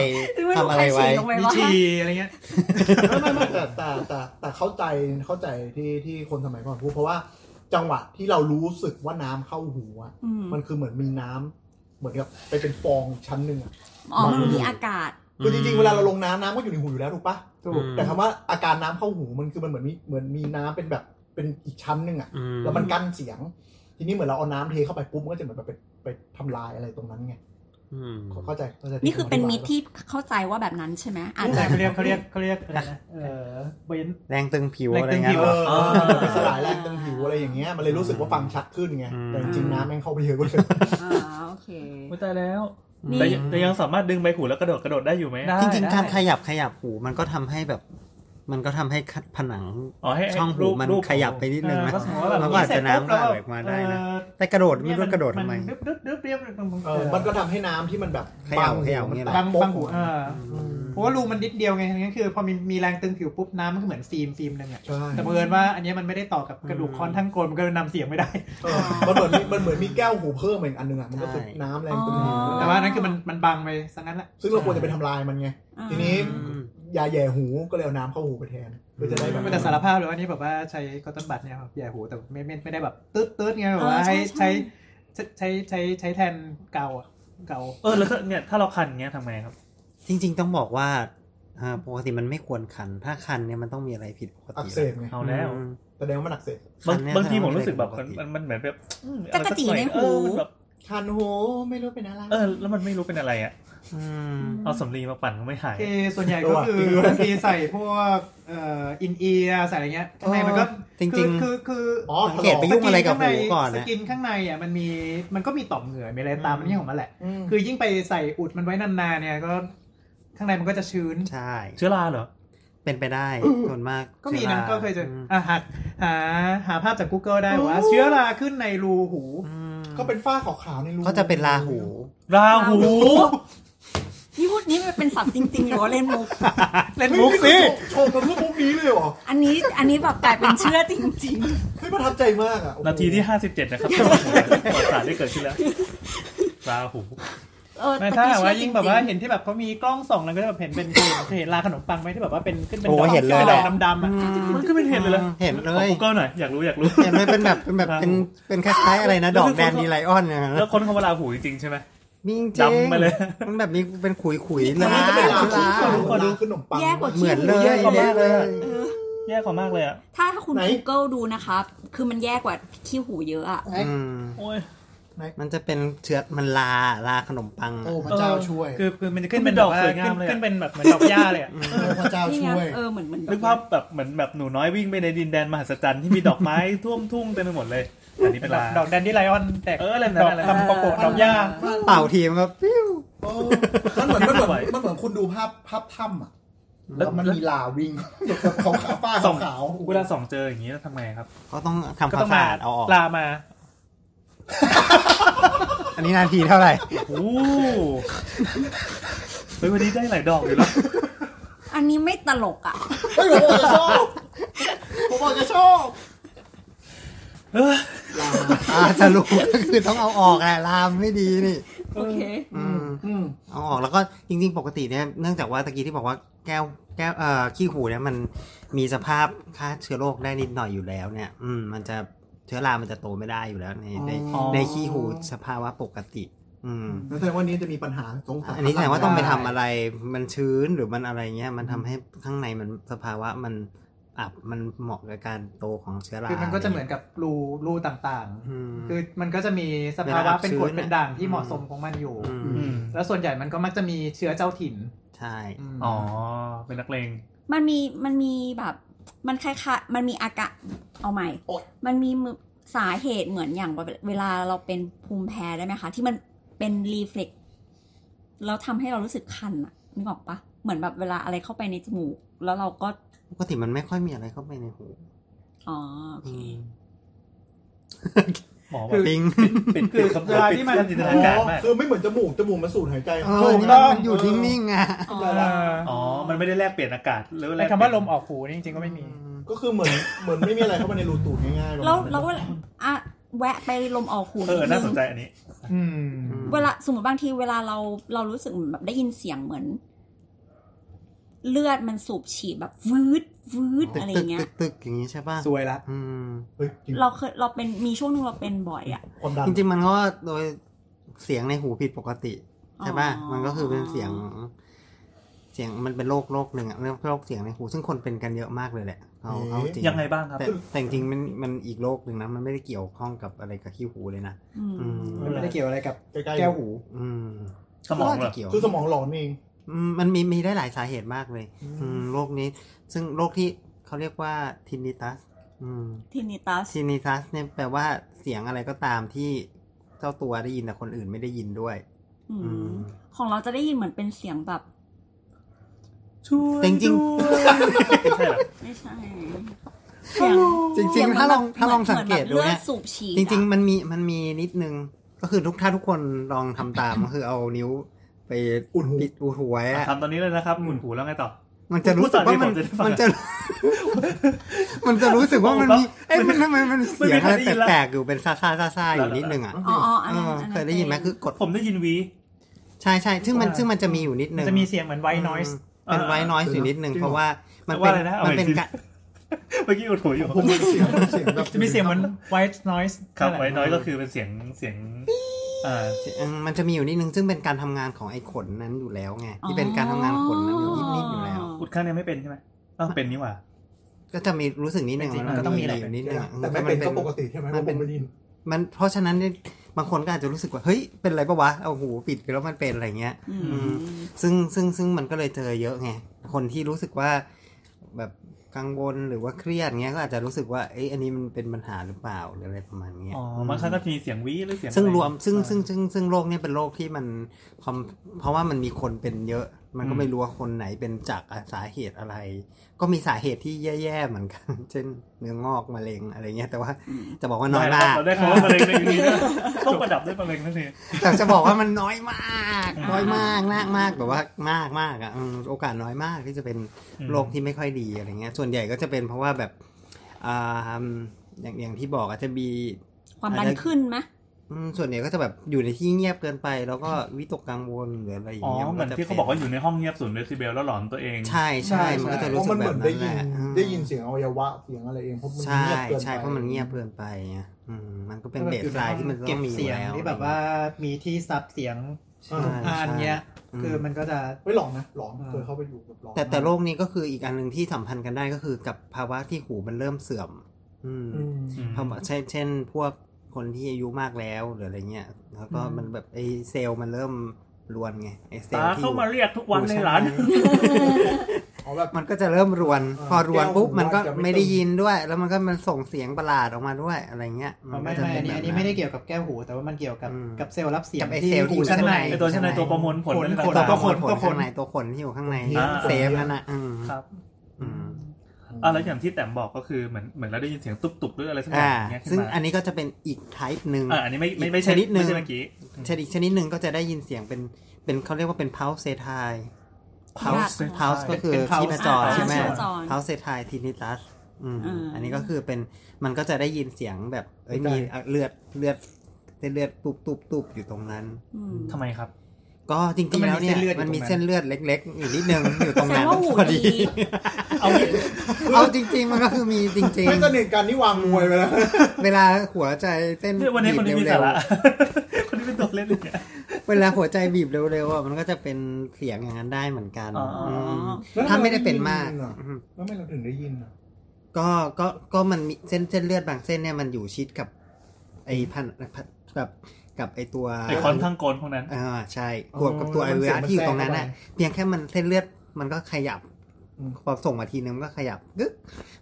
S7: ทำอะไรไว้
S3: ม่รู้ใคฉีดลงปวะ
S6: มีฉี่อะไรเงี้ย
S4: ไม่ไม่ไม่แต่แต่แต่แต่เข้าใจเข้าใจที่ที่คนสมัยก่อนพูดเพราะว่าจังหวะที่เรารู้สึกว่าน้ำเข้าหูอะ
S3: อืม
S4: มันคือเหมือนมีน้ำเหมือนกับไปเป็นฟองชั้นหนึ่งอะ
S3: อ๋อ
S4: มัน
S3: มันมีอากาศ
S4: คือจริงๆเวลาเราลงน้ำน้ำก็อยู่ในหูอยู่แล้วถูกปะ
S6: ถูก
S4: แต่คำว่าอาการน้ำเข้าหูมันคือมันเหมือนมีเหมือนมีน้ำเป็นแบบเป็นอีกชั้นหนึ่งอะ แล้วมันกั้นเสียง ทีนี้เหมือนเราเอาน้ำเทเข้าไปปุ๊บมันก็จะเหมือนแบบไปไปทำลายอะไรตรงนั้นไงเข้าใจเข้าใจ
S3: นี่คือเป็นมิตรที่เข้าใจว่าแบบนั้นใช่ไหมอาจจะ
S6: เขาเรียกเขาเรียกเขาเรียกอะไรนะเออเบน
S7: แรงตึงผิว
S6: แรง
S7: อะไร
S6: ตึงผิ
S7: เงี้
S6: ว
S7: ย
S4: เออมันไปสลายแรงตึงผิวอะไรอย่างเงี้ยมันเลยรู้สึกว่าฟังชัดขึ้นไง
S7: อืม
S4: แต่จริงๆน้ำแม่งเข้าไปเยอะกว่าเลย
S3: อ่าโอเค
S5: อุ๊ยตายแล้ว
S3: นี่
S5: แต่ยังแต่ยังสามารถดึงใบหูแล้วกระโดดกระโดดได้อยู่ไหม
S6: ได้
S7: จริง ๆ การขยับขยับหูมันก็ทำให้แบบ มันก็ทำให้ผนัง
S5: อ๋อให้ให้
S7: ช่องหู
S5: รูป
S7: มัน
S5: รูป
S7: ขยับไปนิดนึงนะ
S6: ก็สมมติว่าแบบ
S7: มันก็อาจจะน้ำไหลออกมาได้นะ
S6: เออ
S7: แต่กระโดดไม่รู้กระโดดทำไม
S6: นดึ๊บดึ๊บดึ๊บเรียบตรง
S4: เออมันก็ทำให้น้ำที่มันแบบ
S7: เขย่าเขย่าอย่างเงี้ยเหรอ
S6: บางบางหูเออ
S7: อืม
S6: เพราะว่ารูมันนิดเดียวไงงั้นคือพอมีมีแรงตึงผิวปุ๊บน้ำมันก็เหมือนฟิล์มฟิล์มหนึงอะ
S4: ใช่
S6: แต่บังเอิญว่าอันเนี้ยมันไม่ได้ต่อกับกระดูกคอนทั้งกลมมันก็เลยนำเสียงไม่ได้
S4: เออมันเหมือนมีมันเหมือนมีแก้วหูเพิ่มมาอีกอันหนึงอ่ะมันก็คือ
S7: ใช่
S4: น้ำแรงตึงผิว
S3: อ๋อ
S6: แต่ว่าอันนั้นคือมันมันบังไปซะงั้นแหละ
S4: ซึ่งเราควรจะไปทำลายมันไง ทีนี้ ยาแย่หูก็เลยเอาน้ำเข้าหูไปแทนเพื่อจะได้แบบ
S6: แต่สารภาพเลยว่าอันนี่แบบว่าใช้คอตตอนบัตเนี่ยแบบใหญ่หูแต่ไม่ไม่ไม่ได้แบบตืดตืดไงแบบว่า
S3: เออใช่
S6: ให้
S3: ใช่
S6: ใช้ใช้ใช้ใช้ใช้แทนเก่าอะเก่า
S5: เออแล้วถ้าเนี่ยถ้าเราคันอย่างเงี้ยทำไงครับ
S7: จริง ๆ ต้องบอกว่าอ่าปกติมันไม่ควรคัน ถ้าคันเนี่ยมันต้องมีอะไรผิดปก
S4: อั
S7: ติ
S4: กเสบไง
S5: เอาแล้ว
S7: อืม
S4: แสดงว่ามันอักเสบบ
S5: า
S7: คั
S5: ง
S7: นเนี่ย
S5: บางทีผมรู้สึก
S7: ทำให้
S5: แบบ
S7: ปกติ
S5: มันมันมันเหมือนแบบอืม
S3: จักรจี่ในหู
S5: เออมันแบบ
S4: คันหูไม่รู้เป็นอะไร
S5: เออแล้วมันไม่รู้เป็นอะไรอ่ะ
S7: อืม
S5: เอาสำลีมาปั่นก็ไม่หาย
S6: คือส่วนใหญ่ก็คือ
S4: เออว่ะ
S6: บางทีใส่พวกเอ่ออินเอียร์ใส่อะไรเงี้ยข้างในมันก็
S7: จริงๆ
S6: คือคือคือ
S4: อ๋อ
S7: สังเกตไปยุ่งอะไรกับหูก่อน
S6: ส
S7: นะ
S6: กินข้างในอ่ะมันมีมันก็มีต่อมเหงื่อมีอะไรตามมันนี่ของมันแหละ
S4: อืม
S6: คือยิ่งไปใส่อุดมันไว้นานๆเนี่ยก็ข้างในมันก็จะชื้น
S7: ใช่
S5: เชื้อราเหรอ
S7: เป็นไปได้ส่วนมาก
S6: ก็มีนะ
S7: ชื้รา
S6: ก็เคยเจอ
S7: ม
S6: อ่ะหาหาหาภาพจาก Google ได้ว่า
S4: โอ้
S6: เชื้อราขึ้นในรูหู
S7: อืม
S4: ก็เป็นฝ้าขาวๆในรู
S7: ก็จะเป็นราหู
S5: ราหู
S3: นี่พูดนี้มันเป็นศัพท์จริงๆหรือว่าเล่นมุก
S6: เล่น
S4: เฮ้ย
S6: มุกสิ
S4: โชว์กับเรื่องมุกนี้เลยเหรอ
S3: อันนี้อันนี้แบบกลายเป็นเชื่อจริง
S4: เฮ้ยประทับใจมากอ่ะโอ้โห
S5: นาทีที่ 57 นะครับประวัติศาสตร์ได้เกิดขึ้นแล้ว ราหู
S3: ๆ เออ
S6: ไม่
S3: แต่
S6: ถ้า
S3: ที่เชื่อจริ
S6: แบบว่ายิ่
S3: ง
S6: ง
S3: ๆ
S6: แบบว่าเห็นที่แบบเขามีกล้องส่องแล้วก็จะแบบเห็นเป็นเห็นราขนมปังไหมที่แบบว่าเป็นขึ้นเป็น
S7: โอ้เห็นเลยแหละ
S6: ดำๆอ่ะ
S5: มันก็เป็นเห็นเลย
S7: เห็นเลย
S5: กูเกิลหน่อย อยากรู้อยาก รู้
S7: เห็นไหมเป็นแบบเป็นแบบเป็นเป็นคล้ายๆอะไรนะ ดอกแดนดีไลออนเนี่ยนะ
S5: แล้วคนเขาเวลาหูจริงๆใช่ไหม
S7: มีจริง
S5: ดำไปเลย
S7: มันแบบมีเป็นขุยขุยๆ
S4: อันนี้จะเป็นรา
S7: ลา
S4: หู
S7: ลา
S4: ขาวราขนมปัง
S3: แย่กว่า
S7: เหมื
S3: ขี้
S7: อน
S3: หู
S7: เลย
S5: แย่กว่า
S7: แย่
S5: มาก
S7: เล
S5: เลย ย
S3: เออ
S5: แย่กว่ามากเลยอ่ะ
S3: ถ้าถ้าคุณ
S4: ไหน
S3: Google ดูนะครับ คือมันแย่กว่าขี้หูเยอะอะ
S7: อืม
S5: โอ้ย
S7: มันจะเป็นเชื้อมันลาลาขนมปังอะ
S1: โอ้พระเจ้าช่วย
S6: คือคือมันจะขึ้น
S5: มั
S6: เป็นน
S5: ด
S6: ด
S5: อ
S6: อก ก
S5: ส
S6: ส
S5: ว
S6: วย
S5: งาง
S6: ยาม ม
S5: เล
S6: เลย
S5: อะ
S6: ยขึ้นเป็นแบบเหมือนดอกหญ้าเล ยอะ
S1: โอ้พระเจ้า
S3: นี่ไง
S1: ช่วย
S3: เออเหมือนเหมือน
S5: นึกภาพแบบเหมือนแบบหนูน้อยวิ่งไปในดินแดนมหัศจรรย์ที่มีดอกไม้ ท่วมทุ่งเต็มไปหมดเลยแต่นี่เป็นลา
S6: ดอกแดนดี้ไลออนแตก
S5: เอออะไรนะ
S6: ดอก
S5: อะไรนะ
S6: ลำปะโปะดอกหญ้า
S7: เป่าทีมันก็ปิ้ว
S1: โอ้มันเหมือนมันเหมือนมันเหมือนคุณดูภาพภาพถ้ำอ่ะ
S5: แล้
S1: แล้ว วมันมีลาวิ่งแบบขาวขาวป้า
S5: ส่อ
S1: ขาง วขาว
S5: เวลาส่องเจออย่างนี้แล้วทำไงครับ
S7: ก็ต้องทำค
S6: ก็
S7: วาม
S6: ต้อง
S7: สะ
S6: มา
S7: อาดเอาออก
S6: ลามา
S7: อันนี้นาทีเท่าไหร่
S5: โอ้เฮ้ยวันนี้ได้หลายดอกอยู่แล้ว
S3: อันนี้ไม่ตลกอะ
S1: เฮ้ยผมบอกจะชอบผมบอกจะชอบลา
S7: อ่าจะรู้ก็คือต้องเอาออกแหละลามไม่ดีนี่
S3: โอเค
S7: อืม
S1: อืม
S7: เอาออกแล้วก็จริงๆ ปกติเนี่ยเนื่องจากว่าตะกี้ที่บอกว่าแก้วแก้วเอ่อขี้หูเนี่ยมันมีสภาพฆ่าเชื้อโรคได้นิดหน่อยอยู่แล้วเนี่ย อืมมันจะเชื้อรามันจะโตไม่ได้อยู่แล้วในใน
S1: อ๋อ
S7: ในขี้หูสภาวะปกติ อืม
S4: นั่นแสดงว่านี้จะมีปัญหาสงสัย
S7: อันนี้แสดงว่าต้องไปทำ
S4: ด้
S7: อะไร มันชื้นหรือมันอะไรเงี้ย มันทำให้ข้างในมันสภาวะมันอับ มันเหมาะกับการโตของเชื้อรา
S6: คือมันก็จะเหมือนกับรูรูต่าง
S7: อืม
S6: ๆ คือมันก็จะมีสภา
S7: เว
S6: วะ
S7: ลาอับ
S6: เป็นกรด
S7: ชื้น
S6: เป็นด่างที่
S7: อืม
S6: เหมาะสมของมันอยู่
S7: อืม
S5: ม
S6: แล้วส่วนใหญ่มันก็มักจะมีเชื้อเจ้าถิ่น
S7: ใช่
S6: ม
S5: อ๋อ เป็นนักเลง
S3: มันมีมันมีแบบมันคล้ายๆมันมีอากาศเอาใหม่
S4: โอ๊ย
S3: มันมีมือสาเหตุเหมือนอย่างแบบเวลาเราเป็นภูมิแพ้ได้ไหมคะ ที่มันเป็นรีเฟล็กแล้วทำให้เรารู้สึกคันอะนึกออกปะเหมือนแบบเวลาอะไรเข้าไปในจมูก แล้วเราก็
S7: ปกติมันไม่ค่อยมีอะไรเข้าไปในหู
S3: อ๋อโอเค
S5: หมอบอก
S7: ปิง
S5: ปิด
S6: คือ
S5: ปิดำ
S6: เวลาที่มัน
S5: ปิดจินตนาการมาก
S4: คือไม่เหมือนจมูก จมูกมันสูดหายใจ
S7: เออนี่มันอยู่ที่นิ่งอ่ะ
S3: อ๋อ
S6: เอ่อ
S5: อ๋อ มันไม่ได้แลกเปลี่ยนอากาศหรือแล
S6: ไอ้
S5: ก
S6: คำว่าลมออกหูนี่จริงๆก็ไม่มี
S4: ก็คือเหมือนเหมือนไม่มีอะไรเข้ามาในรูตูดง่ายๆ
S3: แล้วแล้วเวลาอ่ะแวะไปลมออกหู
S5: เออ
S3: นิด
S5: น่าส
S3: นึ
S5: น
S3: ง
S5: ใจอันนี้
S6: อืม
S3: เวลาสมมติบางทีเวลาเราเรารู้สึกเหมือนแบบได้ยินเสียงเหมือน เลือดมันสูบฉีดแบบวืดวืด
S7: ตึก
S3: อะไร
S7: ตึก
S3: เงี้
S7: ตึ
S3: ย
S7: กตึกอย่างนี้ใช่ป่ะ
S6: สวยละ
S7: อืม
S4: เฮ้ยจริง
S3: เราเคยเราเป็นมีช่วงหนึงเราเป็นบ่อยอะ
S4: ความดัน
S7: จริงๆมันก็โดยเสียงในหูผิดปกติ ใช่ป่ะ
S3: อ๋อ
S7: มันก็คือเป็นเสียง เสียงมันเป็นโรคโรคหนึ่งอะเรียกโรคเสียงในหู ซึ่งคนเป็นกันเยอะมากเลยแหละเอาเอาจริง
S5: ยังไงบ้างครับ
S7: แต่แต่จริงๆมันมันอีกโรคหนึ่งนะ มันไม่ได้เกี่ยวข้องกับอะไรกับขี้หูเลยนะ
S3: อืม
S7: อืม
S6: มันไม่ได้เกี่ยวอะไรกับ
S4: ใกล้ๆ
S6: แก้วหู
S7: อืม
S5: สมอง
S7: ก็าจ
S5: เหรอ
S7: จะเกี่ยว
S4: คือสมองหลอนเอง
S7: อืมมันมีมีได้หลายสาเหตุมากเลย อืมโรคนี้ ซึ่งโรคที่เขาเรียกว่าทินิตัส อืม
S3: ทินิตัส
S7: ซินิทัสเนี่ยแปลว่าเสียงอะไรก็ตามที่เจ้าตัวได้ยินแต่คนอื่นไม่ได้ยินด้วย
S3: อืม
S7: อืม
S3: ของเราจะได้ยินเหมือนเป็นเสียงแบบ
S5: ช่วย
S7: จริงๆ
S5: ด้วยไม่ใช่เหรอ
S3: ไม่ใช่
S7: จ
S3: เสียง
S7: ริ
S3: เสีย
S7: ง
S3: เห
S7: ๆ
S3: มือน
S7: ถ้าลอง
S3: แบบ
S7: ถ้าลอง
S3: หมื
S7: สั
S3: น
S7: งเกต
S3: แบบ
S7: ดู
S3: เลือ
S7: เนี่
S3: ด
S7: ย
S3: สูบฉีด
S7: จ
S3: อะ
S7: ริง ๆ มันมีมันมีนิดนึง ก็คือทุกถ้าทุกคนลองทำตาม ก็คือเอานิ้วไป
S4: อุดหู
S7: ปิดอุดหูไว้อะ
S5: ทำตอนนี้เลยนะครับหมุนหูแล้วไงต่อ
S7: มันจะรู้สึกว่ามัน
S5: พูดต่อ
S7: มัน
S5: ดิ
S7: จะ มันจะ รู้สึกว่ามันมีเอ้ยมันทำไมมันเสียง
S5: ไม่มีใคร
S7: อะไร
S5: ได้ยินละ
S7: แปลกๆอยู่เป็นซาซาซาซาอยู่นิดนึงอ่ะ
S3: อ๋ออ๋ออัน
S7: เอ
S3: นั้น
S7: อ
S3: อันนั้น
S7: เคยได้ยินไหมคือกด
S5: ผมได้ยินวี
S7: ใช่ใช่ซึ่งมันซึ่งมันจะมีอยู่นิด
S6: มั
S7: นึ
S6: น
S7: ง
S6: จะมีเสียงเหมือนไวน้อยส์
S7: อืมเป็นไว้น้อยอยู่นิดนึง
S4: จริงเหรอ
S7: เพราะว่ามัน
S5: ว่า
S7: เป็น
S5: อะไรนะ
S7: มันเป็น
S5: เอาใหม่สิ
S7: กะ
S5: เมื่อกี้อุดหูอยู่
S4: ผมมีเสียงเสียงแบบ
S6: จะมีเสียงเหมือนไวท์นอยส์
S5: ครับไว้น้อยก็คือเป็นเสียงเสียงอ่า
S7: เอิ่มมันจะมีอยู่นิดนึงซึ่งเป็นการทำงานของไอ้ขนนั้นอยู่แล้วไงที่เป็นการทำงานขนนั้นอยู่นิดๆอยู่แล้ว
S5: อุดข้างเนี้ไม่เป็นใช่ไหมอ้าวเป็นนี่หว่า
S7: ก็จะมีรู้สึกนิดนึง
S6: จริงๆ
S7: ว่า
S6: มันก็ต้องมีอะไร
S7: ยู่นิดนึงอะ
S4: แต่ไม่เป็น
S7: มั
S4: ก็ปกติใช่ไหมว่าผมไม่ได้ยิน
S7: มันเพราะฉะนั้นเนี่ยบางคนก็อาจจะรู้สึกว่าเฮ้ยเป็นอะไรปะวะเอาหูปิดไปแล้วมันเป็นอะไรเงี้ย
S3: อื
S7: อื
S3: ม
S7: ม ซึ่งซึ่งซึ่งมันก็เลยเจอเยอะไงคนที่รู้สึกว่าแบบกังวลหรือว่าเครียดเงี้ยก็อาจจะรู้สึกว่าเอ้ยอันนี้มันเป็นปัญหาหรือเปล่าหรืออะไรประมาณเนี้ย
S5: อ๋อ บางครั้งก็มีเสียงวีหรือเสียง
S7: ซึ่ง
S5: อะไ
S7: รวมซึ่ง
S5: อ่า
S7: ซึ่งซึ่งซึ่งโรคเนี่ยเป็นโรคที่มันคอมเพราะว่ามันมีคนเป็นเยอะ มันก็
S5: อืม
S7: ไม่รู้ว่าคนไหนเป็นจากสาเหตุอะไร ก็มีสาเหตุที่แย่ๆเหมือนกัน เช่นเนื้องอกมะเร็งอะไรเงี้ยแต่ว่า
S3: อืม
S7: จะบอกว่าน้อยมาก
S5: เราได้คำว่ามะเร็งในนี้นะต้องประดับด้วยมะเร็งนั่นเอง
S7: แต่จะบอกว่ามันน้อยมากน้อยมากมากมากแบบว่ามากมากอ่ะอืมโอกาสน้อยมากที่จะเป็นโรคที่ไม่ค่อยดีอะไรเงี้ย ส่วนใหญ่ก็จะเป็นเพราะว่าแบบอ่าอย่างอย่างที่บอกอาจจะมี
S3: ความดันขึ้นไหม
S7: อืมส่วนใหญ่ก็จะแบบอยู่ในที่เงียบเกินไป แล้วก็วิตกกังวลหรืออะไรอย่า
S5: อ๋อง
S7: เงี้ย
S5: เหมือน
S7: จะ
S5: ที่เขาบอกว่าอยู่ในห้องเงียบศูนย์เดซิเบลแล้วหลอนตัวเอง
S7: ใช่ใช่
S6: ใช่
S7: มันก็จะ
S4: เพ
S7: รู้
S4: ราะ
S7: สึ
S4: มั
S7: กแบ
S4: นเหมือบ น
S7: นั้
S4: ได้
S7: นแห
S4: ยิน
S7: ละอืม
S4: ได้ยินเสียงอวัยวะเสียงอะไรเองเพราะมัน
S7: ใช่
S4: เงียบเกินไป
S7: ใช่เพราะมันเงียบเกินไปไงอืมมันก็เป็นเบสไลน์ที่มันต้
S6: เก็
S7: อบ งมีอ
S6: เสี
S7: ยู่
S6: ยง
S7: แล้ว
S6: ที่แบบว่ามีที่ซับเสียง
S4: ใช่
S6: ทุกอันเนี้ย คือมันก็จะ
S4: ไม่หลอนนะหลอน
S6: อ่า
S4: เคยเข้าไปอยู่แบบหลอน
S7: แต่แต่โรคนี้ก็คืออีกอันหนึ่งที่สัมพันธ์กันได้ก็คือกับภาวะที่หูมันเริ่มเสื่อม อืม
S4: อืม
S7: ภาวะเช่นเช่น พวกคนที่อายุมากแล้วหรืออะไรเงี้ยแล้วก็มันแบบไอเซลล์มันเริ่มรวนไงไอเซล
S5: ตา
S7: ล์ที่อ
S5: เข้า
S7: ยู่
S5: มาเรียกทุกวันเลยหลาน
S4: เอาแบบ
S7: มันก็จะเริ่มรวน
S4: เออ
S7: พอรวนปุ๊บ
S4: แก้ว
S7: มันก็
S4: จะไม่
S7: ไม่ได้
S4: ตึง
S7: ยินด้วย แล้วมันก็มันส่งเสียงประหลาดออกมาด้วยอะไรเงี้ย
S6: ไม่
S7: ก็จะ
S6: ไม่อัน
S7: เป็
S6: นี้อันนี้
S7: แบบ
S6: ไม่ได้เกี่ยวกับแก้วหู แต่ว่ามันเกี่ยวกับ
S7: อืม
S6: กับเซลล์รับเสียง
S7: กับไอ้
S6: ที่
S7: เซลล์ที่
S6: หู
S7: อยู่
S6: ชั้น
S7: ข้าง
S6: ใน
S7: ใน
S5: ไอตัวชั้นในตัวประมวลผล
S6: ผล
S5: นั่นแหละ
S6: ตั ผ ว ล
S7: ตัวประค
S6: ผล
S7: นตัวคนข้างในตัวคนที่อยู่ข้างใน
S5: อ่า
S7: เซฟนั่นน่ะอืม
S5: ครับ
S7: อืม
S5: อ่ะแล้วอย่างที่แต้มบอกก็คือเหมือนเหมือนเราได้ยินเสียงตุบๆหรืออะไรสักอย่า
S7: อ่าง
S5: เงี้ยขึ้
S7: ซึ่
S5: น
S7: ง
S5: มา
S7: อันนี้ก็จะเป็นอีก type หนึ่ง
S5: อ่ะอันนี้ไม่ไม่ไม่ใช่
S7: ชนิดหนึ่ง
S5: ไม่ใช่เมื่อกี้
S7: ชนิดชนิดหนึ่งก็จะได้ยินเสียงเป็นเป็นเขาเรียกว่าเป็น pulse s e t i l e
S5: Pulse
S7: pulse pulse ก็คือ
S6: เป็น pulse
S7: ชีพจร
S6: อ่า
S7: ใช่ไหม
S6: ชีพจ
S3: ร
S7: pulse s e t i l e tinnitus อืม
S3: อ่า
S7: อันนี้ก็คือเป็นมันก็จะได้ยินเสียงแบบเอ้ยมีเลือดเลือดเส้นเลือดตุบตุบตุบอยู่ตรงนั้น
S3: อืม
S5: ทำไมครับ
S7: ก็จริงๆแล้วเนี่ย
S6: ก็มั
S7: มัน
S6: นมี
S7: มี
S6: เส้
S7: เส้น
S6: นเลื
S7: เลือ
S6: อ
S7: ด
S6: ด
S7: เล็กๆ อยู่นิดนึงอยู่ตรงนั้น
S3: แสดงว่าหู
S7: พอดี
S3: ดี
S7: เอาเอาจริง ๆ มันก็คือมีจริง
S4: ไม่สนิทกันนี่วางมวยไปแล้ว
S7: ๆ เวลาหัวใจเต้น
S5: เนี่ยวันนี้คนนี้มี
S7: บีบ เร็
S5: สาว ระ คนนี้เป็นตัวเล่นเลยเนี่ย
S7: ๆ เวลาหัวใจบีบเร็วๆอ่ะมันก็จะเป็นเสียงอย่างนั้นได้เหมือนกัน
S5: อ๋ออื
S7: ม
S4: แล้วทำไม
S7: ถ้าไม่ได้เป็นมาก
S4: เราถึงได้ยิน
S7: อืม
S4: อ่ะแล้วทำไม่เราถึงได้ยินอ่ะ
S7: ก็ก็ก็มันมีเส้นเส้นเลือดบางเส้นเนี่ยมันอยู่ชิดกับ ไอพันพันกับกับไอตัว
S5: ไอคอนข้างกลนพวกนั้น
S7: อ่าใช่
S4: อ๋อ
S7: ขวบกับตัวอวัยวะที่อยู่ตรงนั้นน่ะ
S4: มันแทรกเข้า
S7: เพียงแค่มันเส้นเลือดมันก็ขยับ
S4: อืม
S7: พอส่งมาทีนึงมันก็ขยับกึ๊ก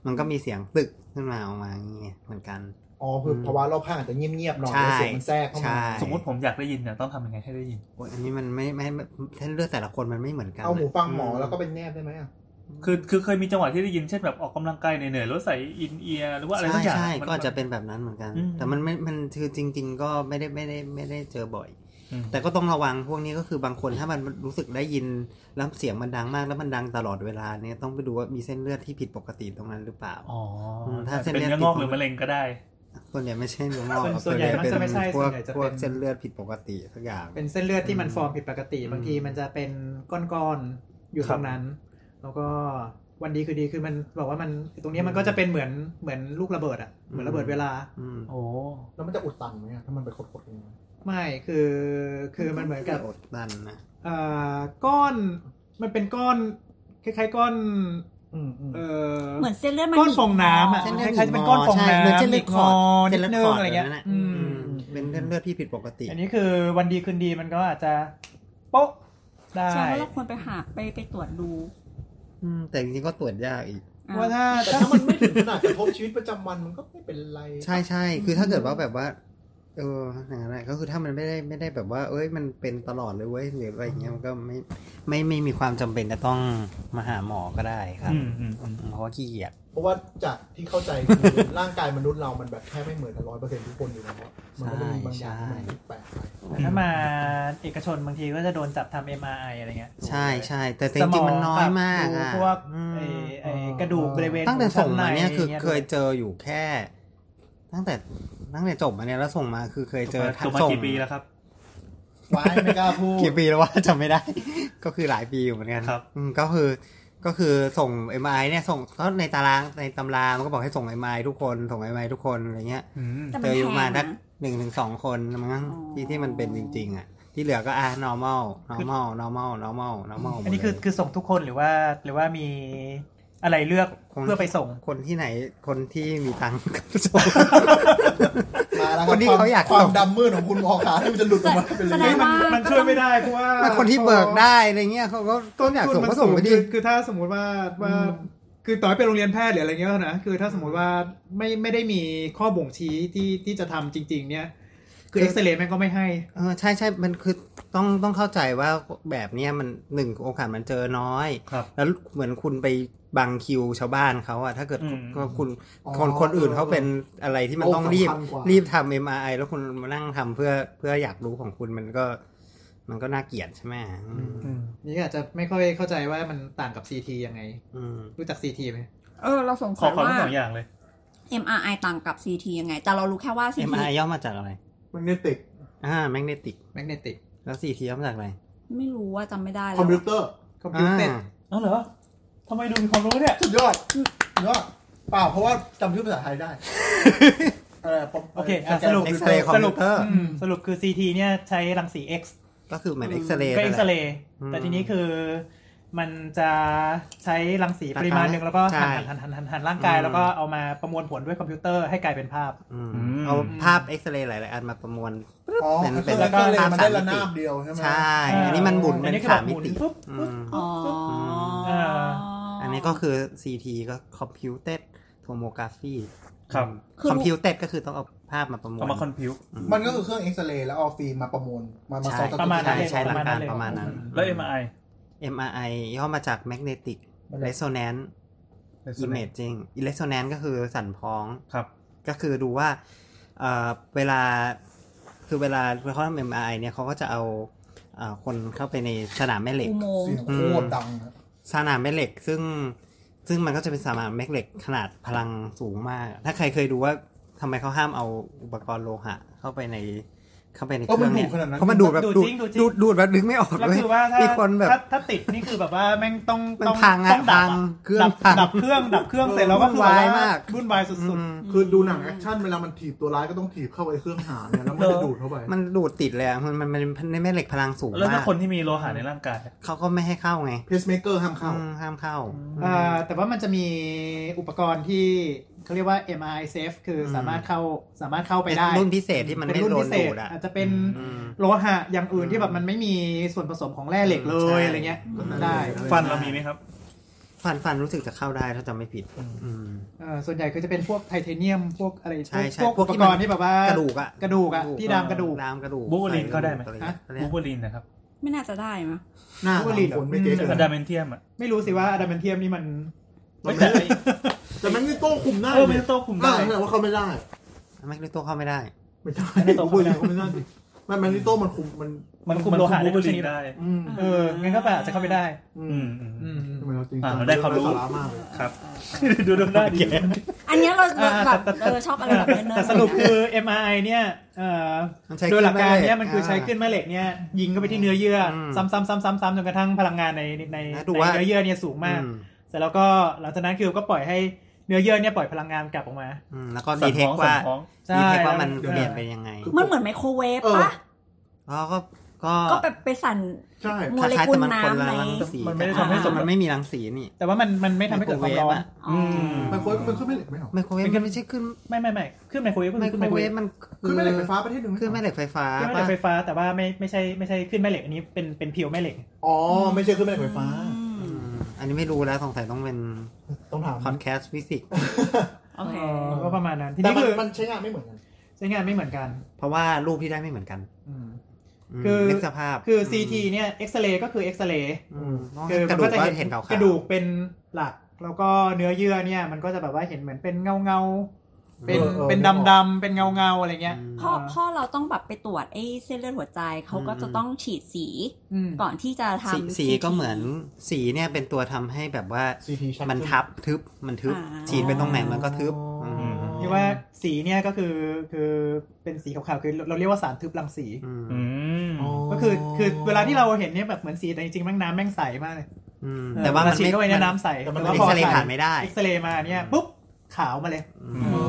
S7: มันก็มีเสียงตึกขึ้นมาออกมาอย่างเงี้ยเหมือนกัน
S4: อ๋อคือภาวะรอบข้างอาจจะเงียบๆหน่อย
S7: ใช่
S4: แล้วเสียงมันแทรกเข้า
S7: ใช่
S4: มา
S5: สมมติผมอยากได้ยินเนี่ยต้องทำยังไงให้ได้ยิน
S7: โอ้ยอันนี้มันไม่ไม่ไม่เส้นเลือดแต่ละคนมันไม่เหมือนกันะ
S4: เอาหูฟังหมอแล้วก็
S7: ม
S4: เป็นแนบได้ไหมอ่ะ
S5: คือคือเคยมีจังหวะที่ได้ยินเช่นแบบออกกำลังกายเหนื่อยๆแล้วใส่อินเอียร์หรือว่าอะไรสักอย่าง
S7: ใช่
S5: มัน
S7: ก็อาจจะเป็นแบบนั้นเหมือนกัน
S5: อืม
S7: แต่มันไม่มันคือจริง ๆ ก็ไม่ได้ไม่ได้ไม่ได้เจอบ่อย
S5: อืม
S7: แต่ก็ต้องระวังพวกนี้ก็คือบางคนถ้ามันรู้สึกได้ยินแล้วเสียงมันดังมากแล้วมันดังตลอดเวลาเนี่ยต้องไปดูว่ามีเส้นเลือดที่ผิดปกติตรงนั้นหรือเปล่า
S5: อ๋อ
S7: ถ้าเส้น
S5: เป็น
S7: เลือด
S5: เนื้องอกหรือมะเร็งก็ได้
S7: ส่วนใหญ่ไม่ใช่เนื้องอกครับ
S6: ส่วนใหญ่
S7: เป็น
S6: มักจะไม่ใช่
S7: พว
S6: ส่ว
S7: ก
S6: นใหญ่จะ
S7: พวก
S6: เป็น
S7: เส้นเลือดผิดปกติสักอย่าง
S6: เป็นเส้นเลือดที่มันฟอร์มผิดปกติ
S7: อืม
S6: บางทีมันจะเป็นก้อนๆอยู่ตรงนั้น แล้วก็วันดีคือดีคือมันบอกว่ามันตรงเนี้ยมันก็จะเป็นเหมือนเหมือนลูกระเบิดอ่ะเหมือนระเบิดเวลา
S7: อืม
S5: โอ้
S4: แล้วมันจะอุดตันไหมอ่ะถ้ามันไปขดๆอย่างเงี้ย
S6: ไม่คือคือมันเหมือนกับ
S7: อดดันนะ
S6: เอ่อก้อนมันเป็นก้อนคล้ายๆก้อน
S4: อืมอืม
S6: เอ่อ
S3: เหมือนเส้นเลือดมัน
S6: ก้อนฟองน้ำอะ
S3: ห
S6: เส้
S3: นีบ
S6: นเลือด
S3: อ
S6: คล้ายๆจะป็ก้อนฟองน้ำ
S7: ใช่เหมืเส้นเลือดขอด
S6: หนีบงอ
S7: เส้นเลือด
S6: นิดนึ
S7: ข
S6: ง
S7: อด
S6: อะไรเงี้ย
S7: แบบนั้นน่ะ
S6: อืม
S7: อืมเป็นเส้นเลือดที่ผิดปกติ
S6: อันนี้คือวันดีคืนดีมันก็อาจจะโป๊ะได้
S3: ใช่ว่าเราควรไปหาไปไปตรวจดู
S7: อืมแต่จริงๆก็ตรวจยากอีก
S3: อ่ะ
S6: ว่าถ้า
S4: แต่
S6: ถ้า
S4: ถ้ามันไม่ถึงขนาดกระทบชีวิตประจำวันมันก็ไม่เป็นไร
S7: ใช่ใช่คือถ้าเกิดว่าแบบว่า เอออย่างนั้นแหละก็คือถ้ามันไม่ได้ไม่ได้แบบว่า เอ้ยมันเป็นตลอดเลยเว้ยหรืออะไรอย่างเงี้ยมันก็ไม่ไม่ไม่มีความจำเป็นจะต้องมาหาหมอก็ได้ครับ
S5: อืมอืมอืม
S7: เพราะว่าขี้เกียจ
S4: เพราะว่าจากที่เข้าใจคือร่างกายมนุษย์เรามันแบบแทบไม่เหมือนกันร้อยเปอร์เซ็นต์ทุกคนอยู่แล้วอะมันก็จะมีบางอย่างที่มันผิดแปลกไป
S6: แต่ถ้ามาเอกชนบางทีก็จะโดนจับทำ MRI อะไรเงี้ย
S7: ใช่ใช่แต่จริงๆมันน้อยมาก
S6: สมอง
S7: อ่ะ
S6: ดูพวก
S7: อืม
S6: ไอ้ไอ้กระดูกบริเวณ
S7: ตั้งแต่ส่งมาเนี่ย
S6: ข
S7: คือ
S6: ชั้ใ
S7: เคยเจออยู่แค่ ตั้งแต่ตั้งแต่จบมาเนี่ยแล้วส่งมาคือเคยเจอ
S5: จบมา
S7: ส่ง
S5: กี่ปีแล้วครับ
S4: ไว้ไม่กล้าพูด
S7: กี่ปีแล้วว่า จำไม่ได้ ก็คือหลายปีอยู่เหมือนกัน
S5: ครับ
S7: อืมก็คือก็คือส่ง m อ i เนี่ยส่งก็ในตารางในตำรามันก็บอกให้ส่ง m อ i ทุกคนส่ง m อ i ทุกคนอะไรเงี้ย
S5: อืม
S3: แต่
S7: เจออ
S3: มันแพ
S7: ยู่ประมาง ณทัก
S3: นะ
S7: หนึ่งถึงสองคนมั้ง
S3: อ๋อ
S7: ที่ที่มันเป็นจริงๆอ่ะที่เหลือก็อ่ะ normal normal normal normal normal
S6: อันนี้คือ
S7: หมดเลย
S6: คือส่งทุกคนหรือว่าหรือว่ามีอะไรเลือกเพื่อไปส่ง
S7: คนที่ไหนคนที่มีตั งค์ก็ส่ง
S4: มาแล้วค
S7: ค
S4: รั
S7: นที่
S4: บ
S7: เขาอยาก
S4: ความดำมืดของคุณหมอขาที่มันจะหลุดออกมาเป็น
S3: แสด
S4: เลือง ด
S3: ว่า
S6: มั
S3: มัน
S6: ช่วยไม่ได้เพราะว่า
S7: แต่คนที่เบิกได้อะไรเงี้ยเขาก็ต้นอยากส่งก็ส่งไปดิ
S6: คือคือถ้าสมมติว่าว่า คือต่อให้เป็นโรงเรียนแพทย์หรืออะไรเงี้ยนะคือถ้าสมมติว่าไม่ไม่ได้มีข้อบ่งชี้ที่ที่จะทำจริง ๆ เนี่ย คื
S7: คือ
S6: อเอ็กซเรย์แม่งก็ไม่ให้
S7: เออใช่ใช่มันคือต้องต้องเข้าใจว่าแบบเนี้ยมันหนึ่งโอกาสมันเจอน้อย
S5: ครับ
S7: แล้วเหมือนคุณไปบังคิวชาวบ้านเขาอะถ้าเกิด
S5: อืม
S7: ก็คุณ
S4: อ๋อ
S7: คนคนอื่นเขาเป็นอะไรที่มันต้อง
S4: โอ้
S7: รีบ
S4: สำคัญกว่ารี
S7: รีบทำ MRI แล้วคุณมานั่งทำเพื่อเพื่ออยากรู้ของคุณมันก็ มันก็น่าเกลียดใช่ไหมอืม
S5: อืม
S6: นี่อาจจะไม่ค่อยเข้าใจว่ามันต่างกับ CT ยังไง
S7: อืม
S6: รู้จัก CT ไหม
S3: เออเราสง
S5: ขอ
S3: สัย
S5: ขอ
S3: ว่า
S5: ทั้งสองอย่างเลย
S3: MRI ต่างกับ CT ยังไง แต่เรารู้แค่ว่า CT
S7: MRI ย่อมาจากอะไร
S4: มันเนติก
S7: อ่าแมกเนติก
S6: แมกเนติก
S7: แล้ว CT ย่อมาจากอะไร
S3: ไม่รู้ว่าจำไม่ได้
S4: คอม
S3: แล้ว
S4: พิวเตอร์
S6: คอมพิวเตอร์
S7: อ่า
S5: อ๋อเหรอทำไมดูมีความรู้เนี่ย
S4: สุดยอดสุดยอดเปล่าเพราะว่าจำชื่อภาษาไทยได้เออผม
S6: โอเคอ่ะสรุป
S7: เอ็กซเรย์คอม
S6: ส
S7: พิ
S6: รุ
S7: ว
S6: ป
S7: เตอร์
S6: อืมสรุปคือ CT เนี่ยใช้รังสี X
S7: ก็คือเหมือนเอ็กซเรย์
S6: ก็
S7: นั่
S6: เอ็
S7: น
S6: ก
S7: แห
S6: ซ
S7: ละ
S6: เรย์
S7: อืม
S6: แต่ทีนี้คือมันจะใช้รังสีปริมาณหนึ่งแล้วก็
S7: ใช่
S6: หันหันหันหันหันร่างกาย
S7: อืม
S6: แล้วก็เอามาประมวลผลด้วยคอมพิวเตอร์ให้กลายเป็นภาพ
S7: อืมเอาภาพเอ็กซเรย์หลาย ๆ อันมาประมวล
S4: อ๋อ
S7: เป็น
S4: มัน
S7: เป็
S4: เป็น
S7: น
S4: แล้วก็เลย
S6: ภาพ
S4: มันได้ระนาบเดียวใช่ไหม
S7: ใช่ อันนี้มันหมุน
S6: อั
S7: เป็น
S6: นี้คือ
S7: สา
S6: แบ
S7: ม
S6: บ
S7: มิ
S6: หมุน
S7: ติ
S6: ปุ๊บ
S7: อื
S6: ปุ๊บ
S7: ม
S3: อ๋ออ
S6: ม
S7: อันนี้ก็คือ CT ก็คอมพิวเต็ดโทโมกราฟี
S5: ครับ
S7: คอมพิวเต็ดก็คือต้องเอาภาพมาประมวล
S5: เอามาคอนพิว
S7: อื
S4: มันก็คือเครื่องเอ็กซเรย์แล้วเอาฟิล์มมาประมวลมามา
S7: ใช่
S4: ซ้อนกับ
S6: ประมาณนั้น
S7: ใช่ใช่ห
S6: ป
S7: ลั
S6: ระ
S7: กการป
S6: มาณนั้นเลย
S7: ระมาณนั้น
S5: แล้ว MRI
S7: MRI ย่อมาจาก Magnetic Resonance
S5: ในส่วนไหน
S7: Imaging Resonance ก็คือสั่นพ้อง
S5: ครับ
S7: ก็คือดูว่าเอ่อเวลาคือเวลาเขาทำ MRI เนี่ยเขาก็จะเอาเอ่อคนเข้าไปในสนามแม่เหล็ก
S3: อุโมง
S4: เสี
S3: ค์
S4: ยงโคตรดังอะ
S7: สนามแม่เหล็กซึ่งซึ่งมันก็จะเป็นสนามแม่เหล็กขนาดพลังสูงมาก ถ้าใครเคยดูว่าทำไมเขาห้ามเอาอุปกรณ์โลหะเข้าไปใน เข้าไปในเค
S1: เอ้ามั
S7: รื่
S1: น
S7: องเนี่ย
S1: ดูดขนาดนั้น
S7: เขามาดูดแบบดู
S6: ดูด
S7: ด
S6: จริงดูดจริง
S7: ดูดดูดแบบดึงไม่ออก
S6: แล้ว
S7: เลย
S6: คือว่าถ้า
S7: มีคนแบบ
S6: ถ้าถ้าติดนี่คือแบบว่าแม่งต้อง
S7: มัน
S6: ต้อง
S7: พังอะ
S6: ต้อง
S7: พั
S6: ดับอะ
S7: งเครื่อง
S6: ดับ
S7: พัง
S6: ดับเครื่องดับเครื่องเสร็จแล้วก็คือ
S7: วุ่นวาย
S6: แบบ
S7: มาก
S6: วุ่นวายสุด
S7: อืม
S4: คือดูหนังแอคชั่นเวลามันถีบตัวร้ายก็ต้องถีบเข้าไปเครื่องหาเนี่ยแล้วมันจะดูดเข้าไป
S7: มันดูดติดเลยอะมันมันมันเป็นแม่เหล็กพลังสูง
S5: แล้ว
S7: มา
S5: ถ้าก คนที่มีโลหะในร่างกายอะ
S7: เขาก็ไม่ให้เข้าไง
S4: เพสเมเกอร์ห้ามเข้า
S7: อืมห้ามเข้า
S6: ๆอ่าแต่ว่ามันจะมีอุปกรณ์ที่เขาเรียกว่า MRI safe คือสามารถเข้าสามารถเข้าไปได้
S7: รุ่นพิเศษที่มัน
S6: เป็
S7: ไม่
S6: นรุ่น
S7: โด
S6: พิ
S7: น
S6: เศ
S7: ดู
S6: ษ
S7: ดอ่ะ
S6: อาจจะเป็น
S7: อืม
S6: โลหะอย่างอื่นที่แบบมันไม่มีส่วนผสมของแร่เหล็กเลย
S7: ใช่
S6: อะไรเงี้ย
S4: อืม
S6: ได้
S5: ฟันเรามีไหมครับ
S7: ฟันฟันรู้สึกจะเข้าได้ถ้าจำไม่ผิด อืม
S6: เอ่อส่วนใหญ่ก็จะเป็นพวกไทเทเนียมพวกอะไร
S7: ใช่ใช่
S6: พวก
S7: พว
S6: อุ
S7: ก
S6: ป
S7: ที่
S6: ก
S7: มัน
S6: รณ์ที่แบบว่าก ก
S7: ระดูกอ่ะ
S6: กระดูกอะที่ดามกระดูก
S7: ดามกระดูก
S5: บูบูลินเข้าได้ไหม
S7: อะร
S6: ฮะ
S7: อย่างเงี้
S5: บูเบ
S7: ย
S5: อรีนนะครับ
S3: ไม่น่าจะได้มั้ย
S4: หน้าของคนไม่เก๊กเลย
S5: อะ
S4: นะ
S5: ดามเมนเทียมอ่ะ
S6: ไม่รู้สิว่าอะดามเมนเทียมนี่มัน
S4: มันไม่แต่มันไม่โต้คุมได้
S5: เออไม่โต้คุม
S4: อ่า
S5: ได้
S4: แสดงว่าเขาไม่ได้
S7: ไม่รู้ตัวเข้าไม่ได้
S4: ไม่ได้
S6: ไม่โต้คุ
S4: คุม
S6: มได้
S4: เขาไม่ได้ดิมันมันนิโต้มันคุมมัน
S6: มันคุมโลหะ
S5: บู
S6: ได้
S5: เบ
S6: ทุ
S5: อก
S6: ช
S5: รี
S6: นิด
S5: นได้
S4: อืม
S6: เอองั้นก็แปลอาจจะเข้าไม่ได้
S4: อื
S5: อื
S4: ม
S5: มอืม
S6: อืม
S4: ทำไมเราจริง
S5: อ่า
S4: จัง
S5: เราได้ความรู้
S4: สาะมากเลย
S5: ครับ ดูดูหน้าดี
S3: อันเนี้ยเรา
S6: อ่า
S3: แบบเออชอบอะไรแบบเนิ
S6: แต่
S3: ร์ดๆ
S6: สรุป
S3: นะ
S6: คือ MRI เนี่ยเอ่อ
S7: มันใช้
S6: โดยหลักการ
S7: ขึ้นแม่เหล็ก
S6: เนี่ยมันคือใช้
S7: อ่า
S6: ขึ้นแม่เหล็กเนี่ยยิงเข้าไปที่เนื้อเยื่ออ
S7: ม
S6: ซ้ำๆๆๆๆจนกระทั่งพลังงานในใน
S7: น่าดู
S6: ใน
S7: ว่า
S6: เนื้อเยื่อเนี่ยสูงมาก
S7: อื
S6: เสร็จแล้วก็หลังจากนั้นคือก็ปล่อยให้เนื้อเยื่อเนี่ยปล่อยพลังงานกลับออกมา
S7: อืมแล้วก็
S5: สั
S7: ดี
S5: น
S7: เท
S5: ท้
S7: ค
S5: องสั
S7: ว่าน
S5: ท้อง
S6: ใช่
S7: ดีเทคว่ามัน
S6: แล้วมัน
S7: เปลี่ยนไปยังไง
S3: มันเหมือนไมโครเวฟ
S4: เออ
S3: ปะ
S7: แล้วก็ก็
S3: ก็แบบไปสั่น
S4: ใช่
S3: โม
S7: ค
S3: เล
S7: ล้ายๆ
S3: กุล
S7: แต่มันคนละ
S3: น้ำไหม
S7: รังสี
S5: มันไม่ได้ทำให้สม
S7: มันไม่มีรังสีนี่
S6: แต่ว่ามันมันไม่ทำให้เกิดความร้อน
S3: อ๋ออ
S4: มันโค้ดมันขึ้นแม่เหล็กไม่หรอ
S7: ไมโครเวฟ
S6: เป็น
S7: มันไม่ใช่ขึ้น
S6: ไม่ไม่ไม่ขึ้นไมโครเวฟ
S7: ไม
S6: ขึ้น
S7: โค
S6: ไม
S7: ร
S6: โคร
S7: เว
S6: เว
S7: ฟ
S6: ฟ
S7: มัน
S4: ขึ้นแม่เหล็กไฟฟ้าประเทศหนึ่งไหม
S7: ขึ้นแม่เหล็กไฟฟ้า
S6: ขึ้นไม่
S7: ป่ะ
S6: เหล็กไฟฟ้า แต่ว่าไม่ไม่ใช่ไม่ใช่ขึ้นแม่เหล็กอันนี้เป็นเป็นเพียวแม่เหล็ก
S4: อ๋อ ไม่ใช่ขึ้นแม่เหล็กไฟฟ้า
S7: อืมอันนี้ไม่รู้แล้วสงสัยต้องเป็น
S4: ต้องถาม
S7: พอดแคสต์ฟิสิกส์
S3: โอเค
S6: ก็ประมาณนั้นที
S4: แต่มั
S6: นี้
S4: น
S6: คือ
S4: มันใช้งานไม่เหมือนกัน
S6: ใช้งานไม่เหมือนกัน
S7: เพราะว่ารูปที่ได้ไม่เหมือนกัน
S6: อืม คื
S7: คือ อนึกสภาพ
S6: คือ CT เนี่ยเอ็กซเรย์ก็คือเอ็กซเรย์
S7: อืม
S6: คื
S7: ก
S6: มั
S7: ระ
S6: น
S7: ดูก
S6: ก็จะ
S7: ก็
S6: เห็น
S7: เห็นขาวๆ
S6: กระดูกเป็นหลัก แล้วก็เนื้อเยื่อเนี่ยมันก็จะแบบว่าเห็นเหมือนเป็นเงาเงาๆเป็นเป็นดำดำๆเป็นเงาเงาๆอะไรเงี้ย
S7: อืม
S3: พ่อพ่อเราต้องแบบไปตรวจไอ้เส้นเลือดหัวใจเขาก็จะต้องฉีดสี
S6: อืม
S3: ก่อนที่จะ
S7: สี
S3: ทำ
S7: สีก็
S3: CT
S7: เหมือนสีเนี่ยเป็นตัวทำให้แบบว่า
S4: ซีทีชัด
S7: มัน
S4: ขึ้
S7: ทับทึบมันทึบ
S3: อ่า
S7: ฉีดไปตรงไหนมันก็ทึบ
S6: อ๋อ
S7: ม
S6: อที่ว่าสีเนี่ยก็คือคือเป็นสีขาวๆคือเราเรียกว่าสารทึบรังสี
S7: อืม
S5: อืม
S6: ก็คือคือเวลาที่เราเห็นเนี่ยแบบเหมือนสีแต่จริงๆแม่งน้ำแม่งใสมากเลย
S7: อืม
S6: เออ
S7: แต่ว่า
S6: เร
S7: มัน
S6: ฉีด
S7: ไม่
S6: เข้าไปในยน้ำใส
S7: แต่มัน
S6: แต่
S7: เอ็ก
S6: ว่าพอ
S7: ซเรย์
S6: ใส่
S7: ผ่านไม่ได้
S6: เอ็กซเรย์มาเนี่ยปุ๊บขาวมาเลย
S7: อื
S5: อื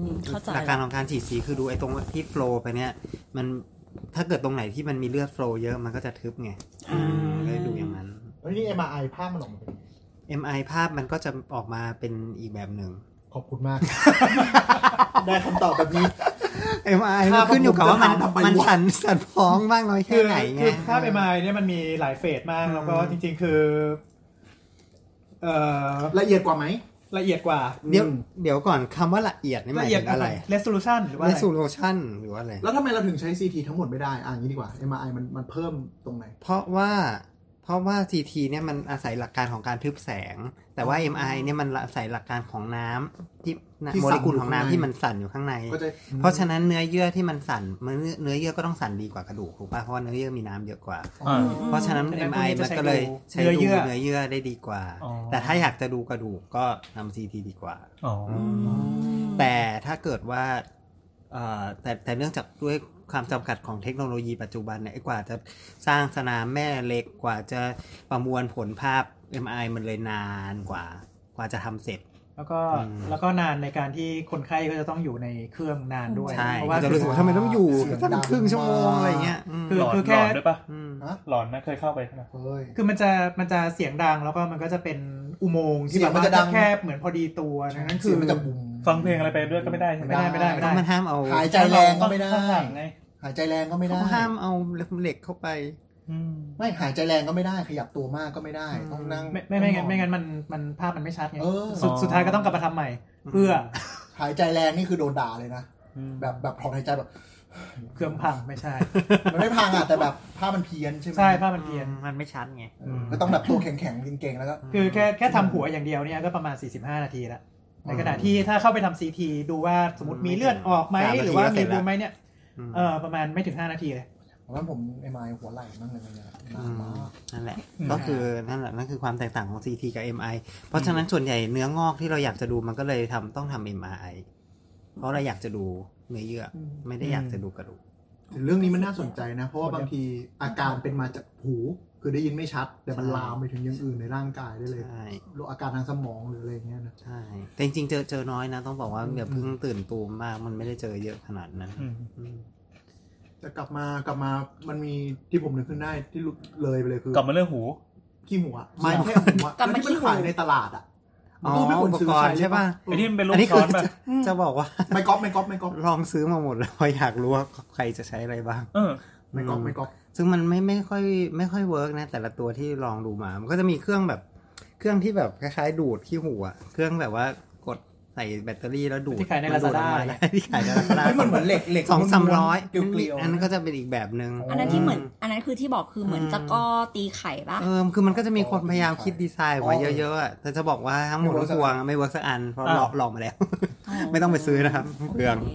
S7: ม
S3: เข้าใจ
S7: หลักการของการฉีดสีคือดูไอ้ตรงที่โฟล์ไปเนี่ยมันถ้าเกิดตรงไหนที่มันมีเลือดโฟล์เยอะมันก็จะทึบไง
S3: อ่า
S7: อืมเลยดูอย่างนั้น
S4: เฮ้ยนี่ MRI ภาพมันออกมาเป็น
S7: MI ภาพมันก็จะออกมาเป็นอีกแบบหนึ่ง
S4: ขอบคุณ มาก ได้คำตอบแบบนี้
S7: MI
S4: ภาพ
S7: ขึ้นอยู่กับว่ามัน
S4: มันจะทำไป
S7: มัน
S4: วะ
S7: สัน สันฟ้องบ้างน้อยแค่
S6: คือ
S7: ไหนไง
S6: คือภาพเอ็มไอเนี่ยมันมีหลายเฟสมาก
S7: อืม
S6: แล้วก็จริงๆคือเอ่อ
S4: ละเอียดกว่าไหม
S6: ละเอียดกว่า
S7: เดี๋ยวเดี๋ยวก่อนคำว่าละเอียดนี่หมายถึงอะไร
S6: เรสโซลูชันหรือว่าอะไร
S7: resolution หรือว่าอะไร
S4: แล้วทำไมเราถึงใช้ CT ทั้งหมดไม่ได้ อ่างี้ดีกว่า MRI มันมันเพิ่มตรงไหน
S7: เพราะว่าเพราะว่า CT เนี่ยมันอาศัยหลักการของการทึบแสง แต่ว่า MI เนี่ยมันอาศัยหลักการของน้ำที่
S4: ที่
S7: โม
S4: สั่
S7: เล
S4: นอยู่
S7: กุลของน้ำ
S4: ข้างใน
S7: ที่มันสั่นอยู่ข้างใน
S4: ก็จะ
S7: เพราะฉะนั้นเนื้อเยื่อที่มันสั่นเนื้อเนื้อเยื่อก็ต้องสั่นดีกว่ากระดูกถูกป่ะเพราะว่าเนื้อเยื่อมีน้ำเยอะกว่า
S5: อ่า
S7: เพราะฉะนั้น
S6: ฉะนั้น
S7: MI
S6: พวกนี้
S7: มัน
S6: จะ
S7: ก็เลย
S6: ใช้
S7: ใช้
S6: ดู
S7: ดู
S6: เนื้
S7: เนื้
S6: อเยื่อ
S7: อเยื่อได้ดีกว่า
S5: อ๋อ
S7: แต่ถ้าอยากจะดูกระดูกก็ทำ CT ดีกว่า
S5: อ๋ออ
S7: แต่ถ้าเกิดว่าเอ่อแต่แต่เนื่องจากด้วยความจำกัดของเทคโนโลยีปัจจุบันเนี่ยไอ้กว่าจะสร้างสนามแม่เหล็กกว่าจะประมวลผลภาพ MI มันเลยนานกว่า กว่าจะทำเสร็จ
S6: แล้วก็
S7: อืม
S6: แล้วก็นานในการที่คนไข้ก็จะต้องอยู่ในเครื่องนานด้วย
S7: ใช่เพ
S6: เพ
S7: ราะ
S6: ราะ
S7: ว่า
S6: ว่า
S7: จะ
S6: คื
S7: รู้
S6: อ
S7: สึกว่าทำไมต้องอยู่
S4: เสียงดั
S7: ตั้
S4: ง
S7: งครึ่งชั่วโมงอะไรเงี้ยอืม
S6: คือ
S5: หลอน
S6: คือ
S5: หล
S6: แค่
S5: อนด้วยปะ
S7: อืม
S5: หลอนนะเคยเข้าไปใช่ไหม
S4: เฮ้ย
S6: คือมันจะมันจะเสียงดังแล้วก็มันก็จะเป็นอุโมงค์ที่
S4: เสีย
S6: แบ
S4: ง
S6: บ
S4: มันจะดั
S6: ว่าง แคบๆเหมือนพอดีตัวดังนั้น
S4: เสี
S6: คื
S4: ย
S6: อ
S4: งมันจะบุ๋ม
S5: ฟังเพลงอะไรไปด้วยก็ไม่ได้ใช่ไหม
S6: ไม่ได้ไม่ได้ไม่ได้
S7: มันห้ามเอา
S4: หายใจแรงก็ไม่ได้
S5: ข้างหลังไง
S4: หายใจแรงก็ไม่ได้
S7: เขาห้ามเอาเหล็กเข้าไป
S5: อืม
S4: ไม่หายใจแรงก็ไม่ได้ ขยับตัวมากก็ไม่ได้ ต้องนั่ง
S6: ไม่ไม่ไม่
S4: ต้
S6: งั้น
S4: องอ
S6: ไม่งั้นมันมันภาพมันไม่ชัดไง
S4: เออ
S6: สุด
S5: อ๋อ
S6: สุดท้ายก็ต้องกลับมาทำใหม่ เพื่อ
S4: หายใจแรงนี่คือโดนด่าเลยนะ
S5: อืม
S4: แบบแบบถอนหายใจแบบ
S6: เครื่องพังไม่ใช่
S4: มันไม่พังอ่ะแต่แบบผ้ามันเพี้ยนใช่ไหม
S6: ใช่ภาพมันเพี้ยน
S7: มันไม่ชัดไง
S4: เออก็ต้องแบบตัวแข็งๆเก่งๆแล้วก็
S6: คือแค่แค่ทำหัวอย่างเดียวเนี่ยก็ประมาณ 45 นาทีละ
S4: อืม
S6: ในขณะที่ถ้าเข้าไปทำซีทีดูว่าสมมติมีเลือดออกไหม
S7: สามนาที
S6: หรือว่า
S7: ก็เส
S6: มี
S7: ร็จ
S6: บู
S7: ละ
S6: มไหมเนี่ย
S7: อืม
S6: เออประมาณไม่ถึง 5 นาทีเลย
S4: ผมว่าผมเอ็มไอหัวไหล่มั่งเลยนะเนี่ยนานมาก
S7: นั่นแหละ ก็คือนั่นแหละนั่นคือความแตกต่างของ CT กับ MI เพราะฉะนั้นส่วนใหญ่เนื้องอกที่เราอยากจะดูมันก็เลยทำต้องทำ MRI เพราะเราอยากจะดู เนื้อเยื่ออไม่ได้อยากจะดูกระดูก
S4: เรื่องนี้มันน่าสนใจนะ เพราะว่าบางทีอาการเป็นมาจากหู คือได้ยินไม่ชัด แต่มัน
S7: ใช่
S4: ลามไปถึงอย่างอื่นในร่างกายได้เลย
S7: ใช่
S4: หรืออาการทางสมองหรืออะไรอย่างเงี้ยนะ
S7: ใช่แต่จริงๆเจอเจอน้อยนะ ต้องบอกว่าแบบเพิ่งตื่นตูมมากมันไม่ได้เจอเยอะขนาดนั้น
S5: อืม
S7: อืม
S4: จะกลับมากลับมามันมีที่ผมนึกขึ้นได้ที่หลุดเลยไปเลยคือก
S5: ลับมาเรื่องหู
S4: ขี้หัวไม่ใช่หัว
S3: กลับมา
S4: ที่มัน
S3: ขี้หัว
S4: ขายในตลาดอ่ะ
S7: อ๋อ
S4: มันก็ไม่ควรซื้อ
S7: อุปกรณ์
S4: ใช้
S7: ใช่ปะ
S5: ไอ้ที่มันเป็นลู
S7: อัน
S5: ก
S7: นี้
S5: ช้
S7: คือ
S5: อนแบบ
S7: จะจะบอกว่า
S4: ไม่ก๊อปไม่ก๊อปไม่ก๊อป
S7: ลองซื้อมาหมดแล้วอยากรู้ว่าใครจะใช้อะไรบ้าง
S5: เออ
S4: ไม่ก๊อปไม่ก๊อป
S7: ซึ่งมันไม่ไม่ค่อยไม่ค่อยเวิร์กนะ แต่ละตัวที่ลองดูมา มันก็จะมีเครื่องแบบ เครื่องที่แบบคล้ายๆดูดขี้หูอะเครื่องแบบว่ากดใส่แบตเตอรี่แล้วดูด
S6: ที่ขายใน
S7: มัดู
S6: Lazada
S7: ออกมได้ที่ขายในลาซาด้า
S1: เฮ้ยมันเหมือนเหล็กเหล็ก
S7: สองสาม
S1: ม้วนๆ
S7: ร้อย
S1: เกลียวๆ
S7: อันนั้นก็จะเป็นอีกแบบหนึ่ง
S3: อันนั้นที่เหมือน อันนั้นคือที่บอกคือเหมือน
S7: อืม
S3: ตะกร้อตีไข่ปะ
S7: เออคือมันก็จะมีคนพยายามคิดดีไซน์ออกมาเยอะๆอะแต่จะบอกว่าทั้งหมดทั้งปวงไม่เวิร์กสักอันเพราะลองลองมาแล้ว ไม่ต้องไปซื้อนะครับเปลือง
S3: โค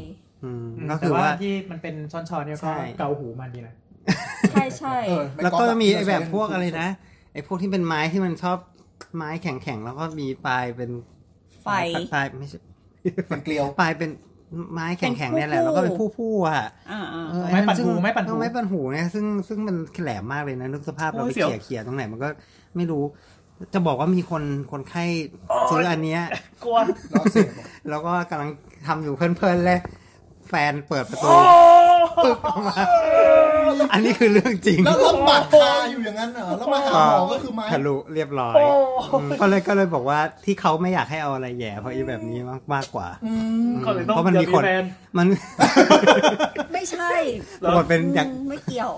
S7: อืม
S6: อืม
S7: ก็
S6: แต่
S7: คือ
S6: ว่า
S7: ว่า
S6: ที่มันเป็นช้อนๆเนี่ย
S7: ใช่
S6: ก็เกาหูมันดีนะ
S3: ใช่ใช่
S1: เออไ
S7: แล้วก็มีไอ้แบบพวกอะไรนะไอ้พวกที่เป็นไม้ที่มันชอบไม้แข็งๆแล้วก็มีปลายเป็น
S3: ไฟ
S7: ปลายไม่ใช่
S1: เป็นเกลียว
S7: ปลายเป็นไม้แข็งๆเนี่ยแหละแล้วก็
S3: เป็นผู้
S7: เป็นผู้ๆอ่ะ
S3: อ่า
S7: เออ
S6: ไม้ปั่นหู
S7: ซึ่ง
S6: ไม้ปั่นหู
S7: ไม้ปั่นหูเนี่ยซึ่งซึ่งมันแหลมมากเลยนะนึกสภาพ
S5: โอ้ย
S7: เราไป
S5: เสี
S7: เขี่
S5: ย
S7: ยว วเขี่ยตรงไหนมันก็ไม่รู้ จะบอกว่ามีคนคนไข้ซื้ออันเนี้ย
S5: กลัว
S1: แล้วเสียบ
S7: แล้วก็กำลังทำอยู่เพลินๆเลยแฟนเปิดประตูปึ๊บออกมา อันนี้คือเรื่องจริง
S1: แล้วลำบากคาอยู่อย่างนั้นเหรอแล้วมาหาหมอก็คือไม้
S7: ทะลุเรียบร้อยอืมก็เลยก็เลยบอกว่าที่เขาไม่อยากให้เอาอะไรแหย่เพราะอีแบบนี้มากมากกว่าอืม
S5: เขาเลยต้อง
S7: เพราะมันมีคน
S5: เดี๋ยวมีแฟน
S7: มัน
S3: ๆไม่ใช่
S7: ปรากฏเป็นอย่าง
S3: อืมไม่เกี่ยว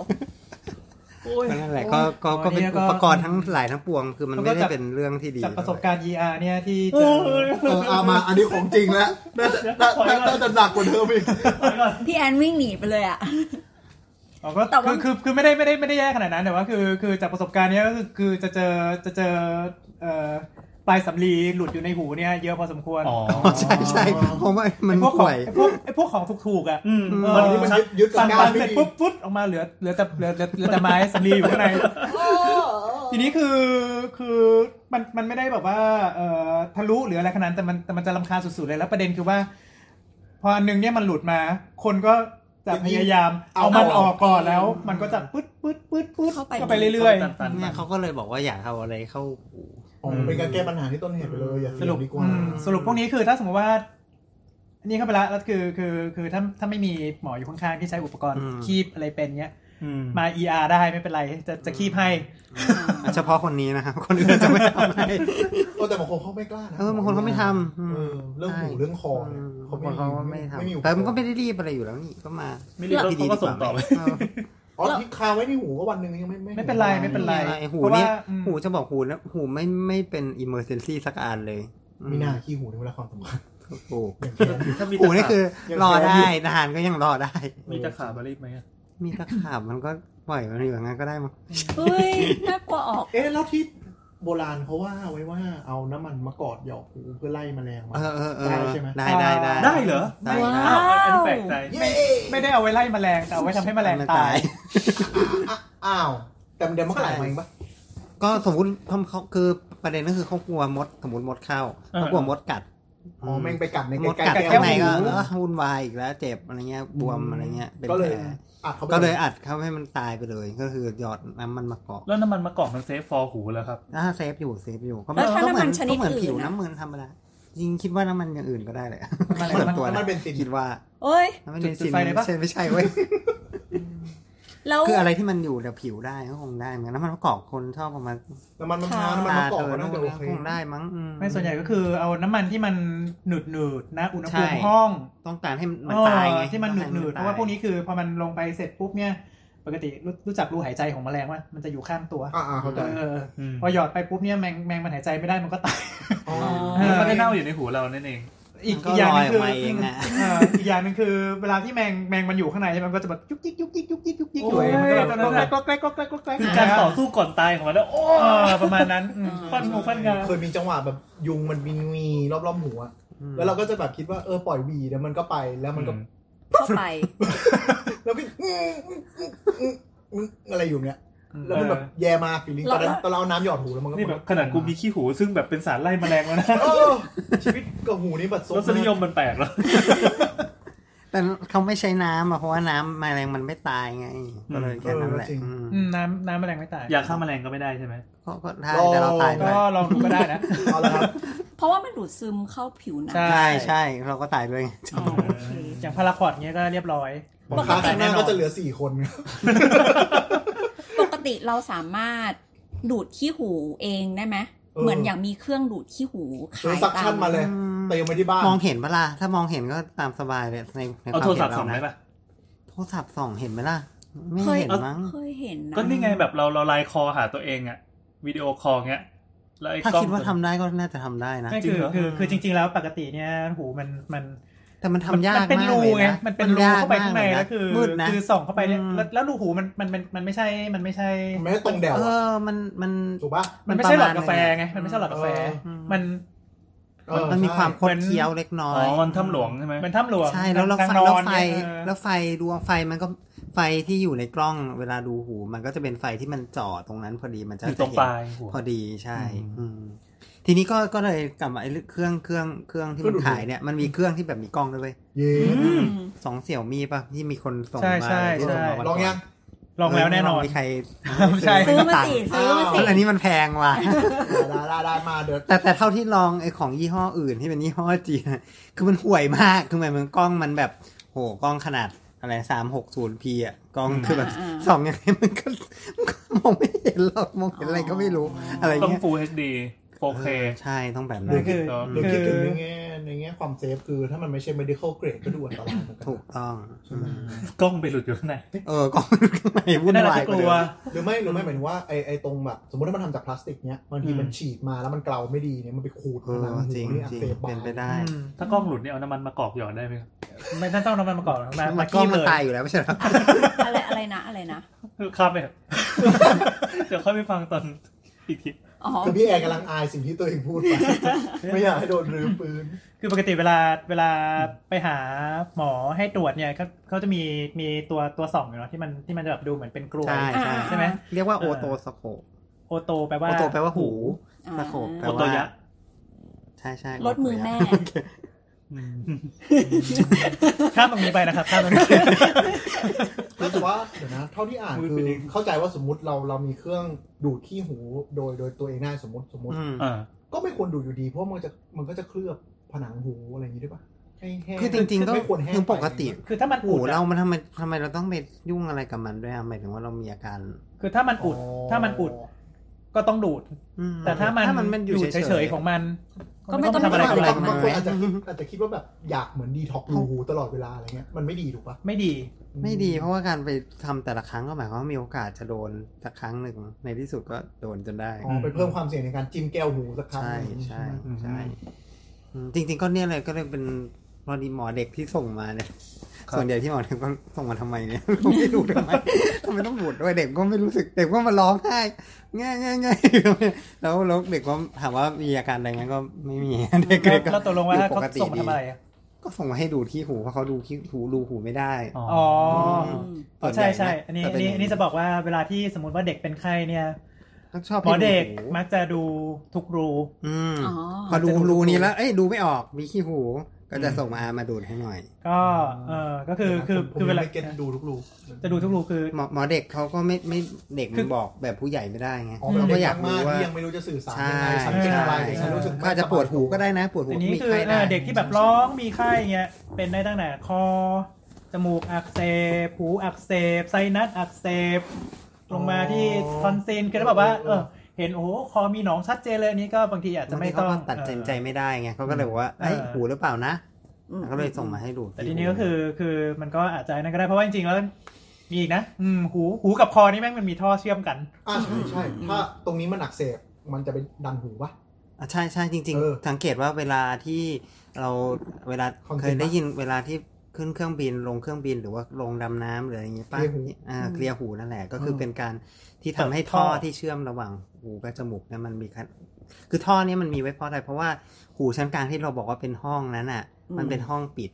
S7: นั่นแหละก็ก็ก็เป็น
S6: โอ้ย
S7: อุปกรณ์ทั้งหลายทั้งปวง คือมัน
S6: แล้วก็
S7: ไม่ได้
S6: จาก
S7: เป็นเรื่องที่ดี
S6: จากประสบการณ์ ER เนี่ยที่เจอ
S4: เออเอามาอันนี้ของจริงแล้วน่าจะน่าน่าน่าจะหนักกว่าเดิมอีก
S3: พี่แอนวิ่งหนีไปเลยอ่ะ
S6: เราก็
S3: แต่ว่า
S6: คือคือคือไม่ได้ไม่ได้ไม่ได้แย่ขนาดนั้นแต่ว่าคือคือจากประสบการณ์เนี้ยก็คือคือจะเจอจะเจอเอ่อปลายสำลีหลุดอยู่ในหูเนี่ยเยอะพอสมควร
S5: อ๋อ
S7: อ๋อใช่ใช่เพราะว่ามัน
S6: ไอ้พวกขอ
S7: ป่
S6: ง
S7: วย
S6: ไอ้พวกไอ้พวกของถูกๆอ่ะ
S5: อืม
S6: เออ
S5: มัน
S4: นี่มันยึดยึดกับ
S6: ปั่น
S4: การ
S6: ปั่น
S4: ไม่
S6: เสร็จ
S4: ดี
S6: ปุ๊บปุ๊บออกมาเหลือเหลือแต่เหลือเหลือเหลือแต่ไม้สำลีอยู่ข้างใน ทีนี้คือคือมันมันไม่ได้แบบว่าเอ่อทะลุหรืออะไรขนาดนั้นแต่มันแต่มันจะลำคาญสุดๆเลยแล้วประเด็นคือว่า พออันหนึงเนี่ยมันหลุดมา คนก็จะพยายาม เอามันออกก่อนแล้ว มันก็จะปึ๊ดปึ๊ดปึ๊ดปึ๊ด
S3: เข้าไป
S6: ก็ไปเรื่อย
S5: ตันๆ
S7: เนี่ยเขาก็เลยบอกว่าอยากเอาอะไรเข้าหู
S4: อ๋อเป็นการแก้ปัญหาที่ต้นเหตุไปเลยอย่า
S6: ๆ
S4: เส
S6: สรุป
S4: ดีกว่า
S6: อืมสรุปพวกนี้คือถ้าสมมติว่า อันนี้เข้าไปละแล้วคือคือคือถ้าถ้าไม่มีหมออยู่ข้างๆที่ใช้อุปกรณ์คีบอะไรเป็นเนี้ย
S5: อืม
S6: มา ER ได้ไม่เป็นไร จะจะคีบให้
S7: เฉพาะคนนี้นะครับคนอื่นจะไม่ทำให้
S4: เออแต่บางคนเขาไม่กล้านะ
S7: เออบางคนเขาไม่ทำอืม
S4: เออเรื่องหูเรื่องคอเนี่ย
S7: บางคนเขาไม่ทำ
S4: อุป
S7: แต่มันก็
S4: รณ์
S7: ไม่ได้รีบอะไรอยู่แล้วนี่ก็มา
S5: ไม่รีบ
S7: ที่ดี
S5: เขา
S7: ดี
S5: ก็
S7: ก
S5: ส่ง
S7: ว่าไหม
S5: ต่อไป
S7: เออ
S4: อ๋อที่คาไว้ในหูก็วันหนึ่งยังไม่
S6: ไม่เป็นไรไม่เป็นไร
S7: ม่มีอะหู
S6: เพราะ
S7: เนี่ย
S6: ว่าอืม
S7: หูจะบอกหูนะหูไม่ไม่เป็นอิมเมอร์เซนซี่สักอันเลย
S4: มีหน้าขี้หูในเวลาความสำคัญ
S7: หู
S5: ถ้ามี
S7: หู
S5: ตะ
S7: นี่
S5: ขาบ
S7: คือรอได้ทหารก็ยังรอได้
S5: มีตะขาบมารีบไหมอะ
S7: มีตะขาบมันก็ปล่อยมันอยู่อย่างนั้นก็ได้มั้ง
S3: เฮ้ยน่ากลัวออก
S4: เอ๊ะแล้วที่โบราณเขาว่าไว้ว่าเอาน้ำมันมะกอกหยอกหูเพื่อไล่แมลงมา
S7: เออเออเออ
S4: ได้ใช่ไหม
S7: ได้ได้ได้
S5: ได้เหรอ
S7: ได้
S3: ว้า
S5: อ้าวอันนี้แปลกใจ
S6: ไม่ได้เอาไว้ไล่แมลงแต่เอาไว้ทำให้แมลง
S7: มัน
S6: ตาย
S4: อ่ะอ้าว แต่เดี๋ยวมันก็ไหลมาเองปะ
S7: ก็สมมติเขาเขาคือประเด็นก็คือเขากลัวมดสมมติมดเข้า
S5: เออ
S7: เขากลัวมดกัด
S4: อ๋อแม่งไปกัดใน
S7: มด
S4: ใกล้
S7: กัด
S4: ๆ
S6: แก้
S7: ข้าว ง
S4: แก้
S7: ใน
S4: ว
S7: ก็
S4: หู
S7: เออวุ่นวายอีกแล้วเจ็บอะไรเงี้ยบวมอะไรเงี้ยเป็น
S4: ก็เล
S7: แผ
S4: ย
S7: ล
S4: อัดเข้าไป
S7: ก็เลยอัดเขาให้มันตายไปเลย ก็คือหยอดน้ำมันมะกอก
S5: แล้วน้ำมันมะกอกมันเซฟฟอร์หูแล้วครับ
S7: อ่าเซฟอยู่เซฟอยู่ก็
S3: แล้วถ้า
S7: ก็เหมื
S3: น้ำมันชนิด
S7: ก็เหมือน
S3: อื่น
S7: ผิว
S3: น่ะ
S7: น้ำมันธรรมดาจริงคิดว่าน้ำมันอย่างอื่น ก็ได้แหละ
S6: น้ำมันอะ
S7: ส่
S6: ไร
S7: วนตัว
S4: น้ำมันเบนซิน
S7: คิดว่า
S3: โอ้ย
S7: น้ำมันเบน
S6: จุ
S7: ซิ
S6: ด
S7: น
S6: ไฟเลย
S7: ไม่
S6: ปะ
S7: ใช่ไม่ใช่ เว้ย
S3: แล้ว
S7: คืออะไรที่มันอยู่แต่ผิวได้ก็คงได้มั้งน้ำมันมะกอกคนชอบประมาณ
S4: น้ำมันมะพร้าว
S3: ค่ะ
S4: น้ำมันมะกอก
S7: เออ
S4: ก็น่า
S7: น้ำมั
S4: จะ
S7: น
S4: โอ
S7: มะกอก
S4: เค
S7: คงได้มั้งอื
S6: ไม่ส่วนใหญ่ก็คือเอาน้ำมันที่มันหนืดหนืดๆนะอุณหภูมิ
S7: ใช่
S6: ห้อง
S7: ต้องการให้มันตายไง
S6: เออที่มันหนืดหนืดๆเพ
S7: ต้องก
S6: ราะว่าพวก
S7: ให้มัตย
S6: นี้คือพอมันลงไปเสร็จปุ๊บเนี่ย ปกติรู้รู้จักรูหายใจของแมลงว่ามันจะอยู่ข้างตัว
S4: อ่าๆเข้าใจ
S6: เอออ
S5: ม
S6: พอหยอดไปปุ๊บเนี่ยแมงแมงมันหายใจไม่ได้มันก็ตาย
S4: อ๋อ
S6: เออ
S5: มันก็เน่าอยู่ในหูเรานั่นเอง
S6: อีก
S7: มัน
S6: อีกอย่างห
S7: ล
S6: นึ
S7: อย
S6: ง
S7: อ
S6: คือ อก
S7: มาเองอะ
S6: เอออีกอย่างหนึงคือเวลาที่แมงแมงมันอยู่ข้างในใช่ไหมมันก็จะแบบยุกยิกยุกยิกยุกยิกยุกยิกอยู่
S5: โอ้ย
S6: มันก็แบบก็แกล้ก็แกล้ก็แกล้ก็แกล้
S5: คือการต่อสู้ก่อนตายของมันแล้วโอ้
S6: เออประมาณนั้นอืม
S5: ฟันหูฟันงา
S4: เคยมีจังหวะแบบยุงมันบินวีรอบๆหัว แล้วเราก็จะแบบคิดว่าเออปล่อยวีแล้วมันก็ไปแล้วมันก็
S3: เข้าไป
S4: แล้วพี่อื้ออื้ออื้ออื้ออื้ออะไรอยู่เนี่ย แล้วมันแบบ
S5: เออ
S4: แย่มากฟีลิ่งตอนนั้น
S3: แล้ว
S4: ตอนเราเอาน้ำหยอดหูแล้วมันก็
S5: นี่แบบขนาดกูมีขี้หู ซึ่งแบบเป็นสารไล่ แมลงแล้วนะ
S4: เออชีวิตกับหูนี่แบบโซ
S5: รสนิยมมันแปลกแล้ว
S7: แต่ แต่เขาไม่ใช้น้ำอะเพราะว่าน้ำแมลงมันไม่ตายไงก็เลยแค่นั้นแหละ
S4: เออจริง
S7: อืม
S6: อืมน้ำน้ำแมลงไม่ตาย
S5: ยาฆ่าแมลงก็ไม่ได้ใช่ไหม
S7: ก็ก็ได้แต่เราตายด้วย
S6: ก็ลองดูก็ได้นะ
S4: เอาละครับ
S3: เพราะว่ามันดูดซึมเข้าผิวหนัง
S6: ใช่
S7: ใช่ใช่เราก็ตายด้วย
S3: อ๋อโอเค
S6: อย่างพาราคอดเงี้ยก็เรียบร้อย
S4: ผมค้าข้างหน้าก็จะเหลือสี่คนครับ
S3: ปกติเราสามารถดูดขี้หูเองได้ไหม
S4: เออ
S3: เหมือนอย่างมีเครื่องดูดขี้หูขา
S4: เดี๋ยวย ซัก
S3: ตา
S4: ชั่น
S3: ม
S4: มาเลย
S7: อืม
S4: เตรียมไว้ที่บ้าน
S7: มองเห็นปะล่ะถ้ามองเห็นก็ตามสบายเลยในใน
S5: เอา
S7: ความ
S5: โทรศั
S7: เห็น
S5: พท์
S7: เรา
S5: ส่องได้
S7: นะ
S5: ปะ
S7: โทรศัพท์ส่องเห็นไหมล่ะ ไม่
S3: เคย
S7: เห็นมั้ง
S3: เคยเห็นนะ
S5: ก็นี่ไงแบบเราเราไลน์คอหาตัวเองอะวิดีโอคอลเงี้ย แล้วไอ้
S7: ถ้าก
S5: ล้อง
S7: คิดว่าทำได้ก็น่าจะทำได้นะ
S6: ไม่
S5: จริ
S6: คื
S5: ง
S6: อ
S5: เหรอ
S6: คือคือจริง ๆ แล้วปกติเนี่ยหูมันมัน
S7: แต่มันทำยาก
S6: มัเป็น
S7: มาก
S6: รู
S7: เลย
S6: ไง
S7: นะ
S6: มันเป็นรู
S7: ยก
S6: เข้าไปข้างใน
S7: มกเลยะ
S6: แล้วคือ
S7: มืดนะ
S6: คือส่องเข้าไปเนี่ย
S7: อืม
S6: แล้วแล้วรูหูมันมันมันมันไม่ใช่ มันไม่ใช่
S4: มันไม่ได้ตรงแดว
S7: เอ
S4: อะ
S7: อมันมัน
S4: ถูกป่ะ
S6: มันไม่ใช่หลอดกาแฟ
S7: มันประมาณ
S6: ไง มันไม่ใช่หลอดกาแฟ
S7: อืม
S6: มัน
S4: เออ
S7: มันมีความค
S4: ใช่
S7: ดเคี้ยวเล็กน้อ
S5: อ๋
S7: ย
S5: อมันถ้ำหลวงใช่ไหม
S6: เหมือนถ้ำหลวง
S7: ใช่แล้วแล้วไฟ
S6: ทางน
S7: แล้ว
S6: อน
S7: ไฟ
S6: เนี่ยเออ
S7: แล้วไฟดวงไฟมันก็ไฟที่อยู่ในกล้องเวลาดูหู มันก็จะเป็นไฟที่มันจ่อตรงนั้นพอดีมันจะ
S5: อยู่ตรง
S7: จะเห็น
S5: ปลายหัว
S7: พอดีใช่
S5: อืม
S7: อืมทีนี้ก็ก็เลยกลับมาไอ้เครื่องเครื่องเครื่องที่
S4: เครื่
S7: มั
S4: อน งดูด
S7: ขายเนี่ยมันมีเครื่องที่แบบมีกล้องด้วยเว้ย
S4: เย้
S3: อืม
S7: สองเสี่ยวมีป่ะที่มีคนส่ง
S6: ใช่
S7: มา
S6: ใช่
S7: ที่ส่งมา
S6: ใช่
S7: วัน
S4: ล
S7: ก่
S4: องยัง
S6: ลองแล้วแน่นอน
S7: มีใคร
S6: ไม่ใช่
S3: ซื้อมาสิซื้อมา
S7: เอ
S3: สิ
S7: ออันนี้มันแพงว่ะ
S4: ได้ได้ได้มาเดี๋ยว
S7: แต่แต่เท่าที่ลองไอของยี่ห้ออื่นที่เป็นยี่ห้อจีนอะคือมันห่วยมาก คือหมายถึงกล้องมันแบบโหกล้องขนาดอะไรสามหกศูนย์พีอะกล้องคือแบบ
S3: า
S7: สองอย่างนี้มันก็มันก็มองไม่เห็นหรอกมองเห็นอะไรก็ไม่รู้ อะไร
S5: ต้อง
S7: เงี้ย
S5: Full HD 4K
S7: เออใช่ต้องแบบ
S6: นั่
S7: นั้น
S6: นคือ
S4: หรือ
S6: คื
S4: คิด
S6: อ
S4: ถึงในแง่ในแง่ความเซฟคือถ้ามันไม่ใช่ medical grade ก็ดูอันตรายเหมือนกัน
S7: ถูกต้อง
S5: กล้องไปหลุดอยู่ข้างใน
S7: เออกล้องมันข้างในวุ่น
S6: นั่นแหละ
S7: วายก
S6: ที่ก
S7: ว่า
S6: ลั
S7: เดิม
S4: ห
S6: ว
S4: รือไม่หรือไม่หมายถึงว่าไอไอตรงแบบสมมติถ้ามันทำจากพลาสติกเนี้ยบางทีมันฉีดมาแล้วมันเกลาไม่ดีเนี่ยมันไปขูด
S7: เออจริง
S4: มันอัก
S7: จริง
S4: เสบบ้า
S7: เป็นไปได้
S6: อืม
S5: ถ้ากล้องหลุดเนี่ยเอาน้ำมันมากรอกหยอดได้ไหมครับ
S6: ไม่ต้องน้ำมันมาก่อนมา
S7: มั
S6: มาน
S7: กล้อ
S6: กี้
S7: งมัน
S6: เลย
S7: ตายอยู่แล้วไม่ใช่เหรอ
S3: อะไรอะไรนะอะไรนะ
S5: ข้ามไป เถอะ เดี๋ยวค่อยไปฟังตอนอีกที
S3: อ๋อ
S4: คือพี่แอร์กำลังอายสิ่งที่ตัวเองพูดไป ไม่อยากให้โดนรื้อฟื้น
S6: คือปกติเวลาเวลาไปหาหมอให้ตรวจเนี่ยเขาเขาจะมีมีตัวตัวส่องอยู่เนาะที่มันที่มันจะแบบดูเหมือนเป็นกลวย
S7: ใช่ใช่
S6: ใช่ไหม
S7: เรียกว่าโอโตสโคป
S6: โอโตแปลว่า
S7: โอโตแปลว่าหู
S3: อ่า
S7: สโคปแปล
S5: โอโต
S7: ว่าย
S5: ะ
S7: ใช่ใช่
S3: ลดมือแม่
S7: โอเค
S6: ข้ามตรงนี้ไปนะครับข้ามตรงนี้
S4: แล้วแต่ว่าเดี๋ยวนะ เท่าที่อ่าน
S5: มืด
S4: คื
S5: ไป
S4: อ
S5: นิด
S4: เข้าใจว่าสมมติเราเรามีเครื่องดูดขี้หูโดยโดยตัวเองได้สมมติสมมติ
S7: อืม
S5: อ่า
S4: ก็ไม่ควรดูดอยู่ดีเพราะมันจะมันก็จะเคลือบผนังหูอะไรอย่างนี้ด้วยปะให้แห้
S7: คือจริงๆก็
S4: ไม่ควรแห้ง
S7: คือปกติ
S4: ไป
S6: คือถ้ามัน
S7: หู
S6: อุดอะ
S7: เรามันทำไมทำไมเราต้องไปยุ่งอะไรกับมันด้วยอะหมายถึงว่าเรามีอาการ
S6: คือถ้ามันอุด ถ้ามันอุดก็ต้องดูด
S7: อืม
S6: แต่ถ้ามัน
S7: ถ้ามันมันอยู่
S6: เฉ
S7: เฉ
S6: ย
S7: ย
S6: ๆ
S7: ๆ
S6: ของมัน
S3: ก็ไม่ต้อง
S6: ทำอะไรกับอะไรกับมั
S4: บาน งค
S6: ไว้
S4: นอาจจะคิดอาจจะคิดว่าแบบอยากเหมือนดีท็อกดูหูตลอดเวลาอะไรเงี้ยมันไม่ดีถูกปะ
S6: ไม่ดี
S7: ไม่ดีเพราะว่าการไปทำแต่ละครั้งก็หมายความว่ามีโอกาสจะโดนสักครั้งหนึ่งในที่สุดก็โดนจนได้
S4: อ๋อไปเพิ่มความเสี่ยงในการจิ้มแก้วหูสักครั้ง
S7: ใช่
S4: อะไรอย่างงี้
S7: ใช่
S4: ไหม
S7: ใช่อืมจริง ๆ ก็เนี่ยเลยก็เลยเป็นพอดีหมอเด็กที่ส่งมาเนี่ย
S5: ครับ
S7: ส่วนใหญ่ที่หมอเด็กก็ส่งมาทำไมเนี่ย ก็ไม่รู้ทำไมทำไมต้องบูดด้วยเด็กก็ไม่รู้สึกเด็กก็มาร้องไห้ง่ายง่ายง่ายแล้วแล้วเด็กก็ถามว่ามีอาการอะไรงั้นก็ไม่มี เด็ก
S6: แล้ว
S7: ก็
S6: แล้วตกลงว่า
S7: อยู่ป
S6: เขา
S7: กติ
S6: ส่งมา
S7: ดี
S6: ทำอะไรอะ
S7: ก็ส่งมาให้ดูที่หูเพราะเขาดูที่หูดูหูไม่ได้
S5: อ๋อ
S6: อ๋อ
S3: อืม
S6: อ๋อใช่ใช่อันนี้
S7: ก็
S6: อั
S7: เป็น น
S6: นี้
S7: ย่าง
S6: อันนี้จะบอกว่าเวลาที่สมมติว่าเด็กเป็นไข้เนี่ย
S7: ก็ชอบ
S6: หมอเด็ก
S7: หู
S6: มักจะดูทุกรู
S7: อืม
S3: อ๋อ
S7: พอดูรูนี้แล้วเอ้ยดูไม่ออกมีขี้หู ก็จะส่งมามาดูดให้หน่อย
S6: ก็เออก็คือคือ
S4: ผม
S6: คือเวลา
S4: ไม่เก็ตดูทุกรู
S6: จะดูทุกรูคือ
S7: หมอหมอเด็กเขาก็ไม่ไม่เด็ก
S6: คื
S7: มัน
S6: อ
S7: บอกแบบผู้ใหญ่ไม่ได้ไง
S4: อ๋อแบบ
S7: ก็
S4: เด็ก
S7: อยาก
S4: มา
S7: รู้
S4: กๆ
S7: ว่า
S4: ที่ยังไม่รู้จะสื่อสาร
S7: ใช่
S4: ยังไงสังเกต
S7: ใช่
S4: อะไรเด็กไม่รู้สึก
S7: ก็อาจจะปวดหูก็ได้นะ ปวดหู
S6: อันนี้
S7: มี
S6: คือ
S7: ไข้
S6: เอ
S7: ได้
S6: อเด็กที่แบบร้องมีไข้เงี้ยเป็นได้ตั้งแต่คอ จมูกอักเสบหูอักเสบไซนัสอักเสบลงมาที่ทอนซิลคือแล้วแบบว่าเออเห็นโอ้โหคอมีหนองชัดเจนเลยอันนี้ก็บางทีอาจจะ
S7: บาง
S6: ไม่
S7: ที
S6: ต้
S7: เขา
S6: อง
S7: ก็ตัดสินใจ
S6: เอ
S7: ไม่ได้ไงเขาก็เลยบอกว่าไอ้ย
S6: เออ
S7: หูหรือเปล่านะ
S3: อืม
S7: แล้วก็เลยส่งมาให้ดู
S6: อแต่ทีนี้ก็คือคือมันก็อาจจะนั่นก็ได้เพราะว่าจริงๆแล้วมีอีกนะอืมหูหูกับคอนี่แม่งมันมีท่อเชื่อมกัน
S4: อ่าใช่ใช่ถ้าตรงนี้มันอักเสบมันจะไปดันหูปะ
S7: อ่ะใช่ใช่จริง
S4: เออ
S7: ๆ สังเกตว่าเวลาที่เราเวลา
S4: ของจริง
S7: เคยได้ยินเวลาที่ขึ้นเครื่องบินลงเครื่องบินหรือว่าลงดำน้ำหรืออะไรอย่างเงี้ยป้า
S4: เคลียร์หู
S7: อ่าเคลียร์หูนั่นแหละ ก็คืออ
S4: ม
S7: เป็นการที่
S6: เปิ
S7: ทำ
S6: ด
S7: ให้
S6: ท่
S7: ท่
S6: อ
S7: อที่เชื่อมระหว่างหูกับจมูกเนี่ยมันมีคันคือท่อเนี้มันมีไว้เพราะอะไรเพราะว่าหูชั้นกลางที่เราบอกว่าเป็นห้องนั้นอ่ะ
S3: อืม
S7: มันเป็นห้องปิด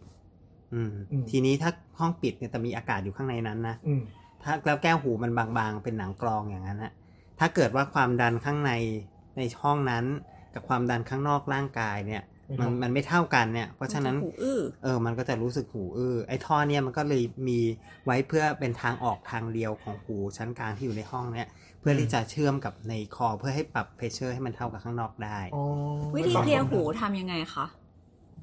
S7: อืม
S4: อืม
S7: ทีนี้ถ้าห้องปิดเนี่ยแต่มีอากาศอยู่ข้างในนั้นนะ
S4: อืม
S7: ถ้าแล้วแก้วหูมันบางๆ เป็นหนังกรองอย่างนั้นนะถ้าเกิดว่าความดันข้างในในห้องนั้น กับความดันข้างนอกร่างกายเนี่ยมั
S4: ไม่
S7: นมันไม่เท่ากันเนี่ย เพราะฉะนั้น
S3: หูอื้อ
S7: เออ มันก็จะรู้สึกหูอื้อ ไอ้ท่อเนี่ยมันก็เลยมีไว้เพื่อเป็นทางออกทางเดียวของหูชั้นกลางที่อยู่ในห้องเนี่ย เพื่อที่จะเชื่อมกับในคอเพื่อให้ปรับเพชเชอร์ให้มันเท่ากับข้างนอกได้
S4: อ๋อ
S3: วิธีเคลียร์หูทำยังไงคะ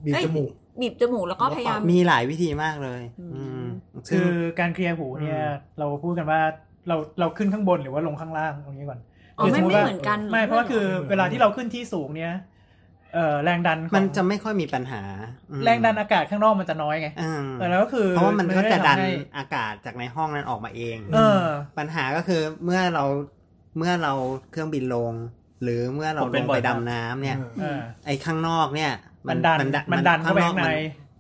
S4: บีบจมูก
S3: บีบจมูกแล้วก็พยายาม
S7: มีหลายวิธีมากเลย
S3: อื
S7: อื
S3: ม
S7: ม
S6: คื
S7: ซึ่ง
S6: อการเคลียร์หูเนี่ย
S7: อืม
S6: เราพูดกันว่าเราเราขึ้นข้างบนหรือว่าลงข้างล่างตรงนี้ก่อน
S3: อ๋อ
S6: คือ
S3: ไม่
S6: สติ
S3: ไม่
S6: ว่า
S3: เหมือนกัน
S6: ไม่เพราะว่าคือเวลาที่เราขึ้นที่สูงเนี่ยเอ่อแรงดันของ
S7: มันจะไม่ค่อยมีปัญหาอืม
S6: แรงดันอากาศข้างนอกมันจะน้อยไง
S7: อ่า
S6: เออแล้วก็คือ
S7: เพราะว่ามันก็จะดัน
S6: มัไม่ไทำให้
S7: อากาศจากในห้องนั้นออกมาเอง
S6: เออ
S7: ปัญหาก็คือเมื่อเราเมื่อเราเครื่องบินลง หรือเมื่อเรา
S5: ผม
S7: ล
S5: เป็น
S7: ง
S5: บ่
S7: ไป
S5: อยมาก
S7: ดำน้ำเนี่ย
S6: เออ
S7: ไอ้ข้างนอกเนี่ย
S6: มันดันมันดันเข้าไปข้างใน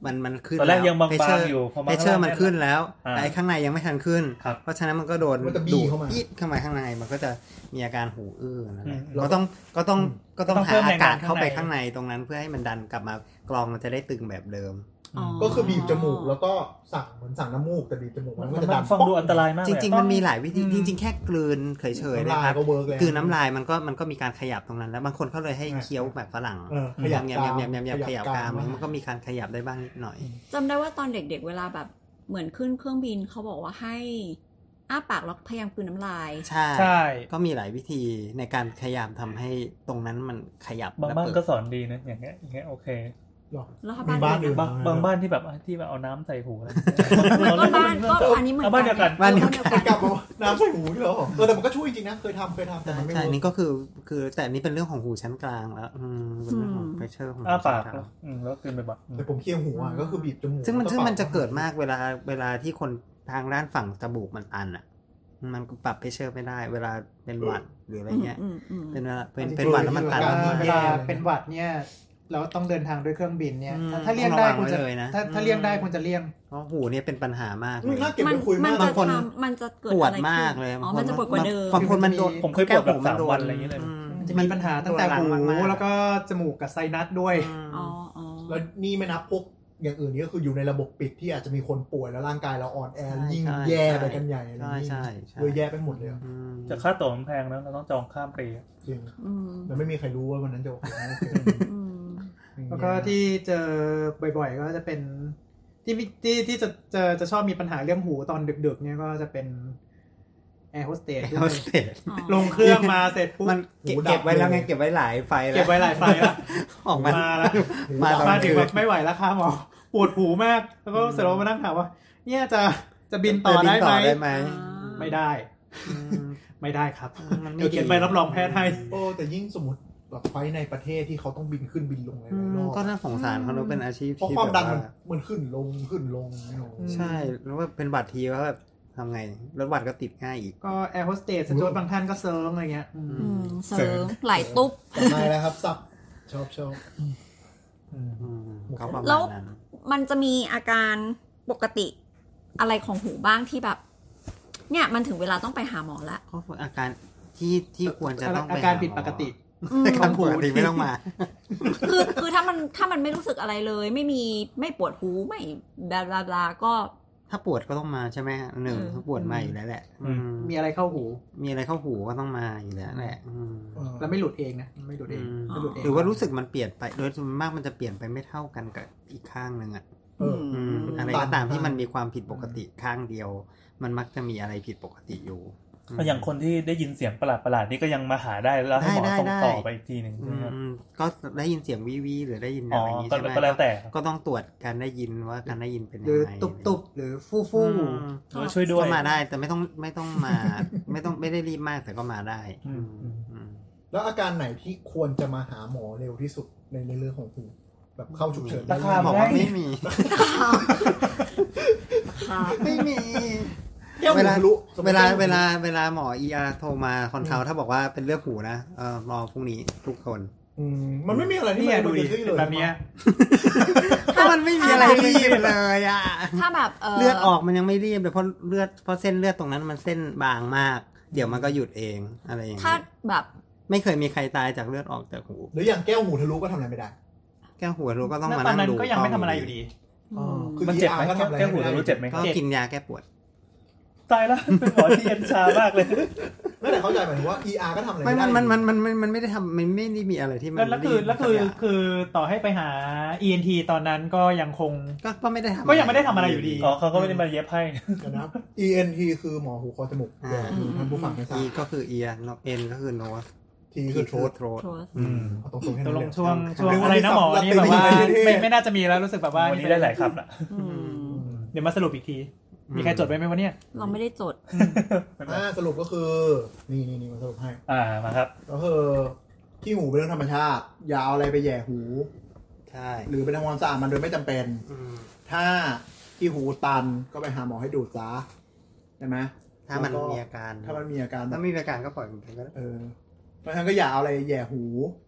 S7: มันมันขึ้น
S5: ตอนแรกยังบางๆ
S7: เพชเชร์
S5: อยู่พอมา
S7: เพชเชอร์
S5: ข้างล่าง
S7: มันขึ้นแล้ว
S5: อ่า
S7: แต่ไอ้ข้างในยังไม่ทันขึ้น
S5: ครับ
S7: เพราะฉะนั้นมันก็โดน
S4: มันจะบี้
S7: ดูด
S4: เข้ามา
S7: ดเข้ามาข้างในมันก็จะมีอาการหูอื้อนั่นแหละ
S6: อืม
S7: ก็ต้องก็ต้องก็ต้อง
S6: ต้อง
S7: หา
S6: เพิ่ม
S7: อา
S6: แรงดัน
S7: กาศเข้าไป
S6: ข้า
S7: ข้างง
S6: ใน
S7: ในตรงนั้นเพื่อให้มันดันกลับมากรองมันจะได้ตึงแบบเดิม
S3: อ๋อ
S4: ก็คือบีบจมูกแล้วก็สั่งเหมือนสั่งน้ำมูกแต่บีบจมูกมันก็
S5: มัน
S4: จะดัน
S5: ฟังดูอันตรายมาก
S7: จ
S5: เลยอะ
S7: ริงๆ มันมีหลายวิธี
S6: อืม
S7: จริง ๆ แค่กลืนเฉยๆนะ
S4: น้ำ
S7: ค
S4: ลา
S7: รั
S4: ย
S7: บ
S4: ก็เวิร์กแล้ว
S7: กลืนน้ำลายมันก็มันก็มีการขยับตรงนั้นแล้วบางคนเขาเลยให้เคี้ยวแบบฝรั่ง
S4: เออขยับ
S7: เงี
S4: กราม
S7: ยบๆๆๆขยับกราม
S4: ขยับกราม
S7: มันก็มีการขยับได้บ้างนิดหน่อย
S3: จำได้ว่าตอนเด็กๆ เวลาแบบเหมือนขึ้นเครื่องบินเขาบอกว่าให้อ้าปากแล้วพยายามกลืนน้ำลาย
S7: ใช่
S6: ใช่
S7: ก็มีหลายวิธีในการพยายามทำให้ตรงนั้นมันขยับบ
S5: าง
S7: และ
S5: บ้าน
S7: เปิด
S5: ก็สอนดีนะอย่างเงี้ยอย่างเงี้ยโอเค
S4: หรอ
S3: แล้วถ้า
S4: มี
S3: บ้าน
S4: บ้าน
S3: เดี
S4: อื่
S3: ย
S4: น
S3: ว
S5: บาง
S4: ไหม
S5: บางบ้านที่แบบที่แบบเอาน้ำใส่หูแล้ว
S3: กันก็บ้านก็อันนี้เหมือน
S5: เอาบ้านเดียวกัน
S3: บ้านเดียวกัน
S4: กลับมา น้ำใส่หูด้วยเหรอเออแต่มันก็ช่วยจริงนะ เคยทำเคยทำแต่
S7: ใช่
S4: มันไม่
S7: ใช่อั
S4: เวิ
S7: น
S4: ร์ก
S7: นี่ก็คือคือแต่อันนี้เป็นเรื่องของหูชั้นกลางแล้วอืมเป็นเรื่องของ
S3: อืม
S7: เพรสเชอร์ของหู
S5: อ้าปาก
S7: ชั้นลง
S5: อืมแล้วกินไปบ่อยๆอืม
S4: แต่ผมเคลียร์หูอ่ะก็คือบีบจมูก
S7: ซึ่งมัน
S4: แล้ว
S7: ซึ่งมันจะ
S4: ป
S7: เกิดมากเวลาเวลาที่คนทางด้านฝั่งจมูกมันตันอ่ะ มันปรับเพชเชอร์ไม่ได้ เวลาเป็นหวัดหรืออะไรเงี้ย
S3: อืมอืมอืม
S7: เป็นเวลาเป็นเป็นหวัดแล้วมันตัน
S6: เวลาเวลาเป็นหวัดเนี่ยเราต้องเดินทางด้วยเครื่องบินเนี่ย
S7: อืม
S6: ถ้าถ้าเลี่ยงได้
S7: ต้องระวัง
S6: ควรจะ
S7: ไว้เลยนะ
S6: ถ้าถ้า
S7: อืม
S6: เลี่ยงได้ควรจะเลี่ยง
S7: เพราะหูเนี่ยเป็นปัญหามากเล
S4: อืม
S7: ย
S4: น่าเก็บไปคุย
S3: มั
S4: มาก
S3: จะ
S7: บางคน
S3: ทำมันจะเกิด
S7: ปวด
S3: อะไรขึ้น
S7: มากเลย
S3: อ๋อมันจะปวดกว่าเดิม
S7: บางคนมันโดน
S5: ผมเคยปวดแบบ
S7: แก้หูมัโ
S5: สามวันอะไรอย่างเงี้ยเลย
S7: ม
S6: มันจะมีปัญหาตั้งแต่หู
S7: ปวดหงมากๆ
S6: แล้วก็จมูกกับไซนัสด้วย
S7: อืม
S3: อ๋ออ๋อ
S4: แล้วนี่ไม่นับพวกอย่างอื่นนี่ก็คืออยู่ในระบบปิดที่อาจจะมีคนป่วยแล้วร่างกายเราอ่อนแอ
S7: ใช่
S4: ยิ่ง
S7: ใช่
S4: แย่ไปกันใหญ่อะไรอย่าง
S7: ใช่
S4: นี้
S7: ใช่
S4: เลยแย่ไปหมดเลยอะ
S7: อืม
S5: แต่ค่าตั๋วมันแพงนะเราต้องจองข้ามปีอะ
S4: จริง
S3: อืม
S4: แล้วไม่มีใครรู้ว่าวันนั้นจะโอเคไหม
S3: อืม
S6: แล้วก็ที่เจอบ่อยๆ ก็จะเป็นที่มีที่ที่จะเจอจะชอบมีปัญหาเรื่องหูตอนดึกๆ เนี่ยก็จะเป็นแอร์โฮสเตส
S7: แล้วเสร็จ
S3: อ๋อ
S6: ลงเครื่องมาเสร็จปุ๊บ
S7: มันเก็บเก็บไว้แล้วไงเก็บไว้หลายไฟแล้ว
S6: เก็บไว้หลายไฟแล้ว
S7: ออกมา
S6: มาแล้ว
S7: มาตอน
S6: มาถึ
S7: ดึ
S6: ง
S7: ก
S6: แบบไม่ไหวแล้วค่ะหมอปวดหูมาก แล้วก็เสร็จแล้วมานั่งถามว่า เนี่ยจะจะบินต่อได้ไหม
S7: ไหม
S6: ไม่ได้ ไม่ได้ครับ
S7: อืมมันไม่
S6: เดี๋ยวเขียนใบรับรองแพทย์ให้
S4: โอ้แต่ยิ่งสมมติแบบไฟท์ในประเทศที่เขาต้องบินขึ้นบินลงอะไร
S7: อืม
S4: รอ
S7: ก็
S4: บ
S7: น่าสงสารเขาเนอะเป็นอาชีพ
S4: เพราะ
S7: ที่
S4: ความ
S7: แบบ
S4: ดัน
S7: ว่า
S4: มันขึ้นลงขึ้นลงไม่รู้
S6: อืม
S7: ใช่ แล้วว่าเป็นบัตรทีว่าแบบทำไง แล้วบัตรก็ติดง่ายอีก
S6: ก็แอร์โฮสเตสจวนบางท่านก็เซิร์งอะไรเงี้ยอืม
S3: อืมเสริมไหลตุ๊บ
S4: จับได้แล้วครับซับชอบชอบ
S7: อืมก็ประ
S3: แล้
S7: มาณ
S3: ว
S7: นั้น
S3: มันจะมีอาการปกติอะไรของหูบ้างที่แบบ เนี่ยมันถึงเวลาต้องไปหาหมอละ
S7: ก็อาการที่ที่ควรจะต้องไป
S6: อาการผิดปกติ
S3: อืม
S7: อาการปกติไม่ต้องมา
S3: คือคือถ้ามันถ้ามันไม่รู้สึกอะไรเลย ไม่มีไม่ปวดหูไม่บลาบลาบลาก็
S7: ถ้าปวดก็ต้องมาใช่ไหมฮะหนึ่ง
S3: อืม
S7: ถ้าปวดมาอยู่แล้วแหละอืม
S6: มีอะไรเข้าหู
S7: มีอะไรเข้าหูก็ต้องมาอยู่แล้วแหละอืม
S6: แล้วไม่หลุดเองนะไม่หลุดเอง
S7: อืม
S6: ไม่ลุดเง
S7: หรือว่ารู้สึกมันเปลี่ยนไป โดยส่วนมากมันจะเปลี่ยนไปไม่เท่ากันกับอีกข้างหนึ่งอะ
S4: เออ
S7: อืม
S4: ม
S7: อะไรก็ตามที่มันมีความผิดปกติข้างเดียว มันมักจะมีอะไรผิดปกติอยู่ม
S5: ก็อย่างคนที่ได้ยินเสียงประหลาดประหลาดๆนี่ก็ยังมาหาได้แล้วให้หมอส่งต่อไปอีกทีหนึ่ง
S7: อื
S5: ใช่ไหมครับ
S7: มก็ได้ยินเสียงวิวีหรือได้ยินอะ
S5: อ๋อ
S7: ไรอย่างนี้
S5: ก็
S7: ใช่ไหม
S5: ก็แล้วแต่ครับ
S7: ก็ต้องตรวจการได้ยินว่าการได้ยินเป็น
S6: ห
S7: ยั
S6: รื
S7: ง
S6: อ
S7: ไง
S6: ตุบตุบๆหรือฟู่
S7: อื
S6: ฟู่
S7: ม
S5: โอ้ยช่วยด้วย
S7: ก็มาได้แต่ไม่ต้องไม่ต้องมา ไม่ต้องไม่ได้รีบมากแต่ก็มาได้
S5: อืม
S7: อืมอืม
S4: แล้วอาการไหนที่ควรจะมาหาหมอเร็วที่สุดในในเรื่องของหูแบบเข้าฉุกเฉิน
S5: ราคา
S7: บอกว่าไม่มี
S3: ค่ะ
S7: ไม่มี
S4: แก้ว
S7: เว
S4: หู
S7: ลา
S4: ทะลุ
S7: เวลาเวลาเวลาหมอเออาโทรมาคอนเทาถ้าบอกว่าเป็นเรื่องหูนะเออรอพรุ่งนี้ทุกคน
S4: อืมมันไม่มีอะไรที่
S6: เนี่ย
S4: มั
S6: ดูดิ
S4: เกิขึ้น
S6: เป็นแบบเนี้ย
S7: ก็มันไม่มีอะไรรีบเลยอ่ะ
S3: ถ้าแบบเออ
S7: เลือดออกมันยังไม่รีบเลยเพราะเลือดเพราะเส้นเลือดตรงนั้นมันเส้นบางมาก เดี๋ยวมันก็หยุดเองอะไรอย่าง
S3: ถ้า
S7: เงี้ย
S3: แบบ
S7: ไม่เคยมีใครตายจากเลือดออกจากหู
S4: หรืออย่างแก้วหูทะลุก็ทำอะไรไม่ได้
S7: แก้วหัวรู้ก็ต้อง
S6: ณ
S7: มา
S6: ตอน
S7: นั่ง
S6: นั้น
S7: ดู
S6: ก็ยังไม่ทำอะไรอยู่ดี
S4: อ๋อคือ
S5: มันเจ็บไหม
S4: ก็ทำอะไร
S5: แก้วหูทะลุเจ็บไหมค
S7: ก็
S5: รับ
S7: กินยาแก้ปวด
S5: ตายแล้วเป็นหมอที่เย็นชามากเลย
S4: ไม่แต่เข้าใจหมายถึงว่า ER ก็ทำอะไร
S7: มัน
S4: ไได้
S7: มันมันมันมันมันไม่ได้ทำมันไม่ได้มีอะไรที่มัน
S6: แล้วแล้วคือแล้วคือ
S7: ดี
S6: คือต่อให้ไปหา ENT ตอนนั้นก็ยังคง
S7: ก็ก็ไม่ได้ทำ
S6: ก็ยังไม่ได้ทำอะไรอยู่ดี
S5: อ๋อเขาก็ไม่ได้มาเย็บให้
S4: เดี๋ยวนะ ENT คือหมอหูคอจมูกเดี๋ยวท่านผู้ฟังไม่ทราบ
S7: อีก็คือเอียนเอ็นก็คือโนส
S4: T คือ throat
S7: โทร
S3: โทรศัพท์
S7: อืม
S4: เอาตรงๆแค่
S6: ต
S4: นั้น
S6: กล
S4: เลย
S6: งช่วง
S4: ครับ
S6: ช่วงอะไรนะหมอนี่แบบว่า
S4: วันนี้สับ
S6: ไม่ไม่น่าจะมีแล้วรู้สึกแบบว่า
S5: วันนี้ได้หลายคำละ
S3: อืม
S6: เดี๋ยวมาสรุปอีกที
S7: อืม
S6: มีใครจดไว้ไหมวะเนี่ย
S3: เราไม่ได้จด
S4: อ่าสรุปก็คือ นี่นี่นี่มาสรุปให้
S5: อ่ามาครับ
S4: ก็คือขี้หูเป็นเรื่องธรรมชาติอย่าเอาอะไรไปแหย่หู
S7: ใช่
S4: หรือไปทำความสะอาดมันโดยไม่จำเป็น
S7: อืม
S4: ถ้าขี้หูตันก็ไปหาหมอให้ดูดซะใช่ไหม
S7: ถ้ามัน
S4: แล้ว
S7: มีอาการ
S4: ถ้ามันมีอาการแบ
S7: ถ้า
S4: บ
S7: ไม่มีอาการก็ปล่อยมันไปก็ได้
S4: เออเพราะฉะนั้นก็อย่าเอาอะไรแหย่หู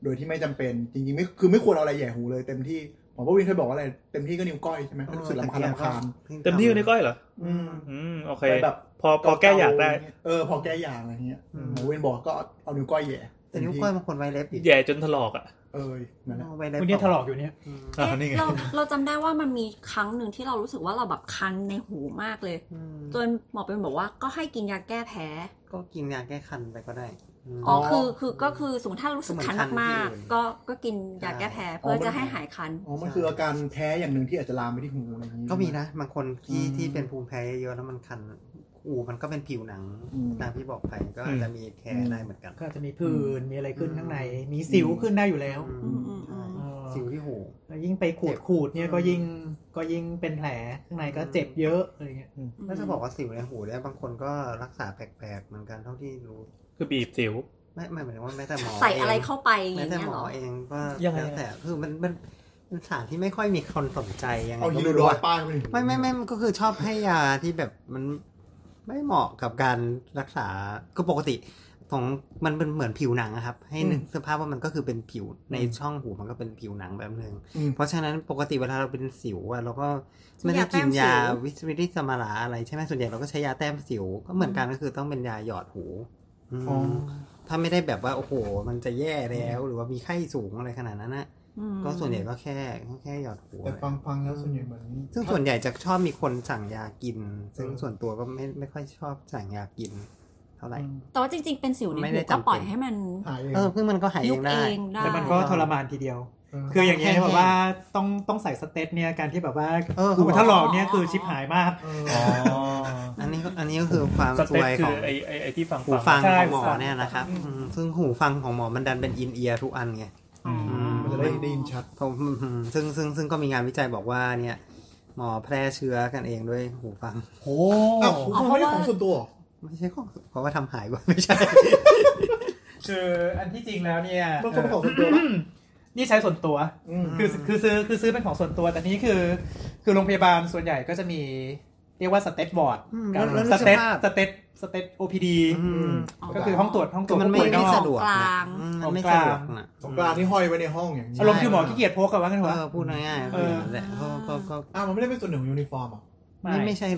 S4: โดยที่ไม่จำเป็น จริงๆไม่คือไม่ควรเอาอะไรแหย่หูเลยเต็มที่หมอประวินเคยบอกว่าอะไรเต็มที่ก็นิ้วก้อยใช่ไหมก็รู้สึกลำคาญลำคาญ
S5: เต็มที่อยู่ในก้อยเหรอ
S4: อืม
S5: อืม โอเค
S4: ไปแบบ
S5: พอพอแก้อยากได้
S4: เออ พอแก้อยากอะไรเงี้ยหมอเวนบอกก็เอานิ้วก้อยแหย่
S7: แต่นิ้วก้อยบางคนไวเล็บอีก
S5: แย่จนถลอกอ่ะ
S4: เออนั่นแหละ
S7: เอาไวเล็บ
S6: วันนี้ถลอกอยู่เนี่ย
S7: อืม
S5: อ่า
S3: เอ๊ะ
S5: นี่ไง
S3: เราเราจำได้ว่ามันมีครั้งหนึ่งที่เรารู้สึกว่าเราแบบคันในหูมากเลย
S7: อืม
S3: จนหมอเป็นบอกว่าก็ให้กินยาแก้แพ้
S7: ก็กินยาแก้คันไปก็ได้ม
S3: อ๋อคือคือก็คือสมมติถ้ารู้สึกคันมาก
S7: เหมือนคันที่อื่น
S3: ๆก็ก็กินยาแก้แพ้เพื่อจะให้หายคัน
S4: อ๋อมันคืออาการแพ้อย่างหนึ่งที่อาจจะลามไปที่หูอะไรอย่างงี้
S7: ก็มีนะบางคนที่
S4: อืม
S7: ที่เป็นภูมิแพ้เยอะๆแล้วมันคันอูมันก็เป็นผิวหนัง
S4: อืม
S7: ตามที่บอกไปก็อาจจะมีแพ้ได้เหมือนกัน
S6: ก็อาจจะมีผื่นมีอะไรขึ้นข้างใน มีสิวขึ้นได้อยู่แล้ว
S7: อืม
S3: อืมอืม
S7: ใช่สิวที่หู
S6: แล้วยิ่งไปขูดขูดเนี่ยก็ยิ่งก็ยิ่งเป็นแผลข้างในก็เจ็บเยอะอะไรเงี้ย
S7: ถ้าจะบอกว่าสิวในหูเนี่ยบางคนก็รักษาแปลกๆเหมือนกันเท่าที่รู้
S5: คือบีบสิว
S7: ไม่ไม่หมายถึงว่าแม้แต่หมอ
S3: ใส่อะไรเข้าไปอย่าง
S7: แม้แต่
S3: เงี้
S7: หม
S3: ยเหร
S7: อ
S3: อ
S7: เองก็
S5: ยังไงอะ
S7: แล้วแต่คือมันมันมันสารที่ไม่ค่อยมีคนสนใจยังไง
S4: เอา
S7: ก็
S4: ฮีโร
S7: ไม่
S4: ด
S7: รู้
S4: อ
S7: อะ
S4: ป้ายไปเลย
S7: ไม่ไม่ไม่ก็คือชอบให้ยาที่แบบมันไม่เหมาะกับการรักษาก็ปกติของมันเป็นเหมือนผิวหนังอะครับ ให้นึกสภาพว่ามันก็คือเป็นผิวในช่องหูมันก็เป็นผิวหนังแบบหนึ่ง
S4: อืม
S7: เพราะฉะนั้นปกติเวลาเราเป็นสิวอะเราก็
S3: ใช้
S7: ไม่ได้
S3: ยาแต้
S7: กิน
S3: มสิ
S7: า
S3: วย
S7: วิสวิริสมาลาอะไรใช่ไหมส่วนใหญ่เราก็ใช้ยาแต้มสิว ก็เหมือนกันก็คือต้องเป็นยาหยอดหูอืม
S4: อ๋อ
S7: ถ้าไม่ได้แบบว่าโอ้โห มันจะแย่แล้วหรือว่ามีไข้สูงอะไรขนาดนั้นนะก็ส่วนใหญ่ก็แค่แค่หยอดหู
S4: แต่ฟังฟังแล้วส่วนใหญ่เหมือน
S7: ซึ่งส่วนใหญ่จะชอบมีคนสั่งยากิน ซึ่ง
S4: เออ
S7: ส่วนตัวก็ไม่ไม่ค่อยชอบสั่งยากิน เท่าไหร่
S3: แต่ว่าจริงๆ เป็นสิวใน
S7: ไม่
S3: หู
S7: ได้จำเป็
S3: ก็
S7: น
S3: ปล่อยให้มัน
S4: หายเอง
S7: เออเพิ่งมันก็หายเอ
S3: ยุบ
S7: งได้
S3: เองได้
S6: แต่มันก็ทรมานทีเดียว
S4: เออ
S6: คืออย่างเงี้ย
S7: แห้งๆ
S6: แบบว่าต้องต้องใส่สเตตเนี่ยการที่แบบว่า
S7: เออ
S6: ขูดถลอกเนี่ยคือชิบหายมาก
S5: อ๋อ
S7: อันนี้ก็อันนี้ก็คือความ
S5: ส
S7: ส
S5: เต็ป
S7: วย
S5: คื
S7: ขอ
S5: อง ไอไอไอที่ฟัง
S7: หูฟัง
S5: ใช่
S7: ของหมอ
S5: ฟัง
S7: เนี่ยนะครับอืมซึ่งหูฟังของหมอมันดันเป็นอินเอียร์ทุกอันไง
S5: อืม
S4: มันจะได้ได้ยินชัด
S7: ผมอืมซึ่งซึ่งซึ่งก็มีงานวิจัยบอกว่าเนี่ย หมอแพร่เชื้อกันเองด้วยหูฟัง
S6: โอ้
S4: อ้าวคุณเขาได้ของส่วนตัวเหรอ
S7: ไม่ใช่ของเพราะว่าทำหายว่าไม่ใช่
S6: คืออันที่จริงแล้วเนี่ย
S4: มันเขาเป็นของส่วนตัวปะ
S6: นี่ใช้ส่วนตัว
S4: อืม
S6: คือคือซื้อคือซื้อเป็นของส่วนตัวแต่นี่คือ คือโรงพยาบาลส่วนใหญ่ก็จะมี เรียกว่าสเตตบอร์ด
S7: อืม
S6: กับ
S7: แล้ว
S6: สเตต
S7: นึกสภาพ
S6: สเตตสเตตโอพีดี
S7: อืม
S6: ก็คือห้องตรวจห้องตร
S7: คื
S6: วจ
S7: อมันไม่
S6: ผู้ป่วยน
S7: ไม่
S6: อก
S7: สะดวก
S3: กลาง
S7: อืมมันไม่
S6: ของก
S7: สะ
S6: ลาง
S7: ดวกนะ
S4: สงกรานต์ที่ห้อยไว้ในห้องอย่างนี้
S6: อารมณ์คือหมอขี้เกียจโพกกันว่ากันเถ
S7: เอ
S6: อะ
S7: อพูดง่ายๆ
S6: เอ
S7: คือ
S6: อ
S7: นั่นแหละก็ก็ก็
S4: อ้าวมันไม่ได้เป็นส่วนหนึ่งของยูนิฟอร์มเหรอ่ะ
S7: ไม่ไม่ใช่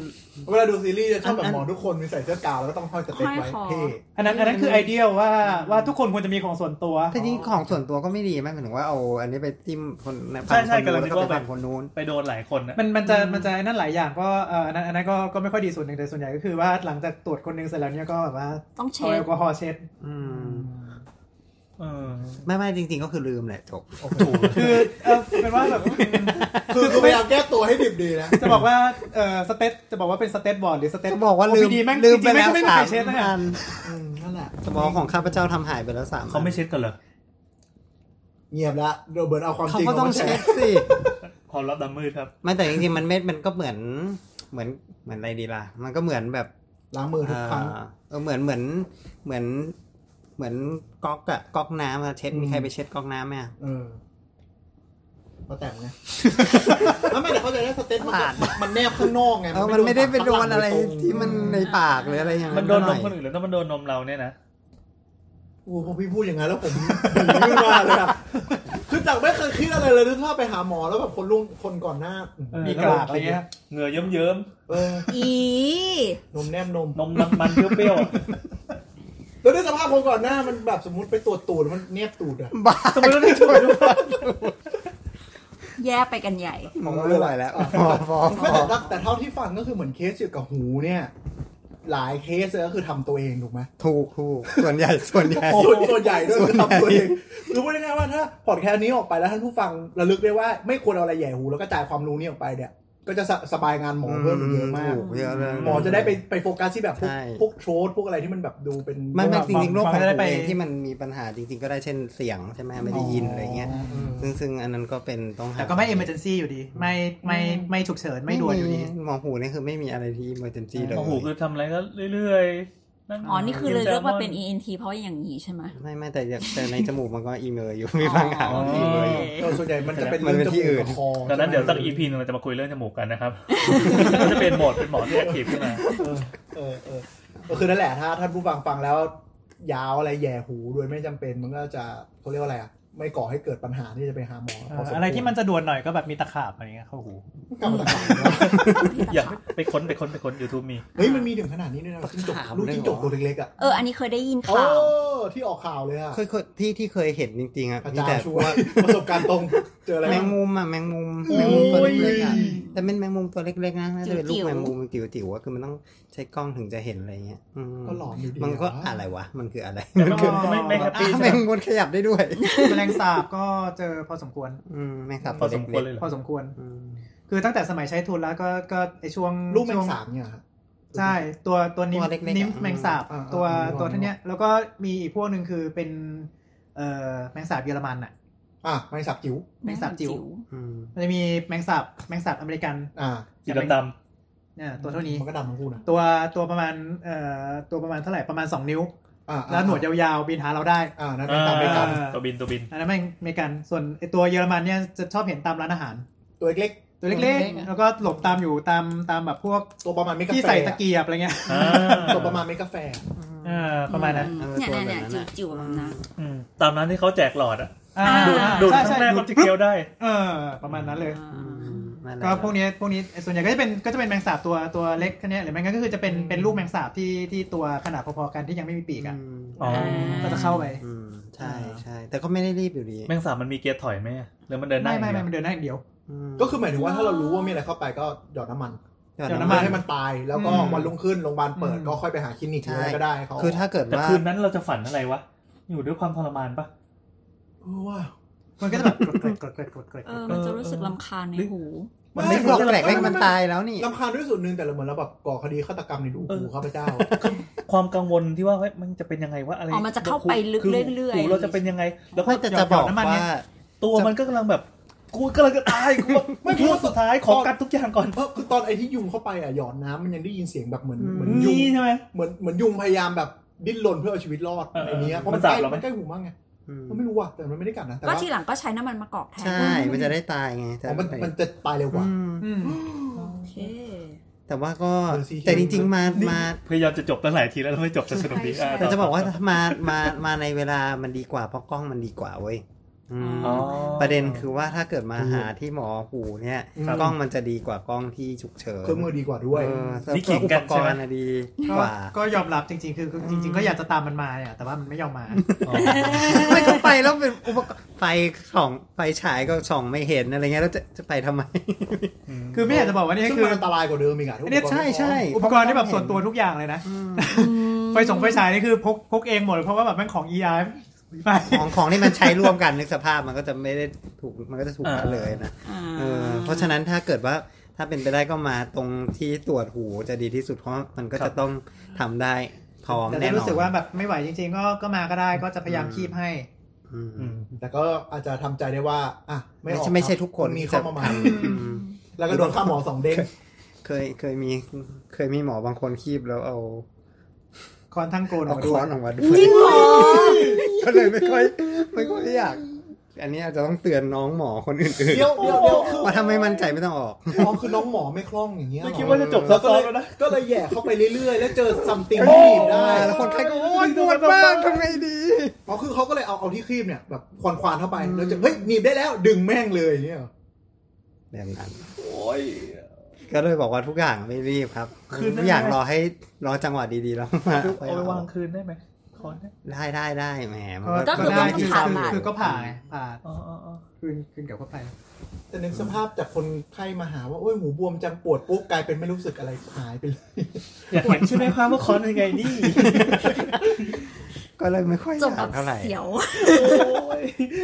S4: เวลาดูซีรีส์จะชอบแบ
S7: อั
S4: บ
S7: น
S4: หมอทุกคนมีใส่เสื้อกาวแล้วก็ต้องห้อยสเต็ป
S3: ห้
S4: ไว้
S3: อยคอ
S4: เท่
S6: อันนั้นอันนั้นคือไอเดียว่าว่าทุกคนควรจะมีของส่วนตัว
S7: แต่จริงๆของส่วนตัวก็ไม่ดีไหมหมายถึงว่าเอา อันนี้ไปจิ้มคนใน
S5: ใช่ใช่กำลัง
S7: แล้ว
S5: จะ
S7: ก็ไป
S5: ว่าแบบ
S7: ทำคนนู้น
S5: ไปโดนหลายคนนะ
S6: มันมันจะมันจะไอ้นั่นหลายอย่างก็เอ่ออันนั้นอันนั้นก็ก็ไม่ค่อยดีส่วนหนึ่งแต่ส่วนใหญ่ก็คือว่าหลังจากตรวจคนหนึ่งเสร็จแล้วเนี่ยก็แบบว่า
S3: ต้อง
S6: เอา
S3: เช็ด
S6: แอลกอฮอล์เช็ด
S7: อืม
S5: เออ
S7: ไม่ไม่จริง ๆ ก็คือลืมแหละจบ
S4: ถูก
S6: คือเออเป็นว่าแบบ
S4: คือคือพยายามแก้ตัวให้ดิบดีนะ
S6: จะบอกว่าเออสเตตจะบอกว่าเป็นสเตตบอร์ดหรือสเตต
S7: จะบอกว่าลืม
S6: ดีแม่ง
S7: ลื
S6: จ
S7: มไป
S6: ริงๆแม่
S7: แล้ว
S6: งก็ไม่มี
S7: สา
S6: ใคร
S7: ม
S6: เช็ดนะ
S7: อัน
S4: อืมนั่นแหละ
S7: สมองของข้าพเจ้าทำหายไปแล้วสาม
S5: เขาไม่เช็ดกันเหรอ
S4: เงียบแล้วโรเบิร์ตเอาความ
S7: เขา
S4: จริง
S7: ก็
S4: อ
S7: ต้
S4: อ
S7: อก ง
S4: มาแช
S7: เช็
S4: ร์
S7: ดสิ
S5: ความลับดำมืดครับ
S7: ไม่แต่จริงๆมันไม่มันก็เหมือนเหมือนเหมือนอะไรดีล่ะ มันก็เหมือนแบบ
S4: ล้างมือทุกครั้ง
S7: เอ่อเออเหมือนเหมือนเหมือนเหมือนก๊อกอะก๊อกน้ำอะเช็ด
S4: อืม
S7: มีใครไปเช็ดก๊อกน้ำไหมอะ
S4: เออมาแต่ง ไง แล้วไม่แต่เข้าใจได้สเต็ปมันก็มันแนบข้างนอกไง
S7: เออมันไม่ได้ไปโดนอะไร
S4: ข้างหลังโดยตง
S7: ที่มันในปากหรืออะไรอย่าง
S5: มันโดนนมคน
S7: หอย
S5: อื่นแล้วถ้ามันโดนนมเราเนี่ยนะ
S4: โอ้โหพอพี่พูดอย่างนั้นแล้วผม ขึ้นมาเลยอะคือจากไม่เคยคิดอะไรเลยนึกภาพไปหาหมอแล้วแบบคนลุงคนก่อนหน้า
S6: เออ
S4: มี
S6: มี
S4: ก
S6: ก
S4: ระ
S6: ระ
S4: ดา
S6: ดา
S4: ษ
S6: ษ
S4: อะ
S6: อะไร ไร
S4: เงี้
S6: เงี้
S4: ย
S6: ย
S5: เหงื่อเยิ้ม
S4: เออ
S3: อี
S4: นมแนบนม
S5: ๆนมน้ำมันเปรี้ยว
S4: แล้วด้วยสภาพคนก่อนหน้ามันแบบสมมติไปตรวจตูดมันเนียบตูดอะ
S7: บ้า
S5: ๆทำไมต้องได้ช่วยด้วย
S3: แย่ไปกันใหญ่
S7: มองไม่ไหวแล้วพอพอพ
S4: ไม่
S7: อ
S4: แต่แต่เท่าที่ฟังก็คือเหมือนเคสเกี่ยวกับหูเนี่ย หลายเคสเลยก็คือทำตัวเองถูกไหม
S7: ถูกถูกส่วนใหญ่ส่วนใหญ่
S4: ส่วนส่วนใหญ่ด้วยคือ
S7: ส่วนใหญ่
S4: ทำตัวเองคือพูดง่ายๆว่าถ้าพอดแคสต์นี้ออกไปแล้วท่านผู้ฟังระลึกได้ว่าไม่ควรเอาอะไรใหญ่หูแล้วก็จ่ายความรู้นี้ออกไปเนี่ย ก็จะสะสบายงานหมอเพิ่มอีกเยอะมาก
S7: ถูเยอะเลย
S4: หมอจะได้ไปไปโฟกัสที่แบบพวก
S7: ใช่
S4: พวกโทรสพวกอะไรที่มันแบบดูเป็น
S7: ไม่ไม่จริงๆโรคของ
S6: บางคนก็ได้
S7: ตัว
S6: ไป
S7: เองที่มันมีปัญหาจริง ๆ ก็ได้เช่นเสียงใช่ไหมไม่ได้ยินอะไรเงี้ย ซึ่งซึ่งอันนั้นก็เป็นต้องหา
S6: แต่ก็ไม่ emergency อยู่ดี ไม่ไม่ไม่ฉุกเฉินไม่ด่วนอยู่ดี
S7: ไม่มีหมอหูนี่คือไม่มีอะไรที่ emergency เลย
S5: โอ้โหคือทำอะไรก็เรื่อยๆ
S3: อ๋อ นี่คือเลยเลือกมาเป็น ENT เพราะอย่างนี้ใช่ไหม
S7: ไม่ไม่แต่อยากแต่ในจมูกมันก็อีเมอร์อยู่ มีบางอย่าง
S3: อ๋อ
S7: ที่อีเมอร์อยู่
S4: เออส่วนใหญ่มันจะเป็น
S7: มันเป็นที่อื่น
S4: จมูกกับคอ
S5: ดังนั้นเดี๋ยวสักอีพีนึงเราจะมาคุยเรื่องจมูกกัน นะครับ ก็จะเป็นโหมดเป็นหมอที่แอคทีฟขึ้นมา
S4: เออเออก็คือนั่นแหละถ้าท่านผู้ฟังฟังแล้ว ยาวอะไรแย่หูโดยไม่จำเป็นมันก็จะเขาเรียกว่าอะไรอ่ะไม่ก่อให้เกิดปัญหาที่จะไปหาหมอ
S6: เอ่
S4: พ
S6: อ
S4: สคว
S6: อะไรที่มันจะด่วนหน่อยก็แบบมีตะขาบอะไรเงี้ยเข้าหู
S4: กลับมา
S5: อย่าไปค้นไปค้นไปค้น YouTube มี
S4: เฮ้ยมันมีถึงขนาดนี้ด้วยนะจิ้งจกลูกจิ้งจกตัวเล็กๆอ่ะ
S3: เออ อันนี้เคยได้ยิน
S4: โอ้
S3: ข่าว
S4: ที่ออกข่าวเลยอ่ะ
S7: เคยเคยที่ที่เคยเห็นจริงๆอ่ะ
S4: อา
S7: มี
S4: จาร
S7: แต่
S4: ย์ชัวร์ประสบการณ์ตรงเจออะไร
S7: แม
S4: บ้าง ง
S7: มุมอ่ะแมงมุม
S4: โอ้ย
S7: แมงมุมตัวเล็กๆอ่ะแต่เป็นแมงมุมตัวเล็กๆนะน่าจะเป็นลู
S3: จิ๋
S7: ก
S3: วๆ
S7: แมงมุมจิ๋วๆอ่ะคือมันต้องใช้กล้องถึงจะเห็นอะไรเงี้ยอืม
S4: ก็หลอนอยู่ดี
S7: มันก็
S4: อ่ะ
S7: อะไรวะมันคืออะไร
S5: แต่
S7: มัน
S5: มัน
S7: คือ
S5: ก็ไม่ไม่แฮป
S7: อ่ะ
S5: ปี้
S7: แม
S5: ใช่
S7: ง
S5: ไหม
S7: มุมขยับได้ด้วย
S6: แมลงสาบก็เจอพอสมควร
S7: อืมแมงสาบ
S5: พอสมควรเลยเหรอ
S6: พอสมควร
S7: อืม
S6: คือตั้งแต่สมัยใช้ทุนแล้วก็ก็ไอช่วง
S4: ลูกแมง
S6: ช่ว
S4: สาบเนี่ยฮะ
S6: ใช่ตัวตัวนิ้ม
S7: ตัวเล็กๆอะ
S6: นิ้มแมงสาบ
S4: อ่า
S6: ตัว
S4: อ่าอ่า
S6: ตัวเท่าเนี้ยแล้วก็มีอีกพวกหนึ่งคือเป็นเอ่อแมงสาบเยอรมันอ่ะ
S4: อ่ะแมงสาบจิ๋ว
S6: แมงสาบจิ๋ว
S7: อืม
S6: มันจะมีแมงสาบแมงสาบอเมริกัน
S4: อ่ะ
S5: สีดำ
S6: เนี่ยตัวเท่านี้
S4: มันก็ดำทั้งคู่นะ
S6: ตัวตัวประมาณเอ่อตัวประมาณเท่าไหร่ประมาณ 2 นิ้ว
S4: อ่ะ
S6: แล้วหนวดยาวๆบินหาเราได้
S4: อ่านั่น
S5: ๆ
S4: เป็นตามไปกัน
S5: อ่าตัวบินตัวบิน
S6: อันนั้นแม่งอเมริกัน ส่วนไอตัวเยอรมันเนี่ยจะชอบเห็นตามร้านอาหาร
S4: ตัวเล็ก
S6: ตัวเล็กๆ แล้วก็หลบตามอยู่ตามตามแบบพวก
S4: ๆ ตัวประมาณเมกา
S6: ที่
S4: แฟ
S6: ใส่ตะเกียบอะไรเงี้ย
S5: อ่า
S4: ตัวประมาณเมกาแฟร์
S6: อ่าประมาณนั้น
S7: เออ
S3: เนี่ย
S7: ตัว
S3: เนี่ย
S7: แบบ
S3: เนี่ย
S7: นั้น
S3: จิ๋ว
S7: อะ
S3: จิ๋วแบบนั้น
S5: อืมตามนั้นที่เขาแจกหลอดอะ
S6: อ่า
S3: ดูด
S5: ดูด
S6: ใช่
S5: ข้า
S6: ใช่
S5: งแรก
S6: ดู
S5: ก็
S6: ด
S5: จะเคี้ยวได้
S6: เออประมาณนั้นเลย
S7: อืมนั่นแหละ
S6: ก็พวกเนี้ยพวกนี้ส่วนใหญ่ก็จะเป็นก็จะเป็นแมงสาบตัวตัวเล็กแค่เนี้ยหรือไม่งั้นก็คือจะเป็นเป็นลูกแมงสาบที่ที่ตัวขนาดพอๆกันที่ยังไม่มีปีกอ่ะ
S5: อ๋อ
S6: ก็จะเข้าไป
S7: อืมใช่ใช่แต่ก็ไม่ได้รีบอยู่ดี
S5: แมงสาบมันมีเกียร์ถอยไหมอะหรือมันเดินหน้า
S6: ไม่
S5: อย่าง
S6: ไม่
S5: เดียว
S6: ไม่มันเดินหน้าอย่างเดียว
S7: อืม
S4: ก็คือหมายถึงว่าถ้าเรารู้ว่ามีอะไรเข้าไปก็หยอดน้ำมัน
S7: หยอด
S6: หยอด
S7: น้ำ
S6: น้ำมั
S7: มัน
S4: ให้มันตายแล้วก็
S6: อืม
S4: วันรุ่งขึ้นโรงพยาบาลเปิด
S6: อืม
S4: ก็ค่อยไปหาคลินิกหรืออะไร
S7: ใช่
S4: ก็ได้ให้เขา
S7: คือถ้าเกิด
S5: แต่
S7: ว่า
S5: คืนนั้นเราจะฝันอะไรวะ อยู่ด้วยความทรมานปะ
S4: เออว่า
S6: มันก็จะแบบกดกดกดกดกด
S3: เออ มันจะรู้สึกลำคาญในหู
S7: มันไม่กรอกแกรกแรกมันตายแล้วนี่
S4: ลำคาญด้วยส่วนหนึ่งแต่เราเหมือนเราแบบก่อคดีฆาตกรรมในดู
S5: เอ
S4: หู
S5: อ
S4: ข้าพเจ้า
S5: ความกังวลที่ว่าเฮ้ยมันจะเป็นยังไงวะอะไร
S3: อ๋อมันจะเข้าไปลึก
S5: คือ
S3: เรื่อยๆ
S5: หูเราจะเป็นยังไง แล้วก็
S7: ไม่แต่จะบอกว่า
S5: ตัวมันก็กำลังแบบ กูกำลังจะ ตายกู
S4: ไม่
S5: ไม่
S4: พู
S5: พู
S4: ด
S5: ดสุดท้ายขอกัดทุกอย่างก่อน
S4: เพราะคือตอนไอ้ที่ยุงเข้าไปอ่ะหยอดน้ำมันยังได้ยินเสียงแบบเหมือน
S7: อืม
S4: เหมือนยุง
S5: นี่ใช่ไหม
S4: เหมือนเหมือนยุงพยายามแบบดิ้นรนเพื่อเอาชีวิตรอด
S5: เออ
S4: ไอ้เนี้ยเพราะมัน
S5: มัน
S4: ใกล้
S5: สาบเราไหม
S4: มันใกล้หูมากไง
S7: อืม
S4: มันไม่รู้อ่ะแต่มันไม่ได้กัดนะแต่
S3: ก็
S4: ว่า
S3: ทีหลังก็ใช้น้ำมันมะกอกแทน
S7: ใช่ มันจะได้ตายไงแต่
S4: อ๋อมันมันจะตายเร็วกว่า
S7: อืม
S6: อืม
S3: โอเค
S7: แต่ว่าก็
S4: เออสีเขียว
S7: แต่จริง ๆ มา
S5: นี่
S7: มา
S5: พยายามจะจบตั้งหลายทีแล้วแล้วไม่จบจะสนุกดี
S3: ใช่ใช่
S5: อ่
S7: แต่จะบอกว่ามามามาในเวลามันดีกว่าเพราะกล้องมันดีกว่าเว้ยอืม
S5: อ๋อ
S7: ประเด็นคือว่าถ้าเกิดมาหาที่หมอหูเนี่ย
S4: ครับ
S7: กล้องมันจะดีกว่ากล้องที่ฉุกเฉิน
S4: เครื่องมือดีกว่าด้วย
S7: เออ
S5: นี่ขิงกันใช่ไหม
S7: อุปรณ์อะดี
S6: ก็
S7: กว่า
S6: ก็ยอมรับจริงๆ คือคือจริง ๆ ก็อยากจะตามมันมาเนี่ย แต่ว่ามันไม่ยอมมา
S5: อ๋อ
S7: ไม่ก็ไปแล้วเป็นอุปกรณ์ไฟส่องไฟฉายก็ส่องไม่เห็นอะไรเงี้ยแล้วจะจะไปทำไม
S5: ม
S6: คือไม่อยากจะบอกว่านี่
S4: ซึ่ง
S6: คือ
S4: มันอันตรายกว่าเดิมอีกอ่ะทุก
S7: อันเนี้ยใช่ใช่
S6: อุปกรณ์ที่แบบส่วนตัวทุกอย่างเลยนะ ไฟส่งไฟฉายนี่คือพกพกเองหมดเลยเพราะว่าแบบแม่งของ EI ไป
S7: ของของที่มันใช้ร่วมกันนึกสภาพมันก็จะไม่ได้ถูกมันก็จะถูก
S5: อ่า
S7: กันเลยนะ
S3: อ่า
S7: เออเพราะฉะนั้นถ้าเกิดว่าถ้าเป็นไปได้ก็มาตรงที่ตรวจหูจะดีที่สุดเพราะมันก็จะต้องทำได้พร้อม
S6: แต่
S7: แน่
S6: ถ้าน
S7: อน
S6: รู้สึกว่าแบบไม่ไหวจริง ๆ ก็ก็มาก็ได้ก็จะพยายามคีบให้
S7: อืม
S5: อืม
S4: แต่ก็อาจจะทำใจได้ว่า อ่ะ ไม่
S7: ไม่
S4: ออก
S7: ใช่ไม่ใช่ทุกคน
S4: มีเข้ามาใหม่
S7: ที่จะทำอืม
S4: แล้วก็โดนค่าหมอสองเด้ง
S7: เคยเคยมีเคยมีหมอบางคนคีบแล้วเอา
S6: คอนทั้งโกนอ
S7: เอา
S6: อกมา
S7: ค้
S6: ด้ว
S7: อย นออกมาด้วย
S3: จริงเหรอ
S7: ก็เลยไม่ค่อยไม่ค่อยอยาก อันนี้อาจจะต้องเตือนน้องหมอคนอื่น
S4: เดี๋ยวเดี๋ยวเดี๋ยวคือ
S7: ๆว่าถ้าไม่มั่นใจไม่ต้องออก
S4: อ๋อคือน้องหมอไม่คล่องอย่างเงี้ย
S5: ไม่
S4: เหรอ
S5: คิดว่าจะจบ
S4: แล้ว
S5: ซ้
S4: ก็เลย
S5: อนๆแล้วนะ
S4: ก็เลยแหย่เข้าไปเรื่อยๆ แล้วเจอซัมติงที่บีบได้
S7: แล้วคนไข้ก็โอ๊ยปวดมากทำไงดี
S4: อ๋อคือเขาก็เลยเอาเอาที่ครีมเนี่ยแบบควานควานๆเข้าไปแล้วจะเฮ้ยหนีบได้แล้วดึงแม่งเลยอย่างเงี้ยเหรอ
S7: แบบนั้นก็เลยบอกว่าทุกอย่างไม่รีบครับทุกอย่างรอให้รอจังหวะดีๆแล้วมา
S5: เอาไปวางคืนได้ไหม
S6: ค้น
S7: ได้ได้ได้แหมมัน
S3: ก็
S7: ก็
S3: คือ
S6: ได้
S3: ต้อง
S6: คือ
S3: ผ่า
S6: คือ
S3: มา
S6: คือก็ผ่าไงผ่า
S5: อ๋ออ๋ออ๋อ
S6: คืนคืนเกี่ยวกับไป
S4: แต่นึกสภาพจากคนไข้มาหาว่า โอ้ยหูบวมจังปวดปุ๊บกลายเป็นไม่รู้สึกอะไรหายไปเลย
S5: อยากเห็นชื่อในความว่าคอนเป็นไงนี่
S7: ก็เลยไม่ค่อย
S3: จบ
S7: อ
S3: แบ
S7: ยาก
S3: บ
S7: เท่าไหร่
S3: เสียว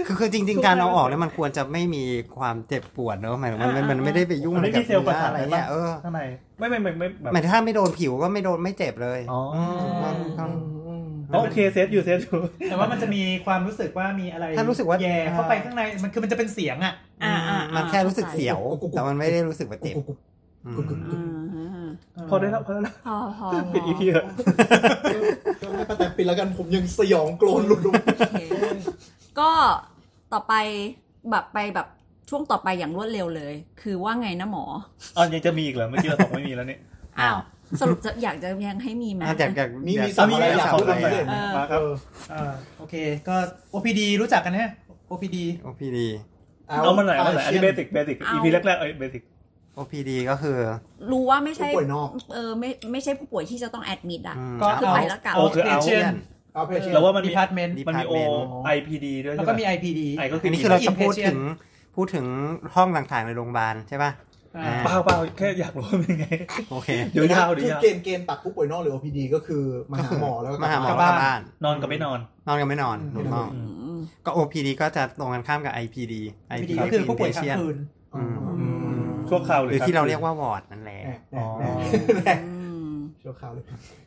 S7: คือคือจริง ๆ การเอาออกเนี่ยมันควรจะไม่มีความเจ็บปวดเนอะหมายถึงว่ามันมันมันไม่ได้ไปยุ่ง
S5: มันไม่
S7: กั
S5: มีเซลล์ประสาท
S7: อะไรเนี่ยเออ
S5: ข้างในไม่ไม่ไม่ไม่แบบ
S7: หมายถึงถ้าไม่โดนผิวก็ไม่โดนไม่เจ็บเลย
S5: อ๋อ
S7: มันมัน
S5: อ๋อโอเคเซฟอยู่เซฟอยู่
S6: แต่ว่ามันจะมีความรู้สึกว่ามีอะไร
S7: ถ้ารู้สึกว่า
S6: แย่เข้าไปข้างในมันคือมันจะเป็นเสียงอ่ะ
S3: อ่าอ่า
S7: มันแค่รู้สึกเสียว
S4: กุกกุกกุก
S7: แต่มันไม่ได้รู้สึกว่าเจ็บอืม
S3: อืม
S5: พอได้แล้วพอได้แล้ว
S3: พอพอ
S5: ปิดอีพีเถอะ
S4: ก็ให้ป้าแต่ปิดแล้วกันผมยังสยองโกลนหลุดลุก
S3: โอเคก็ต่อไปแบบไปแบบช่วงต่อไปอย่างรวดเร็วเลย คือว่าไงนะหมอ
S5: อ๋อยังจะมีอีกเหรอเมื่อกี้เราบอกไม่มีแล้วเนี่ย
S3: อ้าว สรุปจะอยากจะยังให้มีไหม
S7: อ่ะจากจาก
S4: มี
S7: จา
S4: มี
S7: ก
S4: สามอะไรอยากพูด
S5: สา
S4: อะ
S5: ม
S4: ไร
S5: อะไร
S4: เลย
S3: เออ
S5: มาครับ
S6: เออโอเคก็ OPD รู้จักกันไหม OPD
S7: OPD
S5: เอามาหน่อยเอามาหน่อยอันนี้เบสิกเบสิก
S3: เอา
S5: อีพีแรกๆเอ้ยเบสิก
S7: OPD ก็คือ
S3: รู้ว่าไม่
S4: ผู้
S3: ใช่
S4: ป่วยนอก
S3: เออไม่ไม่ใช่ผู้ป่วยที่จะต้องแอดมิดอ่ะ
S7: อืม
S6: ก็
S3: คือ
S6: เอา
S3: ไปแล้วกลับ
S5: โอเคเอา
S7: เพื่อน
S4: เอาเพช
S5: แล้วว่ามันมี
S6: ดีพาร์ตเมนต์
S5: มันมีโอ
S7: Department
S5: ไอพีดีด้วย
S6: แล้ว
S5: ใช่
S6: ก็
S5: ปะ
S6: มี IPD
S5: ไอก็คือ
S7: อั
S5: อน
S7: นี้คื
S5: นี้คือ อ
S7: เรา
S5: เรา
S7: จะพูดถึงพูดถึงห้องต่างๆในโรงพยาบาลใช่ป่ะ
S6: อ่า
S7: อ่า
S5: เปล่าเปล่าแค่อยากรู้ว่าเป็นไง
S7: โอเค
S5: เดี๋ยวยาวเดี๋ย
S4: คือย
S5: วาว
S4: เกณฑ์เกณฑ์ตัดผู้ป่วยนอกหรือ OPD ก็คือมา
S7: ก็
S4: หา
S7: คือ
S4: หมอแล้วก็
S7: มาหาหมอก
S6: ลั
S7: แล้ว
S6: บ
S7: กลับ
S6: บ้าน
S7: บ้าน
S5: นอนกับไม่นอน
S7: นอนกันไม่นอนถูกต้อง
S5: อื
S3: อืม
S7: ก็ OPD ก็จะตรงกันข้ามกับ IPD
S6: IPD ก็คือผู้ป่วยกลางคืน
S4: อืม
S7: อื
S5: ชั่วคราวห
S7: ห
S5: รื
S7: รือ อที่เราเรียกว่าวอร์ดนั่นแหละ
S4: แน่
S5: อ๋อ
S4: แน่แน่แน่
S3: อืม
S4: ชั่วคราวเลย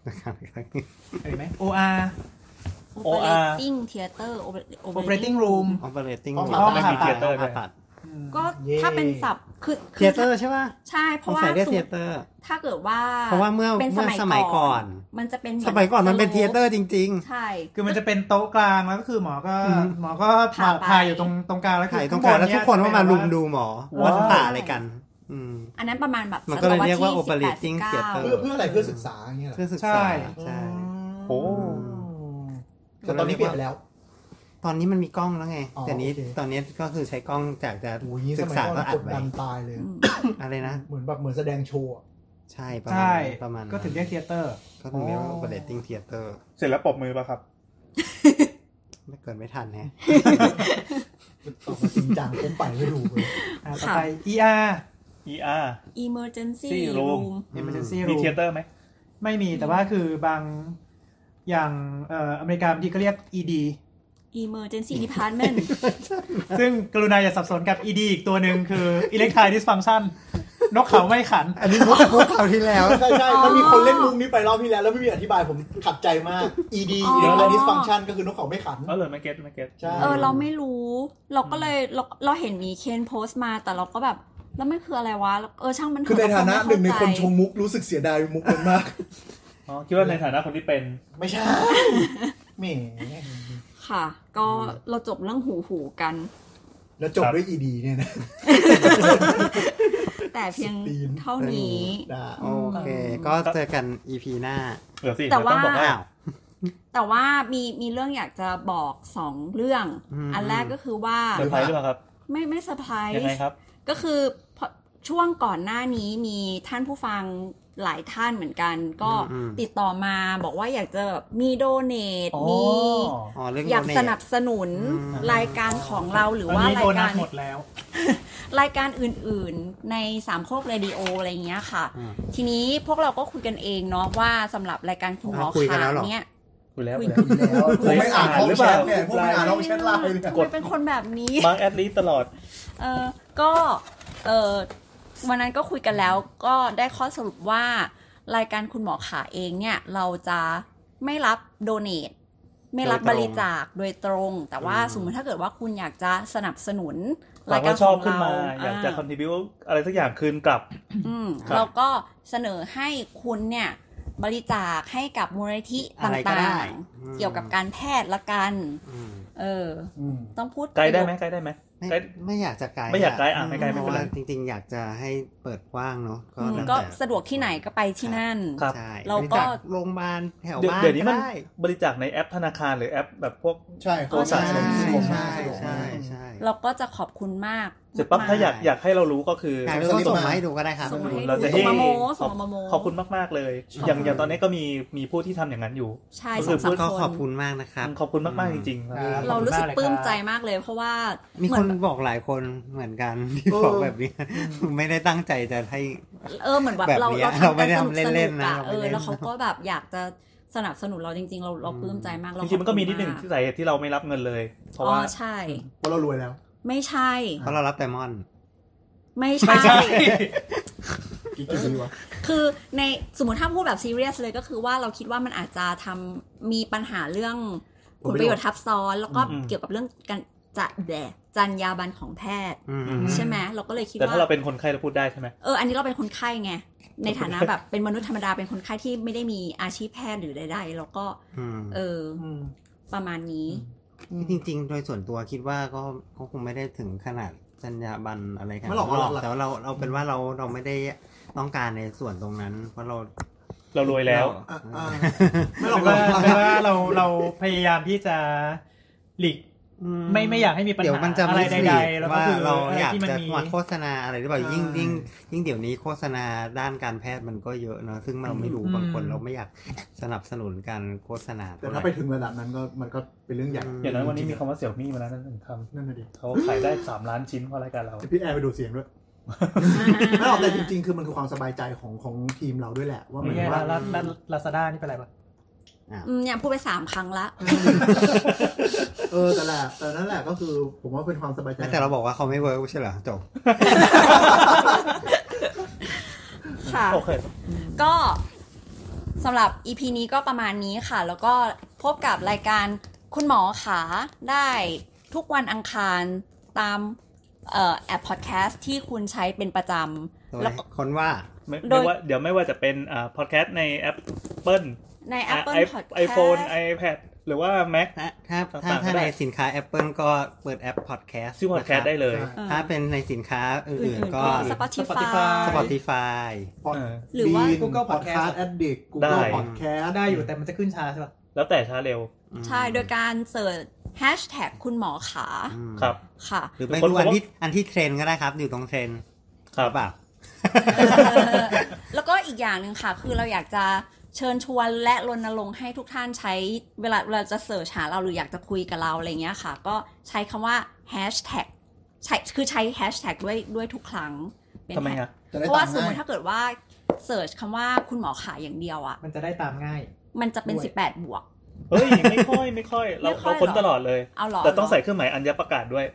S7: นะครับ
S6: เห็นไหม OR
S3: operating theater Oper-
S6: operating room
S7: Operating
S6: ห้องผ่าตัด
S7: ผ่าตัด
S3: ก็ถ้าเป็นศัพท์คือ
S7: เท
S3: คือ
S7: เตอร์ใช่ป่ะ
S3: ใช่เพ
S7: สง
S3: ราะว่า
S7: สัยเรียก
S3: สม
S7: เท
S3: มติ
S7: เตอร์
S3: ถ้าเกิดว่า
S7: เพราะว่าเมื่อ
S3: ป็น
S7: เมื่อสมัยก่อน
S3: มันจะเป็น
S7: สมัยก่อนมันเป็นเท
S3: ห
S7: เตอร์จริง
S3: ใช่
S6: คือมันจะเป็นโต๊ะกลางแล้วก็คือหมอก็
S7: อืม
S6: หมอก็
S3: ผ่า
S6: ผ่า
S3: ไป
S6: ผ่าอยู่ตรงตรงกลางแล้ว
S7: ๆ
S6: คื
S7: ถ่าย
S6: อ
S7: ตร
S6: ข้าง งบ
S7: กัน นแล้ว
S6: เย
S7: ทุกคนก็มารุมดูหมอว่า
S5: ว้าว
S7: ผ่าอะไรกัน อืม
S3: อันนั้นประมาณแบบ
S7: มันก็เลยเรียกว่า
S3: ศตวรรษที่
S7: operating
S3: 19
S7: theater
S4: เพื่อเพื่ออะไรเพื่อศึกษาอย่างเงี้ยเหรอ
S7: เพื่อศึกษา
S6: ใช่
S7: ใช่
S5: โอ้
S4: แต่ตอนนี้เปลี่ยนไปแล้ว
S7: ตอนนี้มันมีกล้องแล้วไง
S4: อ๋อ
S7: แต่นี้
S4: โอเค
S7: ตอนนี้ก็คือใช้กล้องจากจะ
S4: โอ้ยนี่ส
S7: ศึก
S4: มัย
S7: ษา
S4: ก่อ
S7: ก็
S4: นเรา
S7: อั
S4: ก
S7: ด
S4: ด
S7: ไว้
S4: ดันตายเลย
S3: อืม
S7: อะไรนะ
S4: เหมือนแบบเหมือนแสดงโชว์อะ
S7: ใช่ประมาณ
S6: ใช่
S7: นั้นประมาณนั้น
S6: ก็ถึงเรียกเทเตอร์
S7: ก็ถึงเรียกว่า operating theater
S5: เสร็จแล้วปรบมือป่ะครับ
S7: ไม่เกินไม่ทันแฮะ
S4: ตอบมาจริงจังผมไปไม่ดูเลย
S6: อ่าต่อไป ER
S5: ER
S3: emergency
S5: ที่โรง
S3: room
S6: emergency
S5: มี
S6: room
S5: เทเตอร์ไหม
S6: ไม่มีแต่ว่าคือบางอย่างเอ่ออเมริกาบางทีก็เรียก ED
S3: emergency department
S6: ซึ่งกรุณาอย่าสับสนกับ ED อีกตัวหนึ่งคือ electric dysfunction นกเขาไม่ขัน
S7: อันนี้มุกมุกคราวที่แล้ว
S4: ใช่ใช่มันมีคนเล่นมุกนี้ไปรอบที่แล้ว แล้วไม่มีอธิบายผมขัดใจมาก ED
S3: อ๋อ
S4: Electrical Dysfunction ก็คือนกเขาไม่ขัน
S5: เออเลยไม่เก็ตไม่เก็ต
S4: ใช่
S3: เออเราไม่รู้ เราก็เลยเราเราเห็นมีเคนโพสต์มาแต่เราก็แบบ แล้วมันคืออะไรวะ เออช่างมันเถ
S4: คือใน
S3: เร
S4: ฐานะหนึ่งในคนช
S3: เข้าใจ
S4: งมุกรู้สึกเสียดายมุกมันมาก
S5: อ๋อคิดว่าในฐานะคนที่เป็น
S4: ไม่ ใช่ แหม
S3: ค่ะ ก็เราจบเรื่องหูหูกัน
S4: แล้วจบด้วย ED เนี่ยนะ
S3: แต่เพียง
S4: สตรีน
S3: เท่านี้
S4: ด่า
S7: โอเค ก็เจอกัน EP หน้า
S5: เออสิ
S3: แต่
S5: เดี๋ยวต้อง
S3: ว่า
S5: บอกว่า
S7: อ้าว
S3: แต่ว่ามีมีเรื่องอยากจะบอกสองเรื่อง
S7: อืม
S3: อันแรกก็คือว่า
S5: เซอร์ไพรส์หรือเปล่าครับ
S3: ไม่ไม่เซอร์ไพรส์
S5: ยังไงครับ
S3: ก็คือพอช่วงก่อนหน้านี้มีท่านผู้ฟังหลายท่านเหมือนกัน ก็
S7: อืม
S3: ติดต่อมาบอกว่าอยากจะแบบมีโดเนท
S5: อ๋อ
S3: มี
S7: อ๋อเรื่อง
S3: อยาก
S7: โดเท
S3: สนับสนุน
S7: อืม
S3: รายการของเราหรือ
S6: ตอน
S3: ว่า
S6: นี้
S3: รา
S6: โด
S3: ย
S6: นั
S3: กา
S6: ท
S3: ร
S6: หมดแล้ว
S3: รายการอื่นๆ ในสามโคกเรดิโออะไรอย่างเงี้ยค่ะ
S7: อืม
S3: ทีนี้พวกเราก็คุยกันเองเนาะว่าสำหรับรายการคุณหมอ
S7: เราคุยกันแล้วเหรอ
S3: ขาวเนี่ย
S5: คุยแล้ว
S3: คุย
S4: แล้วผมไม่อ่านห้องแชทเนี่ยผมไม่อ่านห้องแชทไลน์
S3: ทำ
S4: เนี่ย
S3: ไมเป็นคนแบบนี้
S5: มาร์กแอดลิสตลอด
S3: เออก็เออวันนั้นก็คุยกันแล้วก็ได้ข้อสรุปว่า รายการคุณหมอขาเองเนี่ย เราจะไม่รับโดเนทไม่รับ
S7: โดยตรง
S3: บริจาคโดยตรง แต่ว่า
S7: อืม
S3: สมมติถ้าเกิดว่าคุณอยากจะสนับสนุน
S5: ราร
S3: าย ย
S5: กา
S3: การ ร
S5: ช
S3: ข
S5: อบ
S3: อง
S5: ขึ้น
S3: เรา
S5: มา อ
S3: อ่
S5: ยากจะคอนทิบิวอะไรสักอย่างคืนกลับ
S3: อืม
S5: ครับ
S3: เราก็เสนอให้คุณเนี่ย บริจาคให้กับมูลนิธิต
S7: อะไรก็
S3: ่า
S7: ได้
S3: ง
S7: อืม
S3: ๆ เกี่ยวกับการแพทย์ละกัน
S7: อืม
S3: เออ
S4: อืม
S3: ต้องพูด
S5: ไกลได้ไหมไกลได้ไหม
S7: ไม่
S5: ไกล
S7: ไม่อยากจะไกล
S5: ไม่อยากไกลอ่ะไม่ไกลไม่
S7: เพ
S5: เป็น
S7: ราะ
S5: ไร
S7: ว่าจริงๆ อยากจะให้เปิดกว้างเนาะก็
S3: อืม
S7: แล้วแต่
S3: ก็สะดวกที่ไหนก็ไปที่นั่น
S5: ครับ
S7: ใช่
S3: เราก็
S7: บจโรงพยาบาลแถว
S5: เดี๋ยว
S7: บ้าน
S5: เดี๋ยวนี้
S7: ก็
S5: มัน
S7: ได้
S5: บริจาคในแอปธนาคารหรือแอปแบบพวก
S4: ใช่
S5: โทรศัพท์
S4: ใช่
S7: ใช่ใช่
S4: ใช่ใช่
S7: ใช่
S3: เราก็จะขอบคุณมาก
S5: เสร็จปั๊บ
S3: มๆ
S5: ถ้าอยากอยากให้เรารู้ก็คือ
S7: อยาก
S5: อ
S7: รู้ก็ส่งมาให้ดูก็ได้ครับ
S3: ส่งมาให้
S5: เราจะ
S3: ส่
S5: ให้
S3: งมาโม้
S5: ขอ
S3: ส่
S5: บ
S3: งมาโม้
S5: ขอบคุณมาก ๆ เลย อย่างอย่างตอนนี้ก็มีมีผู้ที่ทำอย่างนั้นอยู่
S3: ใช่
S5: ก็
S3: ส
S5: คือ อง
S3: สาม
S5: พูด
S7: ก็
S3: คน
S7: ขอบคุณมากนะครับ
S5: ขอบคุณมาก ๆ จริง
S6: ครับ
S5: ๆ
S3: เรารู้สึก
S6: ขอบ
S3: ป
S6: คุณมากเลยครับ
S3: ลื้มใจมากเลยเพราะว่า
S7: มี
S3: เหมื
S7: ค
S3: อน น
S7: บอกหลายคนเหมือนกันที่บอกแบบเนี้ย ไม่ได้ตั้งใจจะให้
S3: เออเหมือนแบบ
S7: แบบ
S3: เรา
S7: เนี้ย
S3: เรา
S7: เราไม่
S3: ทำกัน
S7: ได้
S3: สนุ
S7: ทำ
S3: กๆ
S7: เล่นๆนะ
S3: อะ
S7: เราไม่
S3: เออ
S7: เล่น
S3: แล้วเขาก็แบบอยากจะสนับสนุนเราจริง ๆ เราเราปลื้มใจมากเรา
S5: จริง ๆ มันก็มีนิดหนึ่ง
S3: ขอบ
S5: ที่
S3: คุณ
S5: สาเหตุที่เราไม่รับเงินเลย เพ
S3: มา
S5: ราะ
S3: อ๋อ
S5: ว่า
S3: ใช่
S4: เพราะเรารวยแล้ว
S3: ไม่ใช่
S7: เพราะเรารับแต่มอน
S3: ไม่ใช่
S4: กี่กี่ปีวะ
S3: คือในสมมติถ้าพูดแบบซีเรียสเลยก็คือว่าเราคิดว่ามันอาจจะทำมีปัญหาเรื่องผลประโยชน์ทับซ้อน แล้วก็
S5: อืม
S3: เกี่ยวกับเรื่องการจะแดจัญญาบันของแพทย์
S7: อืม
S3: ใช่ไหมเราก็เลยคิด
S5: แต่
S3: ว่า
S5: ถ้าเราเป็นคนไข้เราพูดได้ใช่ไหม
S3: เออ อันนี้เราเป็นคนไข้ไง ในฐานะแบบเป็นมนุษย์ธรรมดา เป็นคนไข้ที่ไม่ได้มีอาชีพแพทย์หรือใดๆ แล้วก็
S7: อืม
S3: เอออประมาณนี้
S7: จริง ๆ โดยส่วนตัวคิดว่าก็ก็คงไม่ได้ถึงขนาดสัญญาบันอะไรกัน
S4: ไม่หรอกหรอก
S7: แต่ว่าเราเราเป็นว่าเราเราไม่ได้ต้องการในส่วนตรงนั้น เพราะเรา
S5: เรารวยแล้ว
S4: อ่ะ
S7: เอ
S4: อ่ะ
S7: อ
S4: ไม่หร
S6: เป็
S4: อกหรอ
S6: นว่าก เป็นว่าเราเราพยายามที่จะหลีก
S7: อื
S6: ไม่ไม่อยากให้มีปัญหา
S7: เดี๋ยวมันจะ
S6: อะไร
S7: มิสลี
S6: ใดๆแล้วก็
S7: ว่า
S6: คือ
S7: เราอยาก
S6: ที่มัน
S7: จะ
S6: มี
S7: มาโฆษณาอะไรหรือเปล่ายิ่งยิ่งยิ่งเดี๋ยวนี้โฆษณาด้านการแพทย์มันก็เยอะเนาะซึ่งเราไม่รู้บางคนเราไม่อยากสนับสนุนการโฆษณา
S4: แต่
S7: เท่หร่
S4: ถ้าไปถึงระดับนั้นก็มันก็เป็นเรื่องใหญ่
S5: อย่างนั้นวันนี้มีคำว่าเสี่ยวมี่มาแล้วนั่นหนึ่งค
S4: นั่นน่ะดิ
S5: ำเขาขายได้สามล้านชิ้นเพราะรายการเรา
S4: เดี๋ยวพี่แอร์ไปดูดเสียง ด้วย ไม่หรอกแต่จริงๆ คือมันคือความสบายใจของของทีมเราด้วยแหละ ว่าเหมือน
S6: เนี่ย
S4: ว่า
S6: ลาลาลาซาด้านี่เป็นอะไรปะ
S3: อืมเนี่ยพูดไปสามครั้งละ
S4: เออแต่แหละแต่นั่นแหละก็คือผมว่าเป็นความสบายใจ
S7: แต่เราบอกว่าเขาไม่เวิร์กไม่ใช่เหรอจบ
S3: ค่ะ
S5: โอเค
S3: ก็สำหรับ EP นี้ก็ประมาณนี้ค่ะ แล้วก็พบกับรายการคุณหมอขาได้ทุกวันอังคารตามเอ่อแอปพอดแคสต์ที่คุณใช้เป็นประจำแล้วก็
S7: คนว่า
S5: ไม่
S3: โด
S5: ไม่
S3: ย
S5: ว่าเดี๋ยวไม่ว่าจะเป็นอ่าพอดแคสต์ใน Apple
S3: ใน Apple
S5: ไอ
S3: Podcast
S5: ไอโฟนไอแพดหรือว่า Mac
S7: ถ้าถ้าถ้า
S5: ต่างๆก็
S7: ถ้า
S5: ได้
S7: ในสินค้า Apple ก็เปิดแอป Podcast
S5: ชื่อพอดแคสต์ได้เลย
S4: ใช่
S7: ถ้าเป็นในสินค้าอื่
S3: อื่
S7: น
S3: น
S7: ๆ
S3: ๆ
S7: ก็
S3: ก็ Spotify
S6: Spotify
S7: Spotify
S4: พอด
S5: เออ
S3: หรือว่า
S6: Google Podcast
S4: Addict
S5: ได้
S4: Google Podcast
S6: ได้อยู่แต่มันจะขึ้นช้าใช่ปะ
S5: แล้วแต่ช้าเร็ว
S3: ใช่โดยการเสิร์ชแฮชแท็กคุณหมอขา
S7: อืม
S5: ครับ
S3: ค่ะ
S7: หรือไม่รู้อันที่อันที่เทรนก็ได้ครับ อยู่ตรงเทรน
S5: ครับ
S7: เปล่า
S3: แล้วก็อีกอย่างหนึ่งค่ะ คือเราอยากจะเชิญชวนและรณรงค์ให้ทุกท่านใช้เวลาเราจะเสิร์ชหาเราหรืออยากจะคุยกับเราอะไรเงี้ยค่ะ ก็ใช้คำว่าแฮชแท็กใช้คือใช้แฮชแท็กด้วยด้วยทุกครั้งเป็น
S5: ทำไมอ่ะ
S4: จะได้
S3: เพราะว่า
S4: ตังค์
S3: สมมติ
S4: ง่าย
S3: ถ้าเกิดว่าเสิร์ชคำว่าคุณหมอขาอย่างเดียวอ่ะ
S6: มันจะได้ตามง่าย
S3: มันจะเป็น
S6: ด้วย
S3: 18 บวก
S5: เฮ้ย ไม่ค่อยไม่ค่อย เรา
S3: ไม่ค่
S5: เรา
S3: อย
S5: ค้
S3: เห
S5: น
S3: รอ
S5: ตลอดเลย
S3: เอาเหรอ
S5: แต่ต้องใส่เครื่องหมายอัญญประกาศด้วย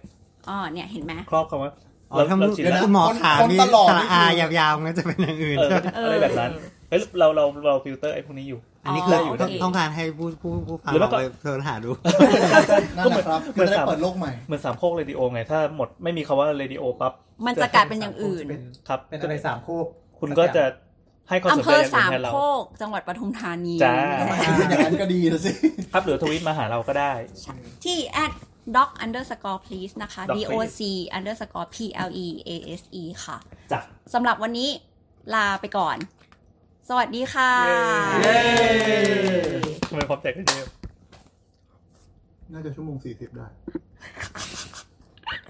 S3: อ๋อเนี่ยเห็นไหม
S5: ครอบคำว่า
S7: อ๋อ
S5: เรา
S7: ถ้ามึ
S5: เรา
S7: ง
S5: ฉีด
S7: เดี๋ยว
S5: แล้ว
S7: นะหมอขา
S4: คน
S7: มี
S4: ตลอด
S7: สระ
S4: นี่คือ
S7: อายาวๆก็จะเป็นอย่างอื่น
S5: เออ
S7: ใช่ไหม
S5: อะไรแบบนั้นเฮ้ยเราเราเราฟิลเตอร์ไอ้พวกนี้อยู่
S7: อันนี้คือ
S3: อ๋อโอเค
S7: ต้องการให้ผู้ผู้ผู้ฟัง
S5: หรือว่า
S7: เราไปเสิร์ชหาดู
S4: นั่นแหละครับ
S5: เหมื
S4: จะ
S5: อน
S4: ได้เปิดโลกใหม่
S5: เหมือนสามโคกเรดิโอไง ถ้าหมดไม่มีคำว่าเรดิโอปั๊บ
S3: มันจะกลายเป็นอย่างอื่น
S5: ครับ
S6: เป็นตัวเลขสามโคก
S5: คุณก็จะให้ความสน
S3: อำเภอ
S5: ใจอย่างอื่
S3: สาน ม
S5: แทนเรา
S3: โคก จังหวัดปทุมธานี
S5: จ้า
S3: แหละ
S4: เป็นอย่างนั้นก็ดีนะสิ
S5: ครับหรือทวิตมาหาเราก็ได้
S3: ที่ at doc underscore please นะคะ
S5: doc
S3: doc
S5: please
S3: underscore please ค่ะ
S5: จ้ะ
S3: สำหรับวันนี้ลาไปก่อน สวัสดีค่ะ
S5: ทำไมพร้อมแจกกันเยอะ
S4: น่าจะชั่วโมงสี่สิบได้